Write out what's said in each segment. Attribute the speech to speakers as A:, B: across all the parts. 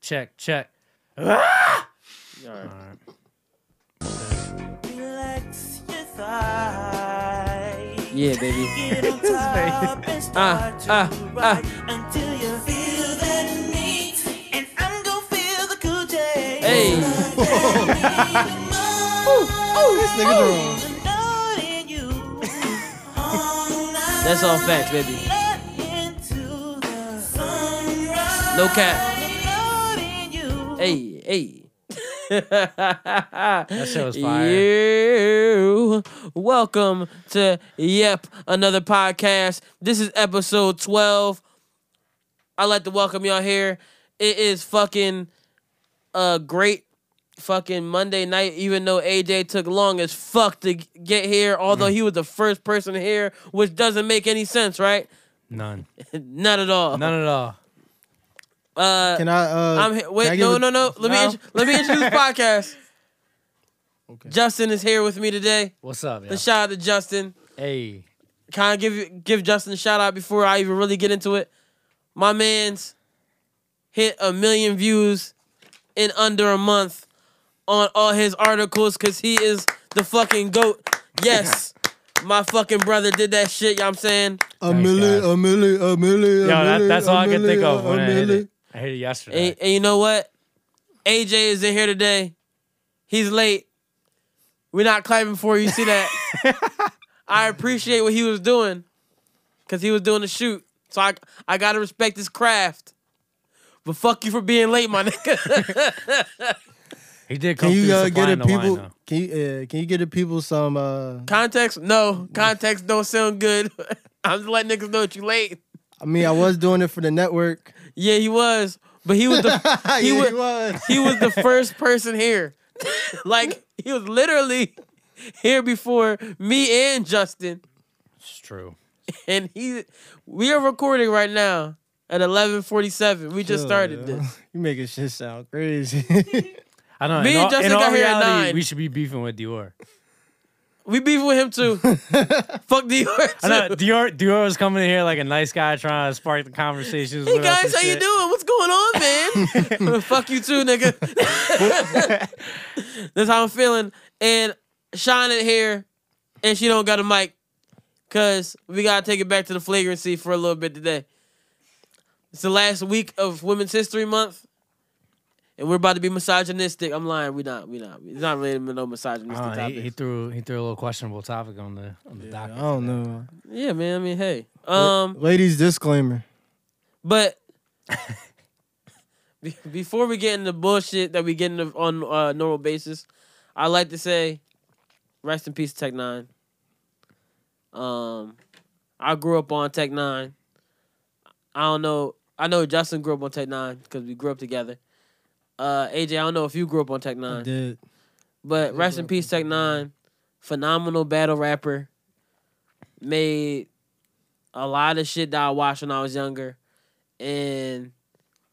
A: check, check.
B: All right.
A: All right.
C: Relax your thighs.
D: Yeah, baby.
C: Get on top and start
D: Ah,
C: to
D: ah,
C: ride until you feel that need. And I'm gonna feel the cool J.
D: Hey.
C: This
B: nigga drunk.
D: That's all facts, baby. No cap. Hey, hey. that
A: shit was fire.
D: You welcome to Yep Another Podcast. This is episode twelve. I'd like to welcome y'all here. It is fucking a great fucking Monday night, even though AJ took long as fuck to g- get here, although
A: Mm.
D: he was the first person here, which doesn't make any sense, right?
A: None.
D: Not at all.
A: None at all.
D: Oh. Uh,
B: Can I? Uh,
D: I'm here.
B: can I
D: Wait,
B: give
D: no,
B: a-
D: no, no. Let me
A: No.
D: int- let me introduce the podcast.
B: Okay.
D: Justin is here with me today.
A: What's up, yo?
D: The shout out to Justin.
A: hey.
D: Can I give you- give Justin a shout out before I even really get into it? My man's hit a million views in under a month on all his articles because he is the fucking goat. Yes, my fucking brother did that shit. Y'all, I'm saying.
B: A
A: Thanks,
B: milli,
A: guys.
B: a milli, a milli, a
A: Yo, that,
B: milli,
A: that's
B: a
A: all I can think
B: milli,
A: of
B: a
A: when I hit
B: milli.
A: it. I hit it yesterday.
D: And, and you know what? AJ is in here today. He's late. We're not clapping for you. See that? I appreciate what he was doing because he was doing the shoot. So I, I got to respect his craft. But fuck you for being late, my nigga.
A: he did come
B: Can you
A: through
B: uh,
A: supplying
B: get the
A: the wine,
B: people?
A: though.
B: Can you uh, can you get the people some? Uh,
D: context? No. Context don't sound good. I'm just letting niggas know that you late.
B: I mean, I was doing it for the network.
D: Yeah, he was. But he was the
B: Yeah,
D: was-
B: was.
D: he was the first person here. like he was literally here before me and Justin.
A: It's true.
D: And he we are recording right now at eleven forty seven. We just
B: Chill,
D: started
B: yo.
D: this.
B: You making shit sound crazy.
A: I don't know.
D: Me
A: in
D: and
A: all,
D: Justin
A: in all
D: got here at
A: reality,
D: nine.
A: We should be beefing with Dior.
D: We beef with him too. Fuck Dior
A: I know
D: too.
A: Dior. Dior was coming in here like a nice guy trying to spark the conversations.
D: Hey
A: with us
D: guys,
A: and
D: how you
A: shit.
D: doing? What's going on, man? Fuck you too, nigga. That's how I'm feeling. And Sean in here, and she don't got a mic, cause we gotta take it back to the flagrancy for a little bit today. It's the last week of Women's History Month, and we're about to be misogynistic. I'm lying, we not, we not. It's not related to no misogynistic
A: I don't know, Oh, he,
D: topics.
A: he threw he threw a little questionable topic on the on the
B: I
A: docket.
B: don't know.
D: yeah, man. I mean, hey, um,
B: Ladies, disclaimer.
D: But be- before we get into bullshit that we get into on a normal basis, I like to say, rest in peace, Tech Nine. Um, I grew up on Tech Nine. I don't know. I know Justin grew up on Tech Nine because we grew up together. Uh, AJ, I don't know if you grew up on Tech
B: I
A: uh,
D: Nine.
B: did.
D: But rest in peace, Tech Nine. Phenomenal battle rapper. Made a lot of shit that I watched when I was younger. And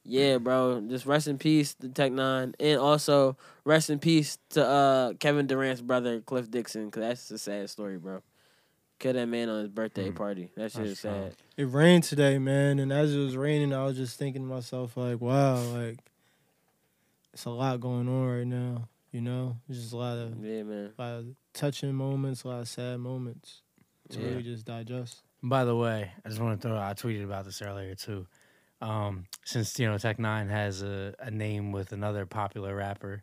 D: yeah, bro. Just rest in peace to Tech Nine. And also rest in peace to uh, Kevin Durant's brother, Cliff Dixon, because that's a sad story, bro. Killed that man on his birthday party. That shit
A: That's
D: is sad.
B: It rained today, man, and as it was raining, I was just thinking to myself, like, wow, like, it's a lot going on right now. You know, It's just a lot of,
D: Yeah, man.
B: lot of touching moments, a lot of sad moments. To
D: Yeah.
B: really just digest.
A: By the way, I just want to throw. out- I tweeted about this earlier too. Um, since you know Tech Nine has a, a name with another popular rapper,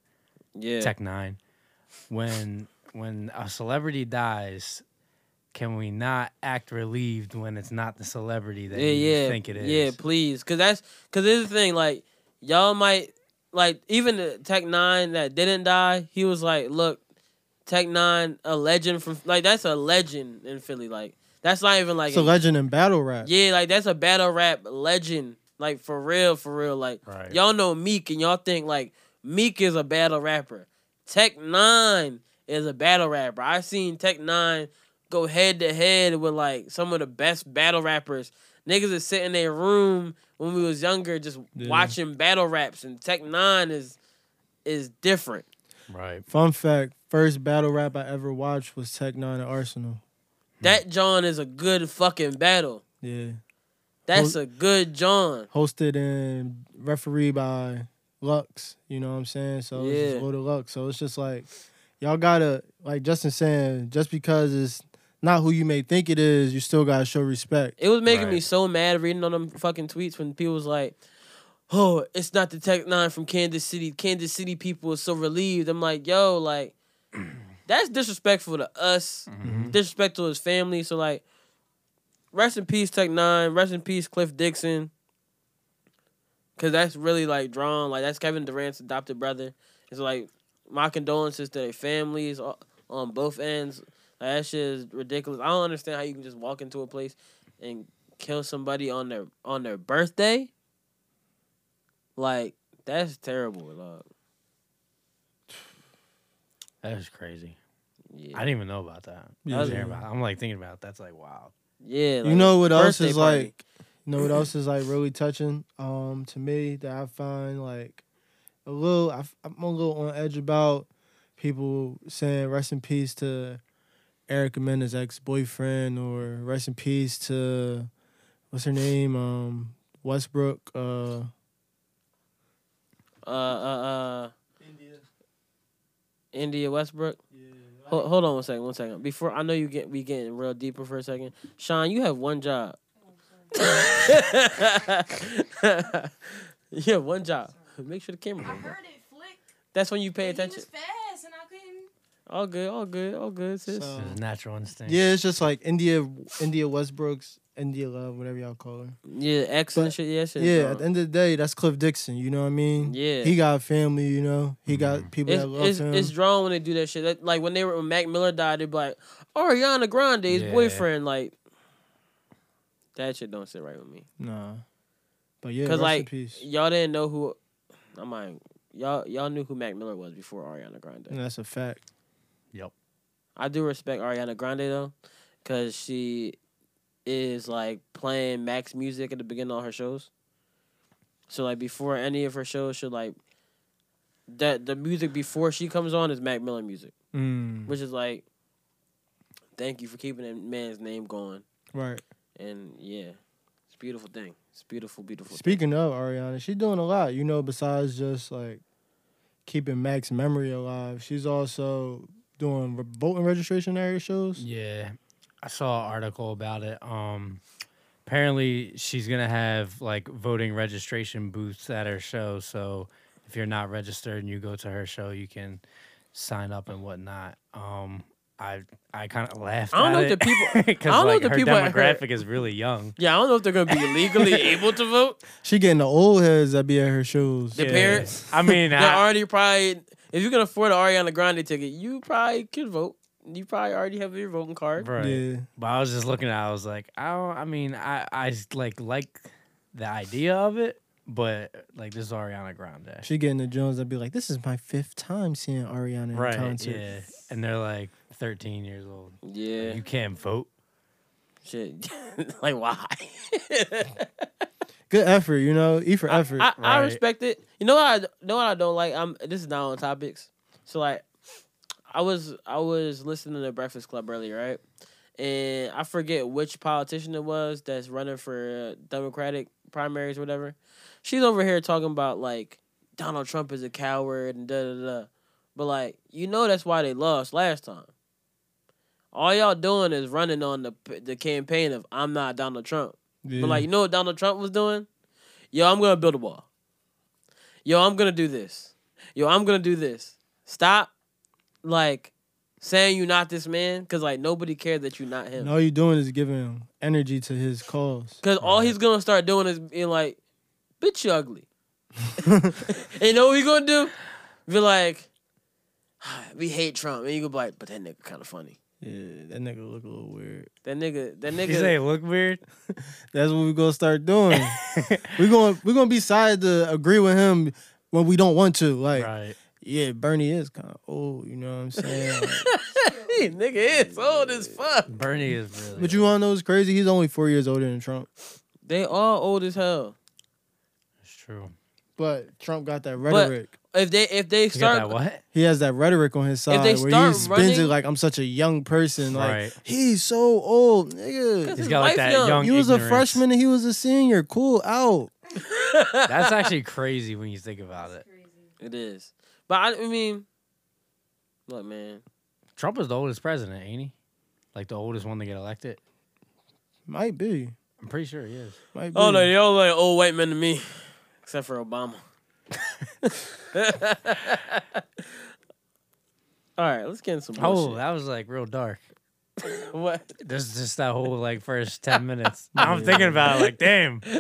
D: Yeah.
A: Tech Nine, when when a celebrity dies, can we not act relieved when it's not the celebrity that
D: yeah,
A: you
D: yeah,
A: think it is?
D: Yeah, please, because that's because here's the thing. Like y'all might like even the Tech Nine that didn't die. He was like, look, Tech Nine, a legend from like that's a legend in Philly. Like that's not even like
B: it's a legend in battle rap.
D: yeah, like that's a battle rap legend. Like for real, for real. Like
A: Right.
D: y'all know Meek and y'all think like Meek is a battle rapper. Tech Nine is a battle rapper. I seen Tech Nine go head to head with like some of the best battle rappers. Niggas is sitting in their room when we was younger just
B: Yeah.
D: watching battle raps and Tech Nine is is different.
A: Right.
B: Fun fact: first battle rap I ever watched was Tech Nine and Arsenal.
D: That John is a good fucking battle.
B: Yeah,
D: That's
B: Who-
D: a good John.
B: hosted and refereed by Lux. You know what I'm saying? So it's
D: Yeah.
B: just Lil Lux. So it's just like y'all gotta like Justin saying, just because it's not who you may think it is, you still gotta show respect.
D: It was making me
A: Right.
D: so mad reading on them fucking tweets when people was like, "Oh, it's not the Tech Nine from Kansas City. Kansas City people are so relieved." I'm like, "Yo, like, that's disrespectful to us.
A: Mm-hmm.
D: Mm-hmm. Disrespectful to his family. So like, rest in peace, Tech Nine. Rest in peace, Cliff Dixon. Cause that's really like drawn. Like that's Kevin Durant's adopted brother. It's like my condolences to their families o- on both ends. Like, that shit is ridiculous. I don't understand how you can just walk into a place and kill somebody on their on their birthday. Like that's terrible, dog.
A: That is crazy. I
D: Yeah,
A: didn't even know about that. I was hearing about. I'm like thinking about. It. That's like wow.
D: yeah.
B: You
D: like,
B: know what else
D: birthday
B: is
D: party.
B: like You know what else is like really touching um to me that I find like a little I, am a little on edge about people saying rest in peace to Erica Mendes ex boyfriend or rest in peace to what's her name um Westbrook uh
D: uh uh uh
B: India
D: India Westbrook.
B: yeah
D: Hold, hold on one second, one second. Before I know you get we getting real deeper for a second. Sean, you have one job. you have one job. Make sure the camera.
E: I
D: on.
E: heard it flicked.
D: That's when you pay
E: and He
D: attention.
E: was fast, and I couldn't.
D: All good, all good, all good, sis.
B: So-
A: It's a natural instinct.
B: yeah it's just like India India Westbrook's India love whatever y'all call her
D: yeah, excellent
B: But-
D: shit. Yeah, shit.
B: yeah
D: bro.
B: at the end of the day that's Cliff Dixon you know what I mean
D: Yeah. Mm-hmm.
B: he got family you know he got people
D: It's,
B: that love
D: it's,
B: him
D: it's drawn when they do that shit. That- like when they were when Mac Miller died, they'd be like, Ariana Grande's
A: Yeah.
D: boyfriend. Like that shit don't sit right with me.
B: Nah. But yeah,
D: Cause
B: rest in
D: like
B: peace.
D: y'all didn't know who. I'm like y'all y'all knew who Mac Miller was before Ariana Grande.
B: And that's a fact.
D: I do respect Ariana Grande though, cause she is like playing Max music at the beginning of all her shows. So like before any of her shows, she like that the music before she comes on is Mac Miller music.
B: Mm.
D: which is like, thank you for keeping that man's name going.
B: Right.
D: And yeah, it's a beautiful thing. It's a beautiful, beautiful.
B: Speaking of Ariana, she's doing a lot, you know, besides just like keeping Mac's memory alive. She's also doing re- voting registration area shows.
A: Yeah, I saw an article about it. Um, apparently she's gonna have like voting registration booths at her show. So if you're not registered and you go to her show, you can sign up and whatnot. Um, I I kind of laughed.
D: I don't know
A: at
D: if the people-
A: it, 'cause,
D: I don't know
A: like,
D: if the
A: her
D: people at her-
A: demographic is really young.
D: thing. Yeah, I don't know if they're gonna be legally able to vote.
B: She getting the old heads that be at her shows.
D: The
A: Yeah.
D: parents,
A: I mean,
D: they're
A: I,
D: already probably. If you can afford an Ariana Grande ticket, you probably could vote. You probably already have your voting card.
A: right.
B: Yeah.
A: But I was just looking at. it, I was like, I don't. I mean, I I s- like like the idea of it, but like this is Ariana Grande.
B: She getting the Jones that be like, This is my fifth time seeing Ariana in
A: right.
B: concert.
A: Yeah. And they're like 13 years old.
D: Yeah,
A: You can't vote.
D: shit. like why?
B: Good effort, you know, E for effort.
D: I, I
A: Right.
D: respect it. You know what I know what I don't like. I'm this is not on topics. So like, I was I was listening to Breakfast Club earlier, right? And I forget which politician it was that's running for uh, Democratic primaries, or whatever. She's over here talking about like Donald Trump is a coward and da da da. But like, you know that's why they lost last time. All y'all doing is running on the the campaign of I'm not Donald Trump.
B: yeah.
D: But like, you know what Donald Trump was doing? Yo, I'm gonna build a wall. Yo, I'm gonna do this. Yo, I'm gonna do this. Stop, like, saying you're not this man, cause like nobody cared that you're not him.
B: and all you doing is giving energy to his cause.
D: Cause all he's gonna start doing is being like, "Bitch, you ugly." and you know what we gonna do? Be like, "We hate Trump," and you gonna be like, "But that nigga kind of funny."
B: Yeah, that nigga look a little weird.
D: That nigga, that
A: You say it
D: nigga.
A: look weird?
B: That's what we're gonna start doing. we're gonna we're gonna be side to agree with him when we don't want to. Like,
A: Right.
B: yeah, Bernie is kind of old. You know what I'm saying? Like,
D: nigga is old as fuck.
A: Bernie is really.
B: but you want to know what's crazy? He's only four years older than Trump.
D: They all old as hell.
A: It's true.
B: But Trump got that rhetoric.
D: If they if they
A: You got
D: start
A: that what?
B: he has that rhetoric on his
D: If
B: side
D: they
B: where
D: start
B: he spins it
D: running-
B: like I'm such a young person. Like
A: Right.
B: he's so old, nigga.
D: His
A: He's got like
D: wife
A: that
D: young.
A: young.
B: He was a
A: ignorance.
B: freshman and he was a senior. Cool out.
A: That's actually crazy when you think about it.
E: That's crazy.
D: it is. But I, I mean, look, man.
A: Trump is the oldest president, ain't he? Like the oldest one to get elected.
B: Might be.
A: I'm pretty sure he is.
B: Might be.
D: Oh no, they all like old white men to me, except for Obama. all right, let's get in some bullshit.
A: Oh, that was like real dark.
D: what?
A: This just that whole like first ten minutes. Now I'm thinking about it like, damn.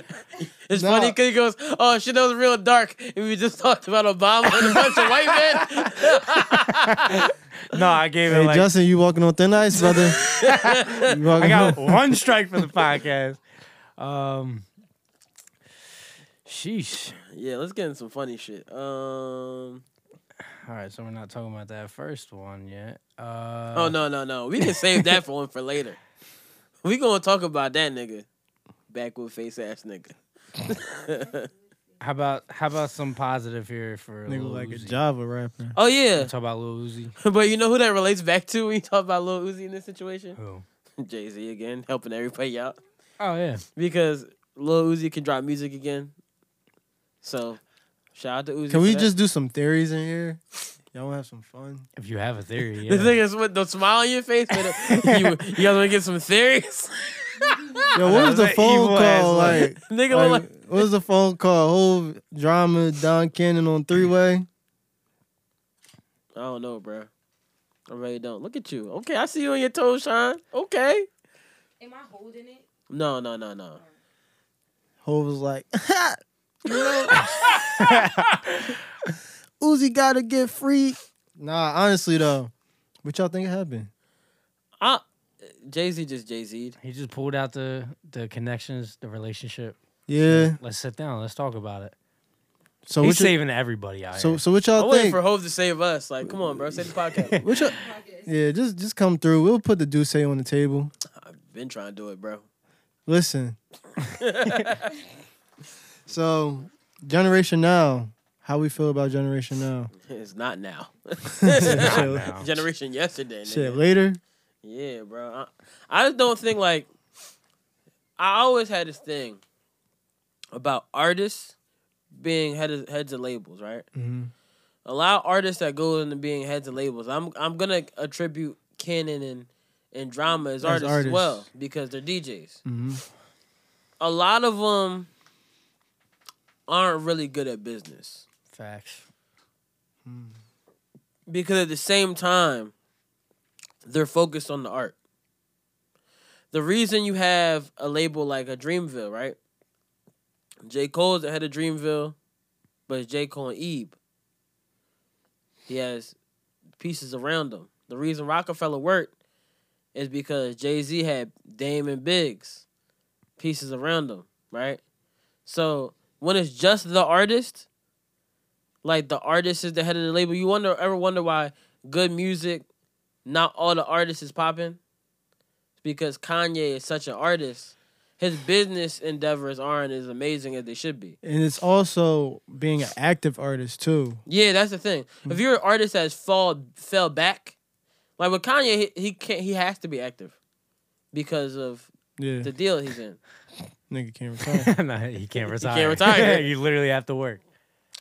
D: It's
B: No.
D: funny 'cause funny because he goes, "Oh shit, that was real dark," and we just talked about Obama and a bunch of white men.
A: No, I gave it
B: Hey
A: like
B: Justin, you walking on thin ice, brother? You
A: I
B: walking
A: got
B: on-
A: one strike for the podcast. Um, sheesh.
D: Yeah, let's get in some funny shit. Um.
A: All right, so we're not talking about that first one yet. Uh,
B: Uh-huh.
D: Oh no no no! We can save that for one for later. We gonna talk about that nigga, backward face ass nigga.
A: How about how about some positive here for
B: Nigga
A: Lil
B: like a
A: Uzi?
B: Java rapper.
D: oh yeah,
A: Talk about Lil Uzi.
D: but you know who that relates back to when you talk about Lil Uzi in this situation?
A: Who?
D: Jay Z again, helping everybody out
A: Oh yeah.
D: because Lil Uzi can drop music again. So, shout out to Uzi. for
B: Can we
D: that.
B: just do some theories in here? Y'all wanna have some fun?
A: If you have a theory,
D: The thing
A: yeah.
D: is, with the smile on your face, but it- you, you guys wanna get some theories?
B: Yo, what was the
A: That's an evil
B: phone
A: ass
B: call
A: one.
B: like?
D: Nigga, look
B: like,
D: like,
B: what was the phone call? Whole drama, Don Cannon on three way.
D: I don't know, bro. I really don't. Look at you. Okay, I see you on your toes, Sean. Okay.
E: Am I holding it?
D: No, no, no, no.
B: Hove was like, Uzi gotta get free. Nah, honestly though, what y'all think happened?
D: I Jay Z just Jay Z.
A: He just pulled out the the connections, the relationship.
B: Yeah.
A: Let's sit down. Let's talk about it.
B: So
A: He's
B: what? you-
A: saving everybody out
B: So
A: here.
B: so what
D: I
B: y'all
D: waiting
B: think?
D: for Hove to save us. Like, come on, bro, save the podcast.
B: what y'all,
E: Podcast.
B: yeah, just just come through. We'll put the Duce on the table.
D: I've been trying to do it, bro.
B: Listen. so, Generation Now. How we feel about Generation Now?
D: It's not now.
B: Shit,
A: now.
D: Generation yesterday. Nigga.
B: shit, later.
D: Yeah, bro. I, I just don't think like I always had this thing about artists being head of, heads of labels, right?
B: Mhm.
D: A lot of artists that go into being heads of labels. I'm I'm gonna attribute Canon and and Drama as,
B: As
D: artists, as
B: artists.
D: well because they're DJs.
B: Mhm.
D: A lot of them aren't really good at business
A: Facts.
D: because at the same time they're focused on the art. The reason you have a label like a Dreamville, right? J. Cole's the head of Dreamville, but it's J. Cole and Ebe. He has pieces around him. The reason Rockefeller worked is because Jay Z had Dame and Biggs pieces around him, right? So when it's just the artist, like the artist is the head of the label, you wonder ever wonder why good music, not all the artists is popping? It's because Kanye is such an artist. His business endeavors aren't as amazing as they should be.
B: And it's also being an active artist too.
D: Yeah, that's the thing. If you're an artist that's fall fell back, like with Kanye, he, he can't. He has to be active because of
B: Yeah,
D: the deal he's in.
B: nigga can't retire.
A: no, he can't retire.
D: retire.
A: you literally have to work.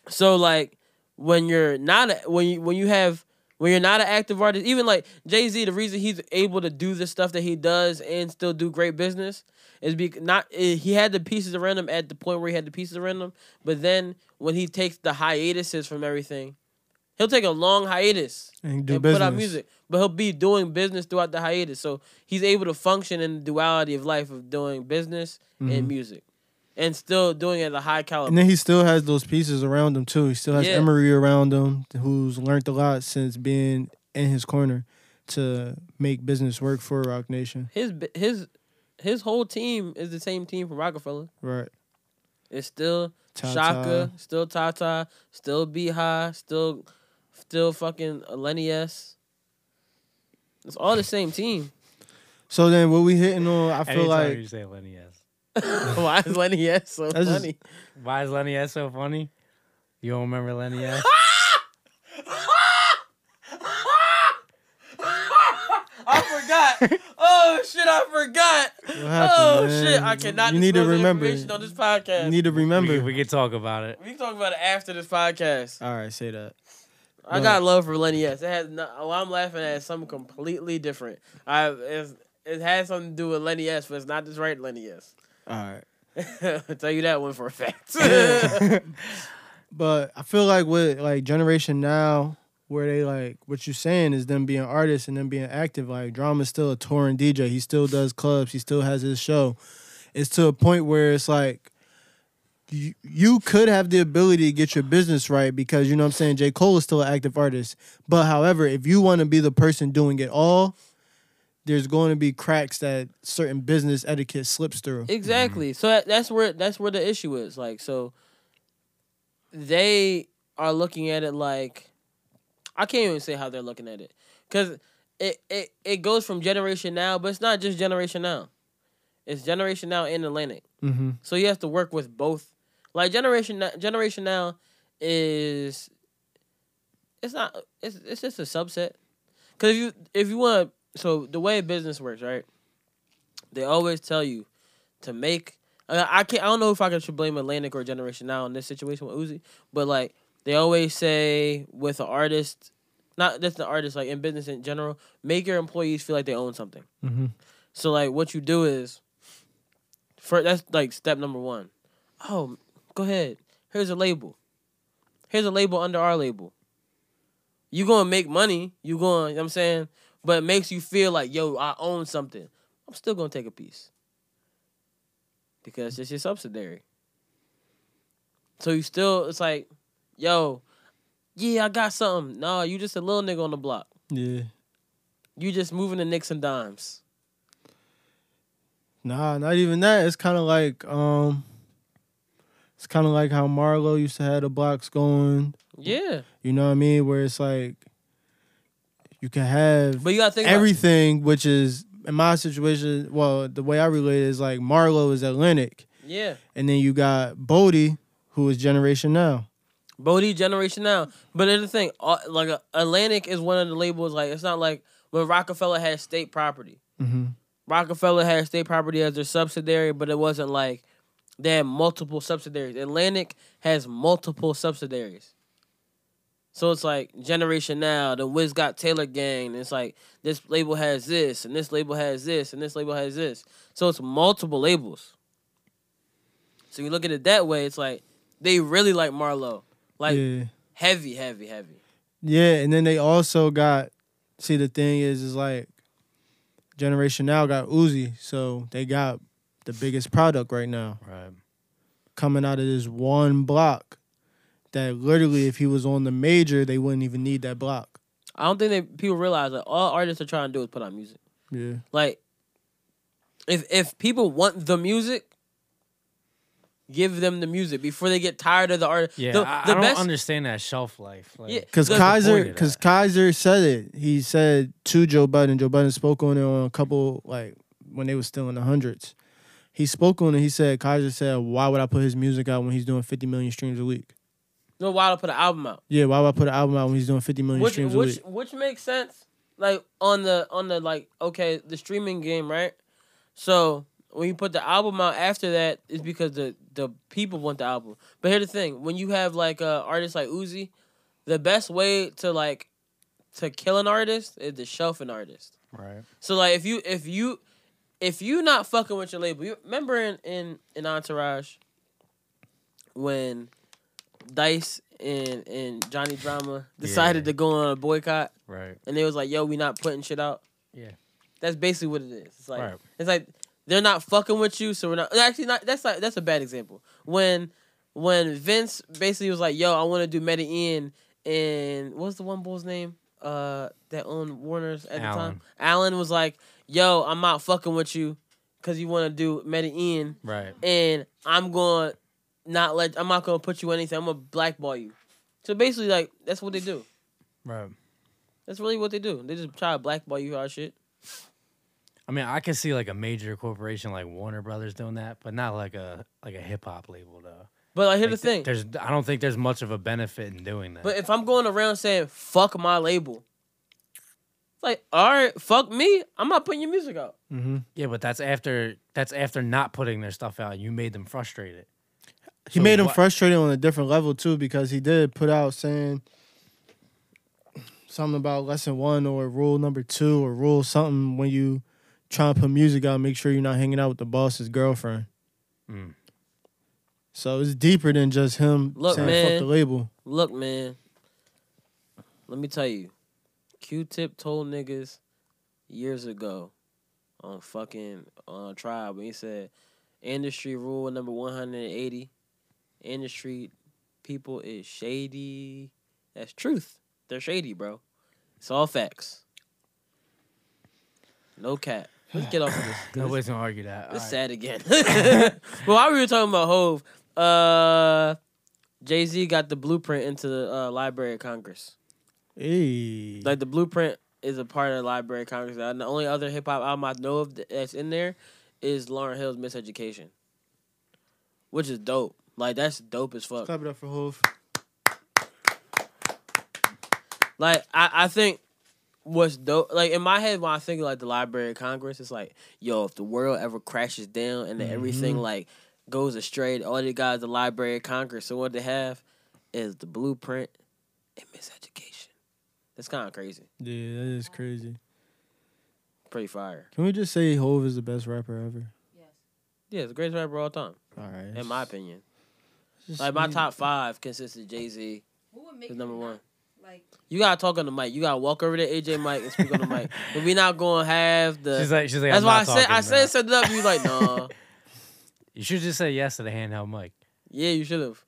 D: So like when you're not a, when you when you have when you're not an active artist, even like Jay Z, the reason he's able to do the stuff that he does and still do great business is because not eh, he had the pieces around him at the point where he had the pieces around him, but then when he takes the hiatuses from everything, he'll take a long hiatus.
B: And do
D: and
B: business.
D: put out music. But he'll be doing business throughout the hiatus. So he's able to function in the duality of life of doing business
B: Mm-hmm.
D: and music. And still doing it at a high
B: And
D: caliber.
B: then he still has those pieces around him too. He still has
D: Yeah.
B: Emery around him, who's learned a lot since being in his corner to make business work for Rock Nation.
D: His b- his his whole team is the same team from Rockefeller.
B: Right.
D: It's still
B: Tata.
D: Shaka, still Tata, still Beehive, still still fucking Lenny S. It's all the same team.
B: So then, what we hitting on? I
A: I
B: feel like
A: you say Lenny S.
D: Why is Lenny S so
B: That's just-
D: funny?
A: Why is Lenny S so funny? You don't remember Lenny S?
D: I forgot. Oh shit, I forgot.
B: What happened,
D: oh
B: man?
D: shit! I cannot.
B: You need to
D: disclose the
B: remember.
D: information on this podcast.
B: You need to
A: Remember, we,
B: remember.
A: could- we could talk about it.
D: we can talk about it after this podcast.
B: All right, say that.
D: I got love for Lenny S. It has no, oh, I'm laughing at something completely different. I it's, it has something to do with Lenny S, but it's not just right Lenny S.
B: All right.
D: I'll tell you that one for a fact.
B: but I feel like with like generation now, where they like what you're saying is them being artists and them being active. Like Drama's still a touring DJ. He still does clubs. He still has his show. It's to a point where it's like you, you could have the ability to get your business right because you know what I'm saying J. Cole is still an active artist. But however, if you want to be the person doing it all, there's going to be cracks that certain business etiquette slips through.
D: Exactly. So that- that's where that's where the issue is. Like, so they are looking at it like I can't even say how they're looking at it because it, it it goes from generation now, but it's not just generation now. It's generation now and Atlantic.
B: Mm-hmm.
D: So you have to work with both. Like generation Now- generation now is it's not it's it's just a subset. Cause if you if you want so the way business works, right? They always tell you to make. I I can't. I don't know if I can should blame Atlantic or Generation Now in this situation with Uzi, but like they always say with an artist, not just the artist, like in business in general, make your employees feel like they own something.
B: Mhm.
D: So like what you do is, first that's like step number one. Oh, go ahead. Here's a label. Here's a label under our label. You gonna make money. You going. You know what I'm saying, but it makes you feel like yo, I own something. I'm still gonna take a piece because it's your subsidiary. So you still, it's like, yo, yeah, I got something. No, you just a little nigga on the block.
B: Yeah.
D: You just moving the nicks and dimes.
B: Nah, not even that. It's kind of like um, it's kind of like how Marlo used to have the blocks going.
D: Yeah,
B: You know what I mean? Where it's like you can have
D: but you gotta think about-
B: everything, which is in my situation. Well, the way I relate is like Marlo is Atlantic,
D: yeah,
B: and then you got Bodie, who is Generation Now.
D: Bodie Generation Now. But here's the thing, uh, like uh, Atlantic is one of the labels. Like it's not like when Rockefeller had state property.
B: Mm-hmm.
D: Rockefeller had state property as their subsidiary, but it wasn't like they had multiple subsidiaries. Atlantic has multiple subsidiaries. So it's like Generation Now, the Wiz Got Taylor gang. and It's like this label has this, and this label has this, and this label has this. So it's multiple labels. So you look at it that way, it's like they really like Marlowe. Like
B: yeah,
D: heavy, heavy, heavy.
B: yeah, and then they also got. See, the thing is, is like Generation Now got Uzi, so they got the biggest product right now.
A: Right.
B: coming out of this one block that literally if he was on the major they wouldn't even need that block
D: I don't think that people realize that all artists are trying to do is put out music.
B: yeah
D: Like, if if people want the music, give them the music before they get tired of the art.
A: Yeah.
D: the,
A: I,
D: the
A: I don't
D: best.
A: understand that shelf life. Like,
D: Yeah.
B: because
D: That's the
A: point
B: kaiser
A: of
B: because
A: that.
B: kaiser said it he said to joe budden joe budden spoke on it on a couple like when they was still in the hundreds he spoke on it he said kaiser said why would i put his music out when he's doing 50 million streams a week
D: no, Wilder put an album out,
B: yeah why would i put an album out when he's doing 50 million
D: which
B: streams
D: which
B: a week
D: which makes sense. Like on the on the like okay the streaming game right. So when you put the album out after that, it's because the the people want the album. But here's the thing: when you have like uh, artists like Uzi, the best way to like to kill an artist is to shelf an artist.
A: Right.
D: So like if you if you if you not fucking with your label, you remember in in, in Entourage when Dice and and Johnny Drama decided
A: Yeah.
D: to go on a boycott
A: Right.
D: and they was like, "Yo, we not putting shit out."
A: Yeah.
D: That's basically what it is. It's like
A: Right.
D: it's like they're not fucking with you, so we're not actually not. That's not that's a bad example. When when Vince basically was like, "Yo, I want to do Medellin," and what was the one bull's name? Uh, that owned Warner's at the
A: Allen.
D: time. Allen was like, "Yo, I'm not fucking with you, cause you want to do Medellin,
A: Right.
D: and I'm going to not let. I'm not gonna put you in anything. I'm gonna blackball you." So basically, like that's what they do.
A: Right.
D: That's really what they do. They just try to blackball you out shit.
A: I mean, I could see like a major corporation like Warner Brothers doing that, but not like a like a hip hop label though.
D: But like, here's
A: Like,
D: the thing.
A: There's I don't think there's much of a benefit in doing that.
D: But if I'm going around saying fuck my label, Like, all right, fuck me. I'm not putting your music out.
B: Mm-hmm.
A: Yeah, but that's after that's after not putting their stuff out. You made them frustrated.
B: He
A: So
B: made him
A: why-
B: frustrated on a different level too because he did put out saying something about lesson one or rule number two or rule something when you trying to put music out, make sure you're not hanging out with the boss's girlfriend.
A: Mm.
B: So it's deeper than just him
D: Look,
B: saying
D: man.
B: fuck the label.
D: Look, man. Let me tell you. Q-Tip told niggas years ago on fucking on trial when he said industry rule number 180 industry people is shady. That's truth. They're shady, bro. It's all facts. No cap. Let's get off of this.
A: Nobody's gonna argue that.
D: It's
A: All right.
D: sad again. well, while we were talking about Hove, uh, Jay Z got the blueprint into the uh, Library of Congress.
B: Hey.
D: Like the blueprint is a part of the Library of Congress. And the only other hip hop album I know of that's in there is Lauren Hill's Miseducation, which is dope. Like that's dope as fuck.
B: Clap it up for Hove.
D: Like I, I think what's dope like in my head when I think of like the Library of Congress, it's like, yo, if the world ever crashes down and then everything like goes astray, all they got is the Library of Congress. So what they have is the blueprint and miseducation. That's kinda crazy.
B: Yeah, that is crazy.
D: Pretty fire.
B: Can we just say Hove is the best rapper ever?
E: Yes.
D: Yeah, it's the greatest rapper of all time,
B: All right.
D: in my opinion.
B: Just
D: Like my
B: say-
D: top five consists of Jay Z.
E: Who would make
D: Who's number
E: you
D: one?
E: not, Like,
D: You gotta talk on the mic. You gotta walk over to AJ mic and speak on the mic. But we not gonna have the
A: She's like, she's like.
D: That's
A: I'm
D: why I
A: not
D: said I
A: talking, bro.
D: said set it up. You like, nah.
A: You should just say yes to the handheld mic.
D: Yeah, you should have.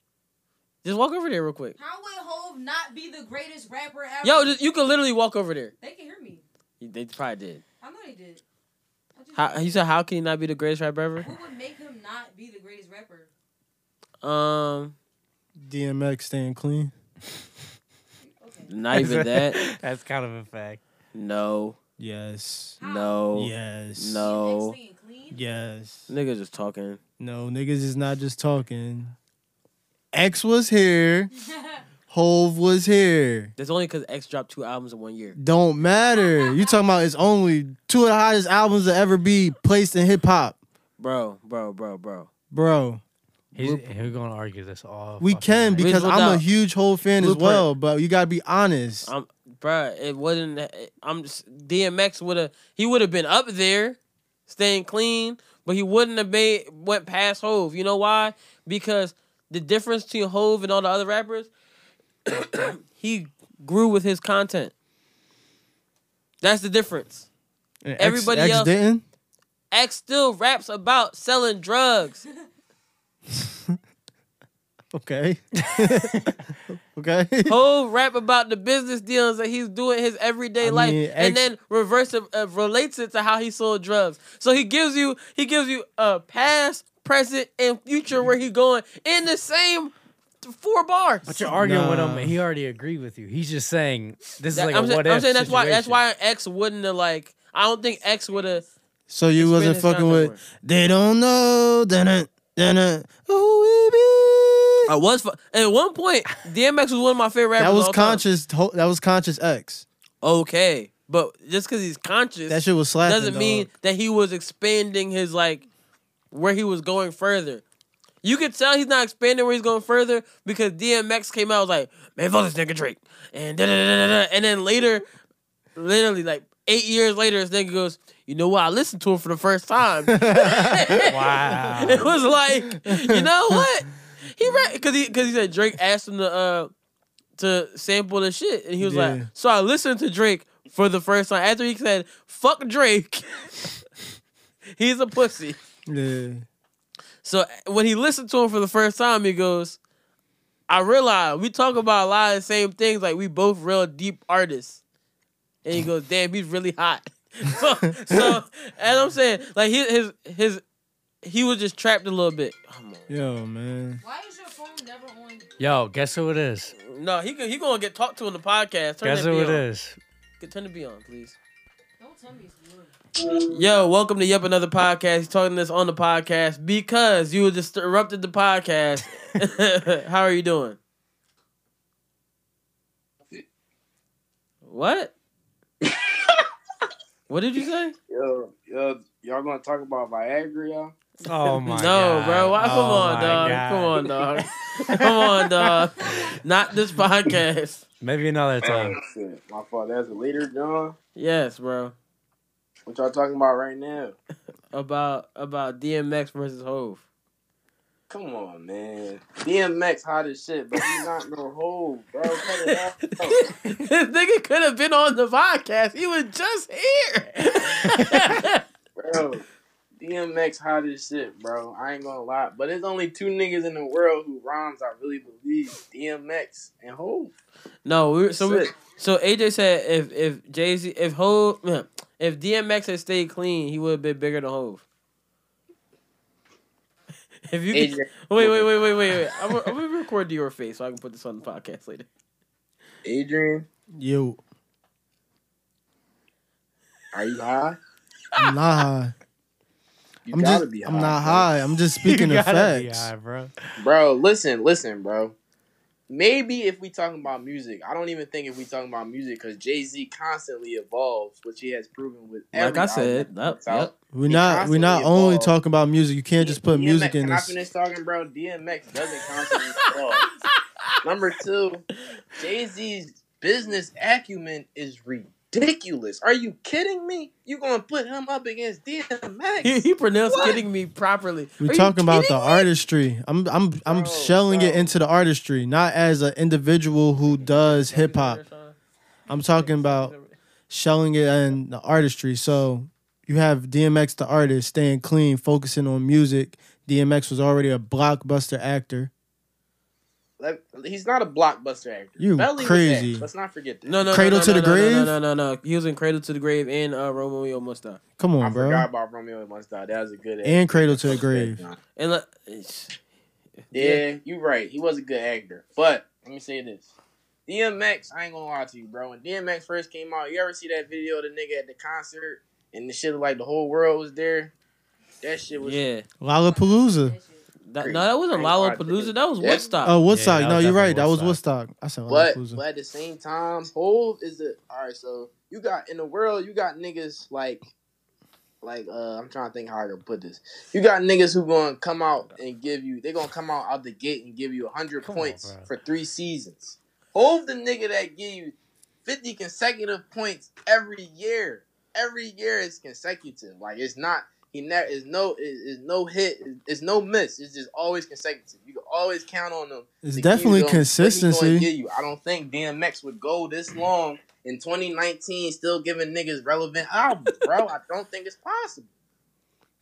D: Just walk over there real quick.
E: how would Hove not be the greatest rapper ever?
D: Yo, just, you could literally walk over there.
E: they can hear me.
D: You- They probably did.
E: I know they did. I just-
D: How, you said, how can he not be the greatest rapper ever?
E: what would make him not be the greatest rapper?
D: Um,
B: DMX staying clean.
E: Okay.
D: not even that.
A: That's kind of a fact.
D: No,
B: Yes.
D: no,
B: Yes.
D: Oh, No.
E: Next thing, clean.
B: Yes.
D: niggas just talking.
B: No, niggas is not just talking. X was here. Hove was here.
D: That's only because X dropped two albums in one year.
B: Don't matter. You talking about it's only two of the hottest albums to ever be placed in hip hop,
D: Bro, bro, bro, bro.
B: bro.
A: He's,
D: Blueprint.
A: we're gonna argue this all.
B: We
A: fucking
B: can
A: night.
B: because
D: Reasonable
B: I'm a
D: doubt.
B: huge Hove fan as
D: Blueprint.
B: well, but you gotta be honest.
D: I'm, bro, it wasn't. it- I'm just, DMX would have. He would have been up there, staying clean, but he wouldn't have made went past Hove. You know why? Because the difference between Hove and all the other rappers, he grew with his content. That's the difference.
B: And X-
D: everybody
B: X
D: else-
B: didn't.
D: X still raps about selling drugs.
B: Okay. okay.
D: Hove rap about the business dealings that he's doing in his everyday
B: I
D: life,
B: mean, ex-
D: and then reverse it, uh, relates it to how he sold drugs. So he gives you he gives you a past, present, and future where he going in the same four bars.
A: But you're arguing with him,
B: Nah.
A: and he already agreed with you. He's just saying this is
D: That-
A: like
D: I'm,
A: a
D: sa-
A: what
D: I'm
A: if
D: saying that's why that's
A: situation.
D: why X wouldn't have like I don't think X would have.
B: So you wasn't
D: Experience
B: fucking with.
D: content
B: They don't know. Dun dun Oh,
D: I was fu- at one point DMX was one of my favorite rappers.
B: That
D: of
B: was
D: all time.
B: conscious. Ho- that was conscious X.
D: Okay, but just because he's conscious,
B: That shit was slapping.
D: doesn't
B: dog.
D: mean that he was expanding his like where he was going further. You could tell he's not expanding where he's going further because DMX came out was like, man, fuck this nigga Drake, and da da da da da, and then later, literally like eight years later, this nigga goes, you know what? I listened to him for the first time.
A: Wow.
D: it was like, you know what? He because he because he said Drake asked him to uh to sample the shit, and he was like,
B: Yeah.
D: so I listened to Drake for the first time after he said, fuck Drake. He's a pussy.
B: Yeah.
D: So when he listened to him for the first time, he goes, I realize we talk about a lot of the same things. Like we both real deep artists. And he goes, damn, he's really hot. so, so as I'm saying, like his, his his he was just trapped a little bit. Oh, Come on.
B: Yo, man.
E: Why is your phone never on?
A: Yo, guess who it is?
D: No, he could- he gonna get talked to in the podcast. Turn
A: Guess
D: that
A: who
D: B
A: it
D: on.
A: is?
D: Get- Turn the B on, please.
E: Don't tell me it's blue.
D: Yo, welcome to Yep Another Podcast. He's talking this on the podcast because you just interrupted the podcast. How are you doing? What? What did you say?
F: Yo, yo, y'all gonna talk about Viagra, y'all?
A: Oh my
D: no,
A: god.
D: bro. Why, come
A: Oh
D: on,
A: my
D: dog.
A: God.
D: Come on, dog. come on, dog. Not this podcast.
A: Maybe another time.
F: Shit, my fault. That's a leader, John.
D: Yes, bro.
F: What y'all talking about right now?
D: About about DMX versus Hove.
F: Come on, man. DMX hot as shit, but he's not no hole, bro. Cut
D: this
F: it out.
D: nigga could have been on the podcast. He was just here.
F: Bro, DMX hot as shit, bro. I ain't gonna lie. But there's only two niggas in the world who rhymes I really believe. DMX and Hov.
D: no, we, so we,
F: Shit.
D: so AJ said if if Jay Z if Hove if DMX had stayed clean, he would have been bigger than Hove. If you could,
F: AJ,
D: wait, wait, wait, wait, wait, wait. I'm, gonna- I'm gonna record your face so I can put this on the podcast later.
F: Adrian,
B: Yo,
F: are you high?
B: I'm not high.
F: You
B: I'm
F: gotta
B: just,
F: be high.
B: I'm not
F: bro.
B: high. I'm just speaking
A: You
B: of
A: gotta be
B: facts.
A: high, bro.
F: Bro, listen, listen, bro. Maybe if we talking about music, I don't even think if we talking about music because Jay Z constantly evolves, which he has proven with every
D: Like I said,
F: album he puts
D: yep,
F: out.
D: yep.
B: We're not. We're not
F: constantly
B: only
F: evolve.
B: talking about music. You can't just put
F: DMX
B: music in
F: can I
B: this.
F: finish talking, bro? DMX doesn't constantly evolve. Number two, Jay Z's business acumen is ridiculous. Are you kidding me? You gonna put him up against
D: He,
F: DMX?
D: he pronounced
F: What?
D: getting me properly.
B: We're
D: Are you
B: talking about the
D: kidding me?
B: artistry. I'm. I'm. I'm
F: Bro,
B: shelling it
F: bro.
B: into the artistry, not as an individual who does hip hop. I'm talking about shelling it and the artistry. So you have DMX the artist staying clean, focusing on music. DMX was already a blockbuster actor.
F: Like, He's not a blockbuster actor.
B: You
F: Belly was
B: crazy.
F: that. Let's not forget that.
D: No, no,
B: Cradle
D: no,
B: to
D: no,
B: the
D: no,
B: Grave?
D: No, no, no, no, no. Using Cradle to the Grave and uh, Romeo Must Die.
B: Come
F: I
B: on, bro.
F: forgot about Romeo and Must Die. That was a good.
B: And Cradle to the Grave.
D: And like, it's-
F: Yeah, you're right. He was a good actor. But let me say this. DMX, I ain't gonna lie to you, bro. When DMX first came out, you ever see that video of the nigga at the concert and the shit like the whole world was there? That shit was
D: yeah.
E: That
B: Lollapalooza.
E: shit.
D: That, no, that wasn't
F: Great project.
D: Lollapalooza. That was
F: Yeah.
D: Woodstock.
B: Oh, Woodstock.
A: that
B: no,
A: was
B: you're right.
A: definitely
B: That was Woodstock. I said
F: But,
B: Lollapalooza.
F: but at the same time, Hove is the all right. So you got in the world, you got niggas like, like uh, I'm trying to think how I can put this. You got niggas who gonna come out and give you. They gonna come out out the gate and give you hundred
A: Come on,
F: points
A: bro.
F: for three seasons. Hove the nigga that give you fifty consecutive points every year. Every year is consecutive. Like it's not. He never is no is no hit. It's no miss. It's just always consecutive. You can always count on them.
B: It's
F: The
B: definitely
F: Kings don't- what he gonna
B: consistency.
F: give you. I don't think DMX would go this long in 2019 still giving niggas relevant albums, bro. I don't think it's possible.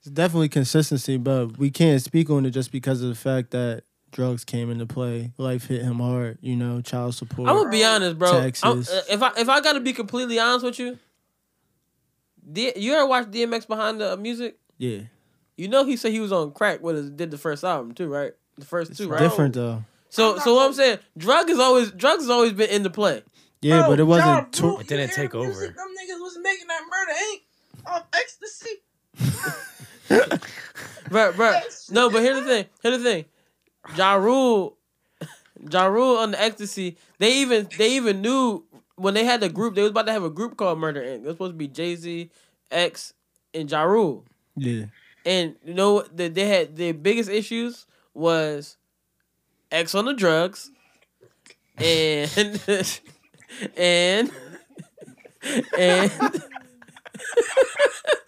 B: It's definitely consistency, but we can't speak on it just because of the fact that drugs came into play. Life hit him hard, you know, child support.
D: I'm gonna be honest, bro. I'm-
B: Texas.
D: uh, if I if I gotta be completely honest with you, D, you ever watched DMX behind the music?
B: yeah.
D: You know he said he was on crack when he did the first album too, right? The first
B: It's
D: two, right?
B: different though.
D: So so what I'm saying, drug is always drugs has always been into play.
B: Yeah,
F: Bro,
B: but it wasn't
F: Ja Rule,
B: tw-
A: It didn't
F: you
A: take
F: hear the
A: over.
F: Them niggas was making that murder ain't off ecstasy.
D: Bruh, bruh.
F: Yes.
D: No, but here's the thing. Here's the thing. Ja Rule, ja Rule on the ecstasy. They even they even knew when they had the group. They was about to have a group called Murder Inc. It was supposed to be Jay Z, X, and Ja Rule.
B: Yeah.
D: And you know what? They, they had their biggest issues was X on the drugs, and and and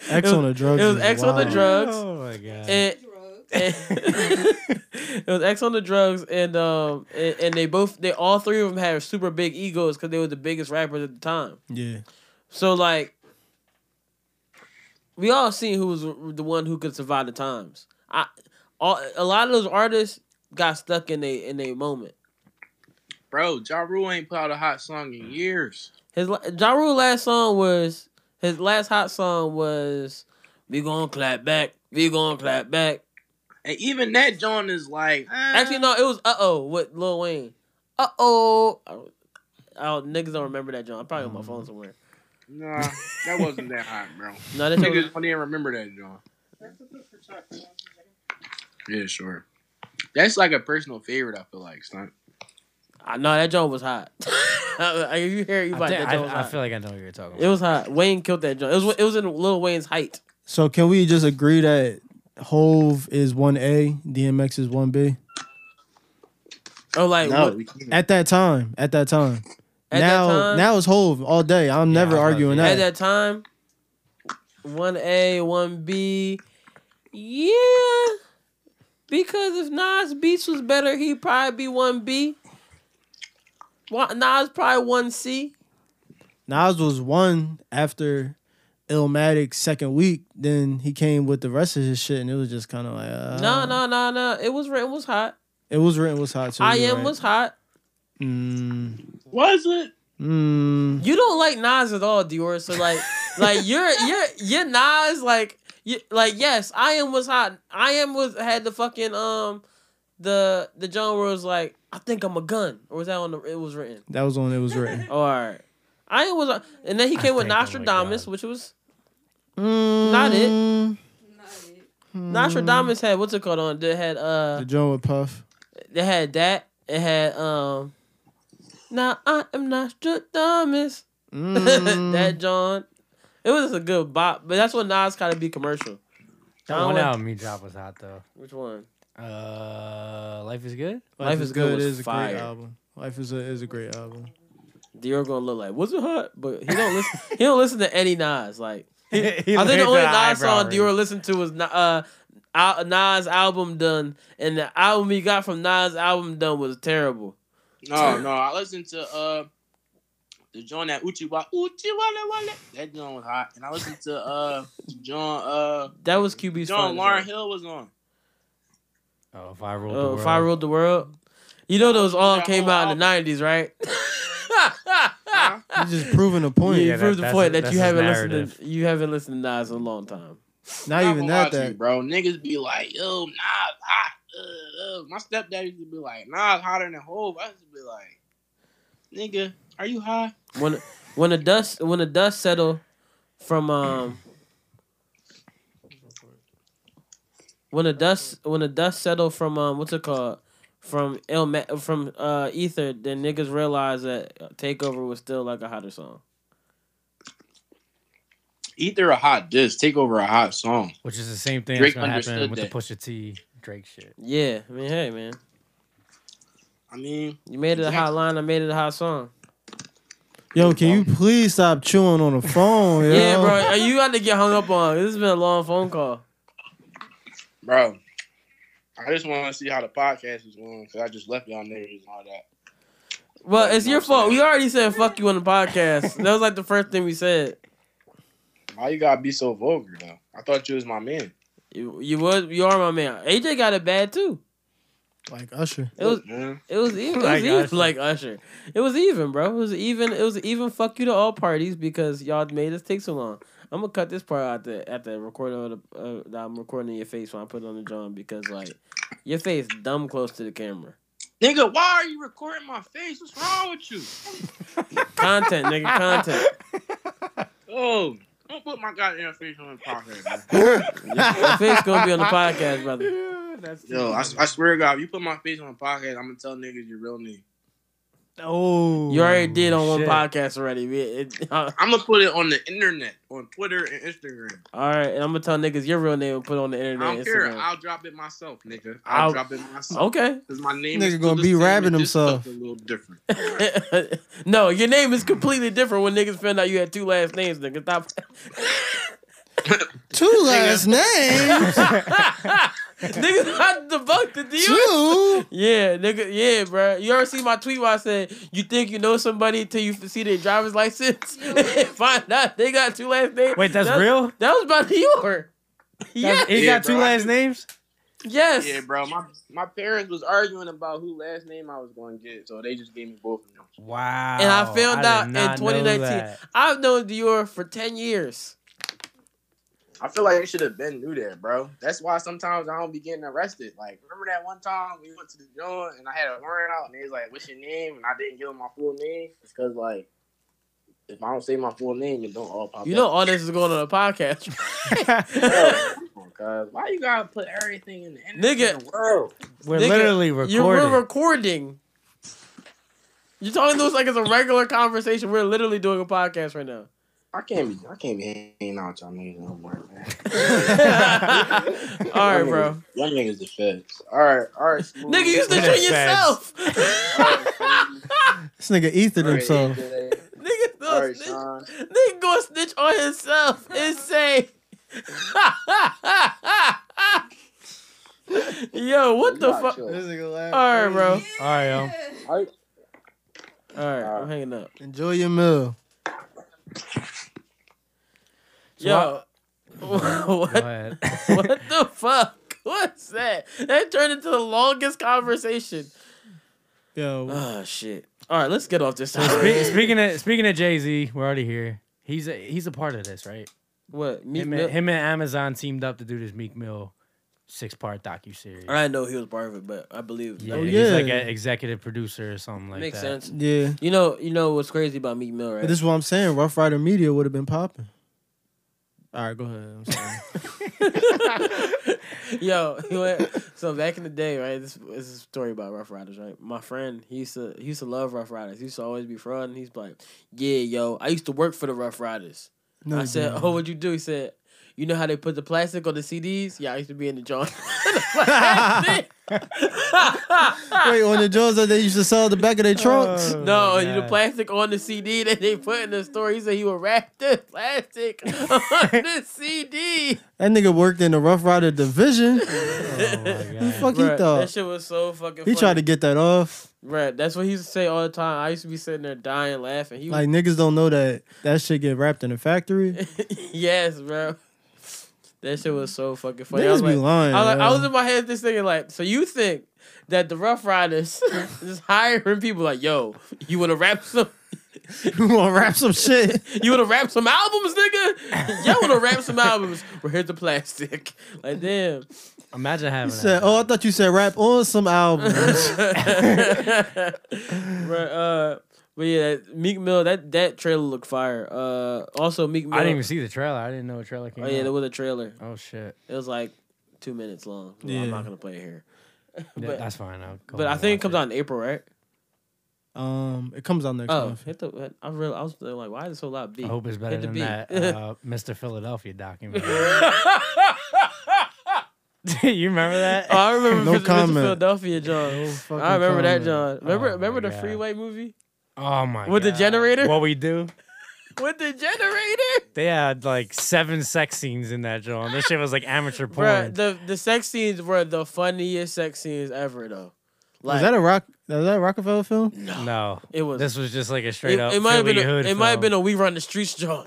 B: X on the drugs.
D: it was
B: is
D: X on the
B: wild.
D: drugs.
A: Oh my god.
D: and
E: Drugs.
D: and- it was X on the drugs, and um, and, and they both, they all three of them had super big egos because they were the biggest rappers at the time.
B: Yeah.
D: So like, we all seen who was the one who could survive the times. I, all, a lot of those artists got stuck in they in their moment.
F: Bro, Ja Rule ain't put out a hot song in years.
D: His la- ja Rule last song was his last hot song was "We Gonna Clap Back." We gonna clap back.
F: And even that joint is like, eh,
D: Actually, no, it was "Uh Oh" with Lil Wayne. Uh oh. I don't- I don't, niggas don't remember that John. I'm probably on my
A: Mm.
D: phone somewhere.
F: Nah, that wasn't that hot, bro.
D: No, that shit was-
F: Niggas don't even remember that joint. Yeah, sure. That's like a personal favorite, I feel like, son.
D: I know that joint was hot. I, you hear it, you
A: I,
D: like
A: think-
D: that
A: I-
D: joint was
A: I
D: hot.
A: feel like I know what you're talking
D: It
A: about.
D: was hot. Wayne killed that joint. It was it was in Lil Wayne's height.
B: So can we just agree that Hove is one A, DMX is one B?
D: Or like
F: no,
D: what-
F: we can't.
B: At that time, at that time.
D: At that
B: now,
D: time?
B: now it's Hove all day. I'm
A: Yeah,
B: never
A: I was about to
B: arguing
A: say.
B: that.
D: at that time, one A, one B. Yeah, because if Nas Beats was better, he'd probably be one B. Nas probably one C.
B: Nas was one after Illmatic's second week. Then he came with the rest of his shit, and it was just kind of like uh,
D: No,
A: Um,
D: no, no, no. It was written was hot.
B: It was written was hot. Too,
D: I
B: you're
D: am
B: right.
D: was hot.
B: Mm,
F: Was it?
B: mm,
D: You don't like Nas at all, Dior. So like, like you're you're you're Nas like you, like yes, I am was hot. I am was had the fucking um the the John where it was like I think I'm a gun or was that on the it was written
B: that was on. It was written.
D: or I am was and then he
A: I
D: came with
A: think I'm a
D: Nostradamus,
A: gun.
D: which was
B: Mm,
D: Not it.
E: Not it.
D: Nostradamus had what's it called on? They had uh
B: The joint with Puff.
A: Mm-hmm.
D: They had that. It had um. Now I am Nostradamus.
B: Mm,
D: that John. It was a good bop, but that's what Nas kind of be commercial.
A: That
D: I
A: one
D: went-
A: album he dropped was hot though.
D: Which one?
A: Uh, Life is good.
D: Life is Good was
B: is a
D: fire.
B: great album. Life is a is a great album.
D: Dior gonna look like was it hot? But he don't listen. he don't listen to any Nas. Like
A: I
D: I think the only Nas song Dior listened to was uh Al- Nas album done, and the album he got from Nas album done was terrible.
F: No, no. I listened to uh the John that Uchiwa Uchiwale Wale. That John was hot, and I listened to uh John uh
D: That was QB's.
F: John
D: finest
F: Lauren
D: album.
F: Hill was on.
A: Oh, if I ruled the
D: Uh,
A: world.
D: if I ruled the world, you know those all
F: That
D: came
F: whole
D: out in the nineties, right? Ah,
F: Huh?
B: He's just proving a point.
D: Yeah, you
A: that-
D: proved the
A: that's-
D: point that
A: that's
D: you
A: his
D: haven't listened to you haven't listened to Nas in a long time.
B: Not
F: I'm
B: even
F: gonna lie
B: that.
F: to you,
B: That
F: bro. Niggas be like, yo, Nas hot. Uh, uh. My stepdad used to be like, Nas hotter than Hov. I used to be like, nigga, are you high?
D: When when the dust when the dust settled from um when the dust when the dust settled from um what's it called from El from uh Ether then niggas realized that Takeover was still like a hotter song.
F: Either a hot disc, take over a hot song.
A: Which is the same thing
F: Drake
A: that's gonna happen
F: understood
A: with
F: that.
A: the Pusha T Drake shit.
D: Yeah, I mean hey man,
F: I mean,
D: you made it a hot
F: Exactly.
D: line, I made it a hot song.
B: yo, can you please stop chewing on the phone? yo?
D: Yeah, bro, you got to get hung up on. This has been a long phone call.
F: bro, I just want to see how the podcast is going because I just left y'all niggas and all that.
D: Well,
F: Like,
D: it's
F: you know
D: your
F: what I'm
D: fault.
F: saying?
D: We already said fuck you on the podcast. that was like the first thing we said.
F: Why you gotta be so vulgar though? I thought you was my man.
D: You, you was you are my man. AJ got it bad too.
B: Like Usher.
D: It was
F: Man,
D: it was even, it was
A: Like
D: even
A: Usher.
D: like Usher. It was even, bro. It was even it was even fuck you to all parties because y'all made us take so long. I'm gonna cut this part out the at the recording of the uh, that I'm recording in your face when I put it on the John because like your face dumb close to the camera.
F: nigga, why are you recording my face? What's wrong with you?
D: Content, nigga, content.
F: Oh, don't put my goddamn face on the podcast. man.
D: Your face gonna be on the podcast, brother.
F: Yo, I, I swear to God, if you put my face on the podcast, I'm gonna tell niggas your real name.
B: Oh,
D: You already did on
A: shit.
D: one podcast already. We- it- all
F: I'm gonna put it on the internet, on Twitter and Instagram.
D: right, and I'm gonna tell niggas your real name and put it on the internet.
F: I don't
D: Instagram.
F: care. I'll drop it myself, nigga. I'll, Oh.
D: I'll-
F: drop it myself.
D: Okay.
F: Cause my name
B: Nigga
F: is still
B: gonna
F: the
B: be
F: same,
B: rapping
F: it's just
B: himself.
F: something A little different.
D: no, your name is completely different when niggas find out you had two last names, nigga. Stop.
B: two last names.
D: niggas about to debunk the deal.
B: two.
D: Yeah, nigga. Yeah, bruh. You ever see my tweet where I said, you think you know somebody till you see their driver's license? Find out they got two last names.
A: Wait, that's
D: That-
A: real.
D: That was about Dior. Yeah.
A: That's- He
F: Yeah,
A: got two
F: bro, I
A: last
F: do.
A: names.
D: yes.
F: Yeah, bro. My my parents was arguing about who last name I was going to get, so they just gave me both of them.
A: Wow.
D: And I found
A: did
D: out in
A: not know
D: 2019.
A: that.
D: I've known Dior for 10 years.
F: I feel like they should have been knew that, bro. That's why sometimes I don't be getting arrested. Like, remember that one time we went to the joint and I had a warrant out, and they was like, "What's your name?" and I didn't give them my full name. It's because like, if I don't say my full name, it don't all pop.
D: You know
F: up.
D: all this is going on a podcast.
F: Bro, come on, cuz. why you gotta put everything in the internet
D: Nigga.
F: in the world?
A: We're
D: Nigga,
A: literally
D: You were
A: recording.
D: recording. You're talking to us like it's a regular conversation. We're literally doing a podcast right now.
F: I can't be. I can't be hanging out with y'all niggas no more, man.
D: all right,
F: Y'all
D: bro.
F: niggas- Y'all niggas the feds. All right, all right. Smooth.
D: Nigga, you
A: They're
D: snitching yourself.
B: This nigga ethered
F: All right,
B: himself.
F: AJ.
D: Nigga,
F: All
D: go
F: right,
D: snitch.
F: Sean.
D: Nigga, go snitch on himself. Insane. Yo, what the
F: Nah,
D: fuck?
F: chill.
B: nigga laugh.
D: All right, bro.
E: Yeah.
A: All right, yo.
F: All right,
D: All right, I'm hanging up.
B: Enjoy your meal.
A: So
D: Yo,
A: Go
D: what?
A: ahead.
D: What the fuck? What's that? That turned into the longest conversation.
B: Yo,
D: Oh shit. All right, let's get off this.
A: Spe- speaking of speaking of Jay Z, we're already here. He's a, he's a part of this, right?
D: what? Meek
A: Him
D: Mill?
A: and, him and Amazon teamed up to do this Meek Mill six part docu series.
D: I didn't know he was part of it, but I believe.
A: Yeah,
D: that.
A: he's like
B: Oh, yeah.
A: an executive producer or something like
D: makes
A: that.
D: sense.
B: yeah.
D: You know, you know what's crazy about Meek Mill, right?
B: But this is what I'm saying. Rough Rider Media would have been popping. All right, go ahead. I'm sorry.
D: Yo, you know what? so back in the day, right? This, this is a story about Rough Riders, right? My friend, he used to he used to love Rough Riders. He used to always be fraud, and he's like, "Yeah, yo, I used to work for the Rough Riders."
B: No,
D: I
B: you
D: said,
B: didn't.
D: "Oh, what'd you do?" He said, "You know how they put the plastic on the CDs? Yeah, I used to be in the joint."
B: Wait, oh on the Jones that they used to sell the back of their trunks.
A: Oh,
D: No,
A: my
D: you the
A: God.
D: plastic on the CD that they put in the store. He said he would wrap the plastic on the CD.
B: That nigga worked in the Rough Rider division.
A: Oh my
B: Who
A: God.
B: the fuck
D: Bruh,
B: he thought?
D: That shit was so fucking.
B: he
D: funny.
B: tried to get that off.
D: Bruh, that's what he used to say all the time. I used to be sitting there dying laughing. He was,
B: Like niggas don't know that that shit get wrapped in a factory.
D: yes, bro. That shit was so fucking funny. I was
B: Niggas be
D: like,
B: lying.
D: I was, like, I
B: yo.
D: was in my head just thinking like, so you think that the Rough Riders is hiring people like, yo, you want to rap some,
B: Who want to rap some shit?
D: you want to rap some albums, nigga? Yo, want to rap some albums? Well, here's the plastic. Like, damn.
A: Imagine
B: He
A: having
B: said,
A: that.
B: "Oh, I thought you said rap on some albums."
D: Bruh, uh, but yeah, Meek Mill, that that trailer looked fire. Uh, also Meek
A: I
D: Mill.
A: didn't even see the trailer. I didn't know a trailer came
D: Oh yeah,
A: out.
D: there was a trailer.
A: oh shit.
D: It was like two minutes long. so
B: Yeah.
D: I'm not gonna play it here.
A: Yeah,
D: But-
A: that's fine. I'll go
D: but I
A: and
D: think it
A: watch
D: comes out in April, right?
B: um, it comes out next
D: Oh,
B: month.
D: hit the, I real I was like, why is it so loud? B.
A: I hope it's better
D: Hit the
A: than
D: beat.
A: that uh, Mr. Philadelphia documentary. you remember that?
D: Oh, I remember
B: No
D: Mr. Mr.
B: comment.
D: Philadelphia, John.
B: No fucking
D: I remember that,
B: comment.
D: John. Remember,
A: Oh,
D: remember
A: my
D: the
A: God.
D: freeway movie
A: oh my
D: With the
A: God.
D: generator?
A: What we do?
D: with the generator,
A: They had like seven sex scenes in that joint. This shit was like amateur porn.
D: Bruh, The the sex scenes were the funniest sex scenes ever, though.
B: Is that a rock? Is that a Rockefeller film?
A: no.
D: it was
A: This was just like a straight
D: it,
A: up.
D: it might have
A: Philly
D: been a, it
A: hood
D: might have
A: film.
D: been a we run the streets John.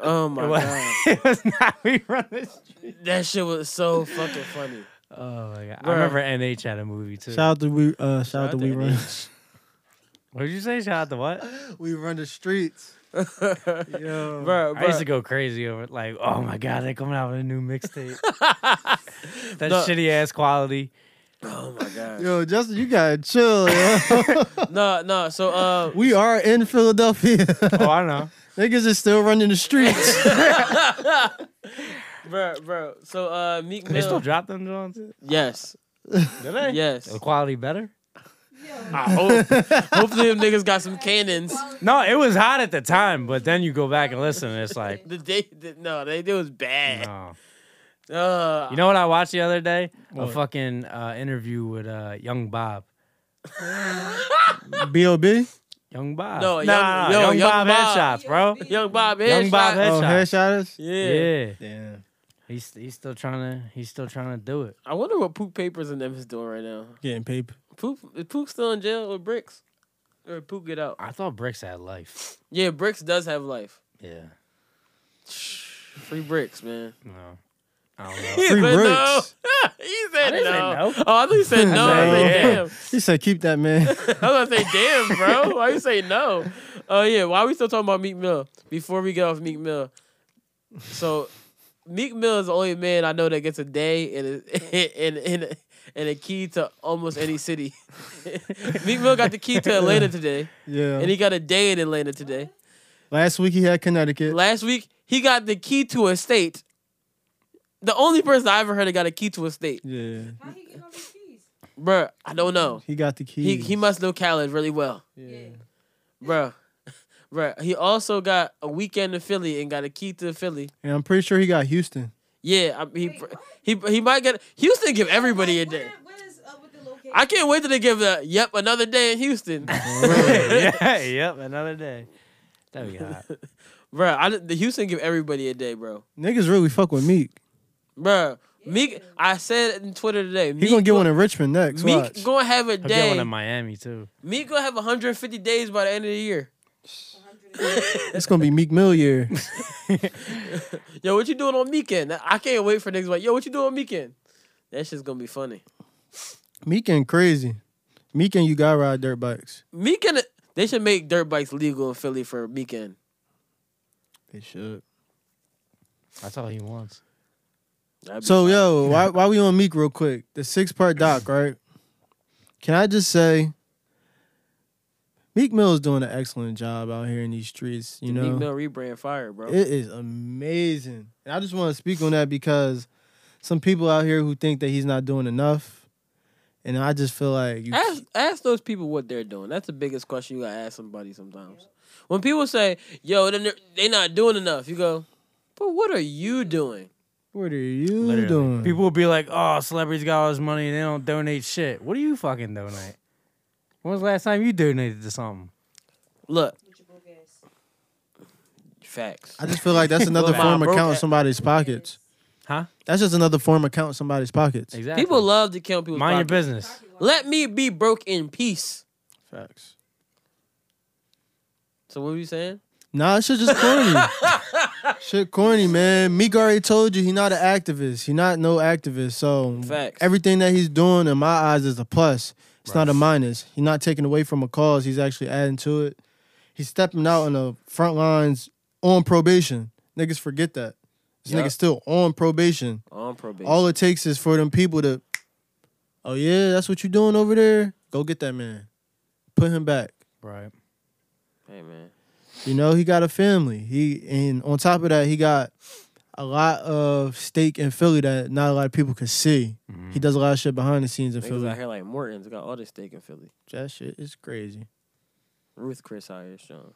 D: oh my
A: It was-
D: god,
A: it was not we run this.
D: that shit was so fucking funny.
A: Oh my god!
D: Bruh.
A: I remember NH had a movie too.
B: Shout out to we. Uh, shout, out to we run.
A: what did you say? Shout out to what?
B: we run the streets.
D: bro,
B: Yo.
D: bro.
A: I used to go crazy over it, like, oh my god, they're coming out with a new mixtape. that
D: No.
A: shitty ass quality.
D: oh my god.
B: Yo, Justin, you gotta chill. Yo.
D: No, no. So, uh,
B: we are in Philadelphia.
A: Oh, I know.
B: Niggas is still running the streets.
D: bro, bro. So, uh, Meek
A: They still
D: Mill.
A: drop them joints. Did
D: Yes,
A: they?
D: yes.
A: The quality better?
E: Yo,
D: I hope, hopefully, them niggas got some cannons.
A: No, it was hot at the time, but then you go back and listen, and it's like,
D: The day, the, no, they did was bad.
A: no.
D: Uh,
A: You know what I watched the other day? A
B: What?
A: fucking uh, interview with uh, Young Bob.
B: B.O.B.
A: Young Bob.
D: No,
A: Nah,
D: Young-
A: nah,
D: yo,
A: Young,
D: Young
A: Bob,
D: Bob.
A: headshots, bro.
D: Young Bob headshot.
A: Young Bob
B: Oh, headshotters.
D: Yeah.
A: Yeah.
B: Damn.
A: he's he's still trying to he's still trying to do it.
D: I wonder what Poop Papers and them is doing right now.
B: Getting paper.
D: Poop is Poop still in jail with Bricks? Or Poop get out?
A: I thought Bricks had life.
D: Yeah, Bricks does have life.
A: Yeah,
D: Free Bricks, man.
A: no, I don't know.
D: He
B: Free
D: said no.
B: Bricks.
D: he said
A: didn't say
D: no.
A: no.
D: Oh, I thought he said no. I was like,
A: Yeah.
D: damn.
B: He said, "Keep that man."
D: I was gonna say, damn, bro. Why you say no? Oh yeah, why we still talking about Meek Mill? Before we get off Meek Mill, so Meek Mill is the only man I know that gets a day and a, and and and a key to almost any city. Meek Mill got the key to Atlanta today,
B: Yeah.
D: and he got a day in Atlanta today.
B: Last week he had Connecticut.
D: Last week he got the key to a state. The only person I ever heard that got a key to a state.
B: yeah.
E: how he getting all these keys?
D: Bruh, I don't know.
B: He got the keys.
D: He he must know Khaled really well.
B: Yeah.
D: Bruh. Bruh. He also got a weekend in Philly and got a key to Philly.
B: And I'm pretty sure he got Houston.
D: Yeah, I, he,
E: Wait, what?
D: he he might get Houston give everybody a
E: Like,
D: day.
E: where- What is up with the location?
D: I can't wait till they give the yep another day in Houston.
A: yeah, yep, another day. That'd be hot.
D: Bro, I, the Houston give everybody a day, bro.
B: Niggas really fuck with Meek.
D: Bro,
E: Yeah.
D: Meek, I said in Twitter today,
B: He gonna
D: Meek
B: get
D: go-
B: one in Richmond next.
D: Meek
B: watch.
D: gonna have a
A: I'll get one
D: day.
A: in Miami too.
D: Meek gonna have 150 days by the end of the year.
E: 100
B: it's gonna be Meek Mill year.
D: Yo, what you doing on weekend? I can't wait for niggas like, yo, what you doing on weekend? That shit's gonna be funny.
B: Meek and crazy. Meek and you gotta ride dirt bikes.
D: Meek and they should make dirt bikes legal in Philly for weekend.
B: They should.
A: That's all he wants.
D: That'd be
B: So
D: fun.
B: yo, why why we on Meek real quick? The six part doc, right? Can I just say, Meek Mill is doing an excellent job out here in these streets. You
D: The
B: know,
D: Meek Mill rebrand fire, bro.
B: It is amazing. And I just want to speak on that because some people out here who think that he's not doing enough. And I just feel like you
D: ask ask those people what they're doing. That's the biggest question you gotta ask somebody sometimes. When people say, "Yo, then they're- they not doing enough," you go, "But what are you doing?"
B: what are you
A: Literally.
B: doing?
A: People will be like, "Oh, celebrities got all this money and they don't donate shit." What do you fucking donate? When was the last time you donated to something?
D: Look,
E: with your broke ass.
D: facts.
B: I just feel like that's another
A: Nah,
B: form of
D: bro,
B: count
D: that-
B: somebody's pockets.
A: Huh?
B: That's just another form of count somebody's pockets.
A: Exactly.
D: People love to count people's
A: mind your
D: pockets.
A: business.
E: Pocket watch.
D: Let me be broke in peace.
B: Facts.
D: So what were you saying?
B: Nah, shit just corny. shit corny, man. Meek already told you he not an activist. He not no activist. So
D: Facts.
B: everything that he's doing in my eyes is a plus. It's not a minus. He's not taking away from a cause. He's actually adding to it. He's stepping out on the front lines on probation. Niggas forget that. This
D: Yup.
B: nigga's still on probation.
D: On probation.
B: All it takes is for them people to, oh yeah, that's what you doing over there. Go get that man. Put him back.
A: Right.
D: hey man.
B: You know, he got a family. He and on top of that, he got a lot of stake in Philly that not a lot of people could see.
A: Mm-hmm.
B: He does a lot of shit behind the scenes in
D: Niggas
B: Philly.
D: out here like Morton's got all this steak in Philly.
B: That shit is crazy.
D: Ruth Chris out here showing.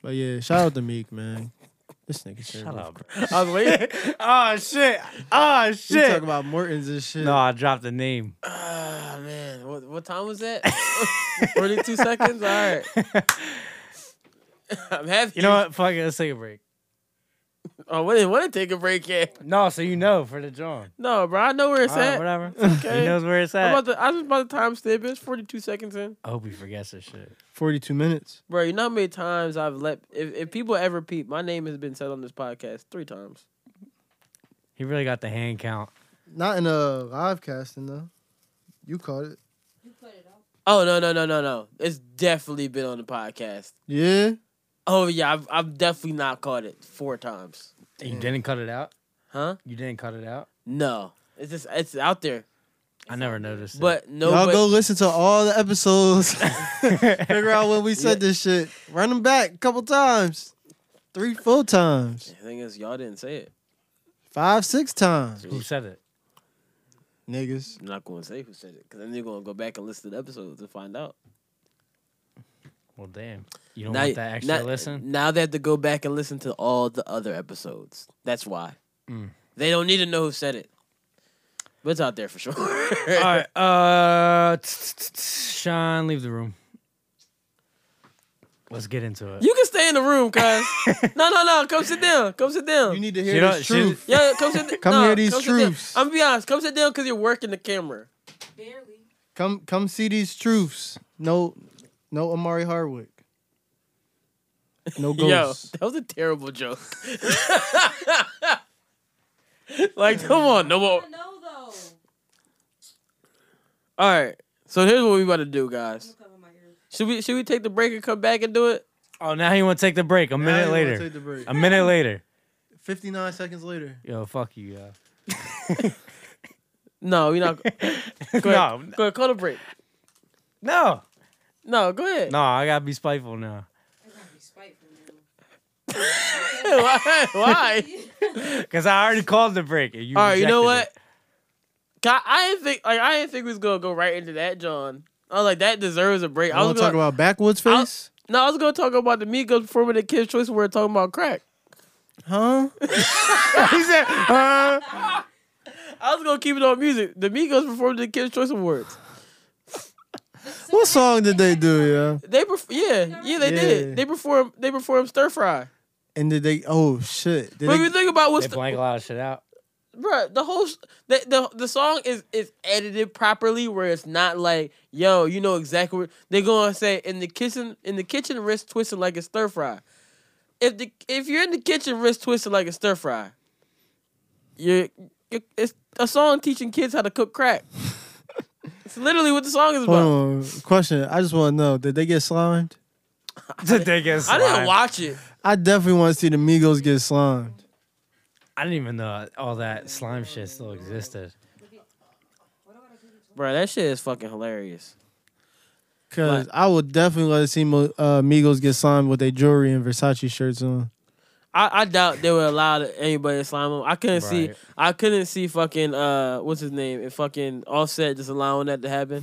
B: But yeah, shout out to Meek, man. This nigga shut
D: I was waiting.
A: oh shit! Oh
B: He
A: shit!
B: talk about Morton's and shit.
A: No, I dropped the name.
D: Ah man, what what time was that? Forty two seconds. All right. I'm happy.
A: You know what? Fuck it. Let's take a break.
D: Oh, we didn't want to take a break yet.
A: No, so you know for the John.
D: No, bro, I know where it's
A: All right,
D: at.
A: whatever.
D: Okay.
A: He knows where it's
D: I'm
A: at.
D: about to, I was about to time stamp it. It's 42 seconds in.
A: I hope he forgets this shit.
B: 42 minutes.
D: Bro, you know how many times I've let, if, if people ever peep, my name has been said on this podcast three times.
A: He really got the hand count.
B: Not in a live casting though. You caught it.
E: You cut it off.
D: Oh, no, no, no, no, no. It's definitely been on the podcast.
B: Yeah.
D: Oh, yeah, I've, I've definitely not caught it four times.
A: You didn't cut it out.
D: Huh?
A: You didn't cut it out.
D: No. It's just, it's out there.
A: I never noticed. it.
D: But no,
B: Y'all
D: but,
B: go listen to all the episodes. Figure out when we said this shit. Run them back a couple times. Three, four times.
D: the thing is, y'all didn't say it.
B: Five, six times.
A: who said it?
B: Niggas.
D: I'm not going to say who said it because then they're going to go back and listen to the episodes and find out.
A: Well, damn. You don't want that extra
D: now-
A: listen.
D: Now they have to go back and listen to all the other episodes. That's why.
A: Mm.
D: They don't need to know who said it. But it's out there for sure.
A: All right. Uh, tss, tss, tss, Sean, leave the room. Let's get into it.
D: You can stay in the room, cuz. no, no, no. Come sit down. Come sit
B: You
D: down.
B: need to
A: She
B: hear
A: don't-
B: this
A: she-
B: truth.
D: Yeah, come sit down.
B: Come hear these truths.
D: I'm gonna be honest. Come sit down because you're working the camera.
E: Barely.
B: Come come see these truths. No no Amari Hardwick. No ghosts.
D: Yo, that was a terrible joke. like, come on, no more.
E: I know though.
D: All right. So here's what we about to do,
E: I'm
D: guys.
E: gonna cover my ears.
D: Should we should we take the break and come back and do it?
A: Oh, now you want to take the break. A minute later. A minute later.
B: 59 seconds later.
A: Yo, fuck you, yo.
D: No, we're not.
A: no,
D: Go ahead. Go ahead. Call the break.
A: no,
D: No, go ahead.
A: no. I gotta be spiteful now.
E: I gotta be spiteful now.
D: Why? Why?
A: Cause I already called the break. and
D: All right. You know
A: rejected
D: what?
A: it.
D: God, I didn't think like I didn't think we was gonna go right into that, John. I was like, that deserves a break. I
B: I
D: was
B: want to
D: gonna
B: talk about backwoods
D: I'll-
B: face,
D: no, I was gonna talk about the Migos performing the Kids Choice Award talking about crack.
B: huh? he said, huh?
D: I was gonna keep it on music. The Migos performed the Kids Choice Awards.
B: What song did they do, yeah?
D: They perf- yeah yeah they
B: Yeah.
D: did. They performed they performed Stir Fry.
B: And did they? Oh shit! Did
D: But if
B: they-
D: you think about
A: They
D: what's
A: blank a
D: the,
A: lot of shit out.
D: bruh, the whole s- the, the the song is is edited properly where it's not like yo you know exactly what they're gonna say in the kitchen in the kitchen wrist twisted like a stir fry. If the if you're in the kitchen wrist twisted like a stir fry, you you- it's a song teaching kids how to cook crack. it's literally what the song is about.
B: Hold on. Question. I just want to know: Did they get slimed?
A: Did they get
D: I didn't
A: slimed?
D: watch it.
B: I definitely want to see the Migos get slimed.
A: I didn't even know all that slime shit still existed.
D: Bro, that shit is fucking hilarious.
B: Cause I would definitely let to see Mo- uh, Migos get slimed with their jewelry and Versace shirts on.
D: I, I doubt they would allow anybody to slime him. I couldn't see
A: Right.
D: I couldn't see fucking uh what's his name and fucking offset just allowing that to happen.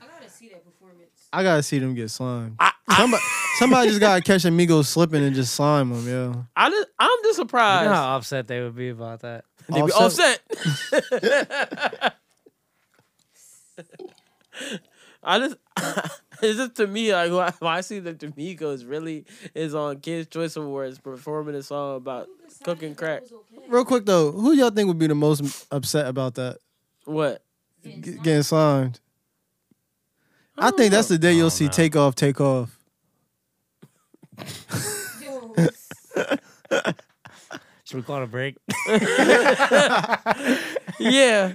E: I gotta see that performance.
B: I gotta see them get slimed.
D: I I,
B: Somebody, somebody just gotta catch a Migos slipping and just slime them, yo.
D: I just, I'm just
A: You
D: surprised.
A: know how upset they would be about that.
D: They be
B: Offset-
D: offset. I just it's just to me like why, why I see that D'Amico's really is on Kids Choice Awards performing a song about
E: Who decided
D: cooking
E: that
D: crack.
E: was okay?
B: Real quick though, who y'all think would be the most upset about that
D: What?
B: G-
E: Getting slimed.
B: getting slimed? I
D: don't
B: think that's the day
A: I
B: you'll
A: don't
B: see
A: know.
B: take off, take off.
E: Yo,
A: Should we call it a break?
D: yeah.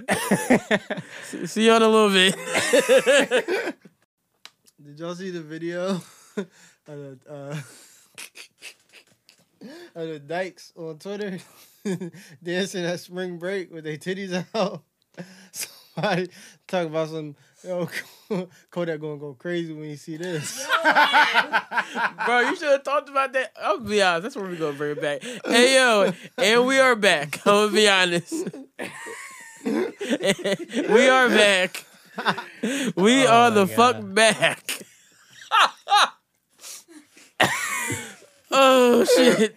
D: see, see you in a little bit.
B: Did y'all see the video of the, uh, of the dykes on Twitter dancing at spring break with their titties out? Somebody talk about some yo Kodak gonna go crazy when you see this.
D: Bro, you should have talked about that. I'll be honest. That's where we're gonna bring it back. Hey yo, and we are back. I'm gonna be honest. we are back. We
A: Oh
D: are
A: my
D: the fuck
A: God.
D: back. oh shit.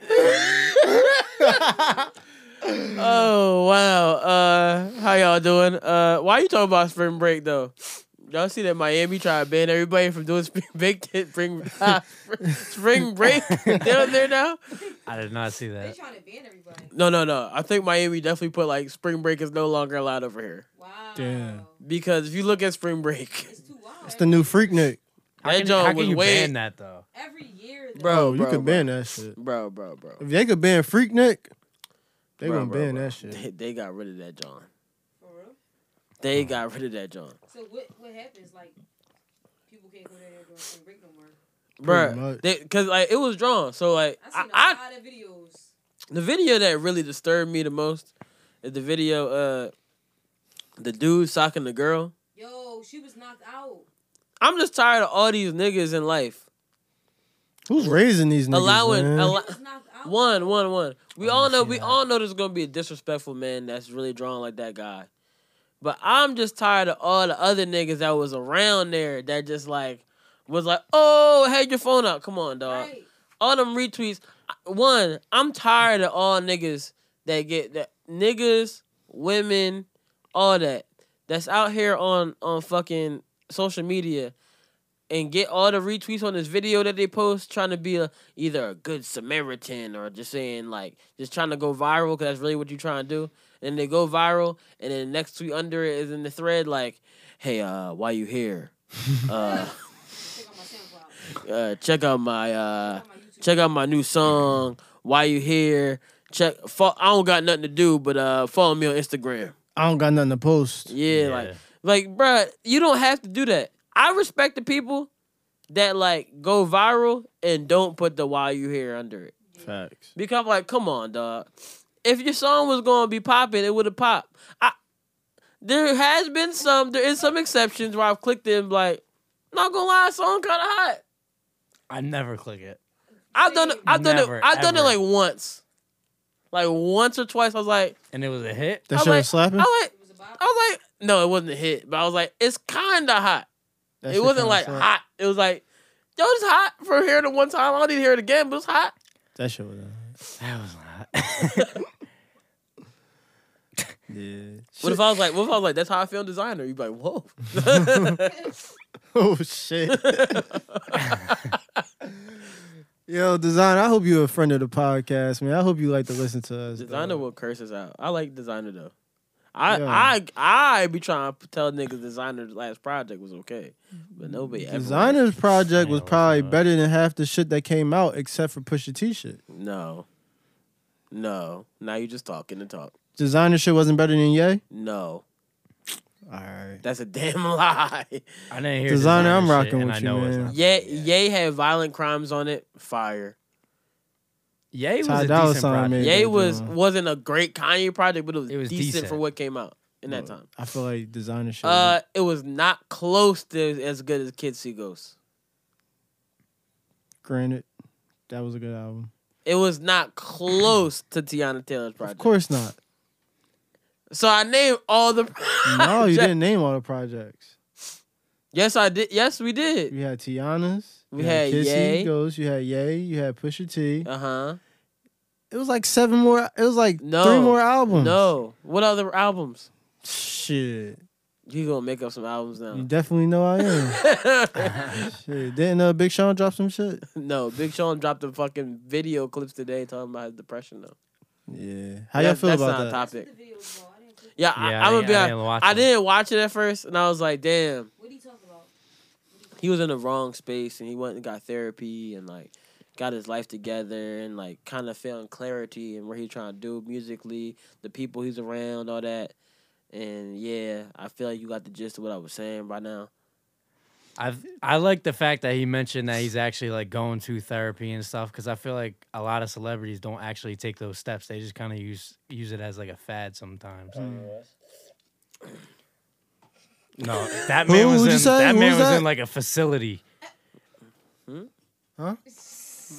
D: oh wow. Uh how y'all doing? Uh why you talking about spring break though? Y'all see that Miami trying to ban everybody from doing spring break spring ah, spring break down there now?
A: I did not see
E: they
A: that.
E: trying to ban everybody.
D: No, no, no. I think Miami definitely put like spring break is no longer allowed over here.
E: Wow.
B: Damn.
D: Because if you look at spring break,
E: It's too wild.
B: It's the new Freaknik.
A: How
D: That
A: can,
D: joint
A: how can
D: was
A: you
D: way-
A: ban that though?
E: Every year, though.
D: Bro.
B: Oh, you could ban that shit.
D: bro, bro, bro.
B: If they could ban Freaknik, they
D: Bro,
B: gonna
D: bro,
B: ban
D: bro.
B: that shit.
D: They, they got rid of that John.
E: For real?
D: They got rid of that John.
E: So what what happens? Like people can't go down there during spring break no more.
D: Bro,
B: much.
D: because like it was drawn. So like
E: I
D: I,
E: seen a
D: I
E: lot of videos.
D: the video that really disturbed me the most is the video uh the dude socking the girl.
E: Yo, she was knocked out.
D: I'm just tired of all these niggas in life
B: Who's raising these niggas?
D: allowing
B: man?
E: She
D: allo-
E: was knocked out.
D: One, one, one. We
A: Oh, I
D: all
A: wanna
D: know.
A: see
D: We
A: that.
D: all know there's gonna be a disrespectful man that's really drawn like that guy. But I'm just tired of all the other niggas that was around there that just like was like, oh, had your phone out. Come on, dog.
E: Right.
D: All them retweets. I- One, I'm tired of all niggas that get that niggas, women, all that that's out here on on fucking social media and get all the retweets on this video that they post trying to be a, either a good samaritan or just saying like just trying to go viral because that's really what you're trying to do and they go viral and then the next tweet under it is in the thread like hey uh why you here uh,
E: Check out my SoundCloud.
D: uh check out my uh
E: Check out my YouTube.
D: check out my new song why you here check fo- i don't got nothing to do but uh follow me on instagram
B: I don't got nothing to post.
D: yeah, like like bruh you don't have to do that i respect the people that like go viral and don't put the why you here under it
B: Facts.
D: because I'm like come on dog if your song was gonna be popping it would have popped i there has been some there is some exceptions where i've clicked it and like not gonna lie song kind of hot
A: I never click it.
D: I've done it. I've done
A: Never,
D: it. I've done it
A: ever.
D: like once. Like once or twice, I was like,
A: and it was a hit.
D: I
B: That shit
D: like-
B: was slapping.
D: I was like,
E: It was a bop.
D: I was like, no, it wasn't a hit, but I was like, it's kinda hot.
B: That
D: it
B: shit
D: wasn't
B: kinda
D: like
B: slap.
D: hot. It was like, yo, it's hot for hearing it one time. I don't need to hear it again, but it's hot.
B: That shit was.
A: That was not.
B: Yeah.
D: What if I was like, what if I was like, that's how I feel designer? You'd be like, whoa.
B: oh shit. Yo, design. I hope you're a friend of the podcast, man. I hope you like to listen to us.
D: designer
B: dog.
D: will curse us out. I like designer though. I
B: Yeah.
D: I I be trying to tell niggas designer's last project was okay, but nobody ever.
B: Designer's project was
A: Yeah,
B: probably
A: what's up?
B: better than half the shit that came out, except for Pusha T shit.
D: No, no. Now you just talking and talk.
B: Designer shit wasn't better than Ye.
D: No,
B: All right.
D: that's a damn lie.
A: I didn't hear
B: Designer, I'm
A: shit,
B: rocking
A: and
B: with
A: I
B: you,
A: know it's
B: man.
A: not-
D: Ye Ye had violent crimes on it. Fire.
A: Yay was
B: Ty
A: a
B: Dolla
A: decent
B: Sign
A: project.
B: made- Yeah,
D: Ye
B: they
D: was
B: do.
D: wasn't a great Kanye project, but it was,
A: It was
D: decent, for
A: decent.
D: what came out in that time.
B: I feel like designer shit.
D: Uh, it was not close to as good as Kids See Ghosts.
B: granted, that was a good album.
D: It was not close to Tiana Taylor's project.
B: Of course not.
D: So I named all the.
B: No, you
D: projects.
B: didn't name all the projects.
D: Yes, I did. Yes, we did.
B: You had Tiana's.
D: We
B: you
D: had Ye.
B: Ghost. You had Ye. You had Pusha T.
D: Uh huh.
B: It was like seven more. It was like
D: No.
B: three more albums.
D: No. What other albums?
B: Shit.
D: You gonna make up some albums
B: You
D: now?
B: definitely know I am. shit. Didn't uh, Big Sean drop some shit?
D: no, Big Sean dropped a fucking video clips today talking about his depression though.
B: Yeah. How
D: That-
B: y'all feel
D: that's
B: about
D: not
B: that?
E: That's what
D: topic.
E: the video was about. I didn't click it.
D: Yeah,
A: Yeah,
D: I, I'm
A: I
D: gonna be
A: didn't- I
D: honest.
A: didn't watch
D: I
A: it.
D: didn't watch it at first, and I was like, damn.
E: What did he talk about?
D: he was in the wrong space and he went and got therapy and like got his life together and like kind of feeling clarity and what he trying to do musically, the people he's around, all that. And yeah, I feel like you got the gist of what I was saying by now.
A: I've I like the fact that he mentioned that he's actually like going to therapy and stuff because I feel like a lot of celebrities don't actually take those steps. They just kind of use use it as like a fad sometimes. No, that
B: Who-
A: man was
B: who'd you
A: in
B: say?
A: that
B: Who
A: man
B: was
A: was
B: that?
A: in like a facility.
D: Hmm?
B: Huh?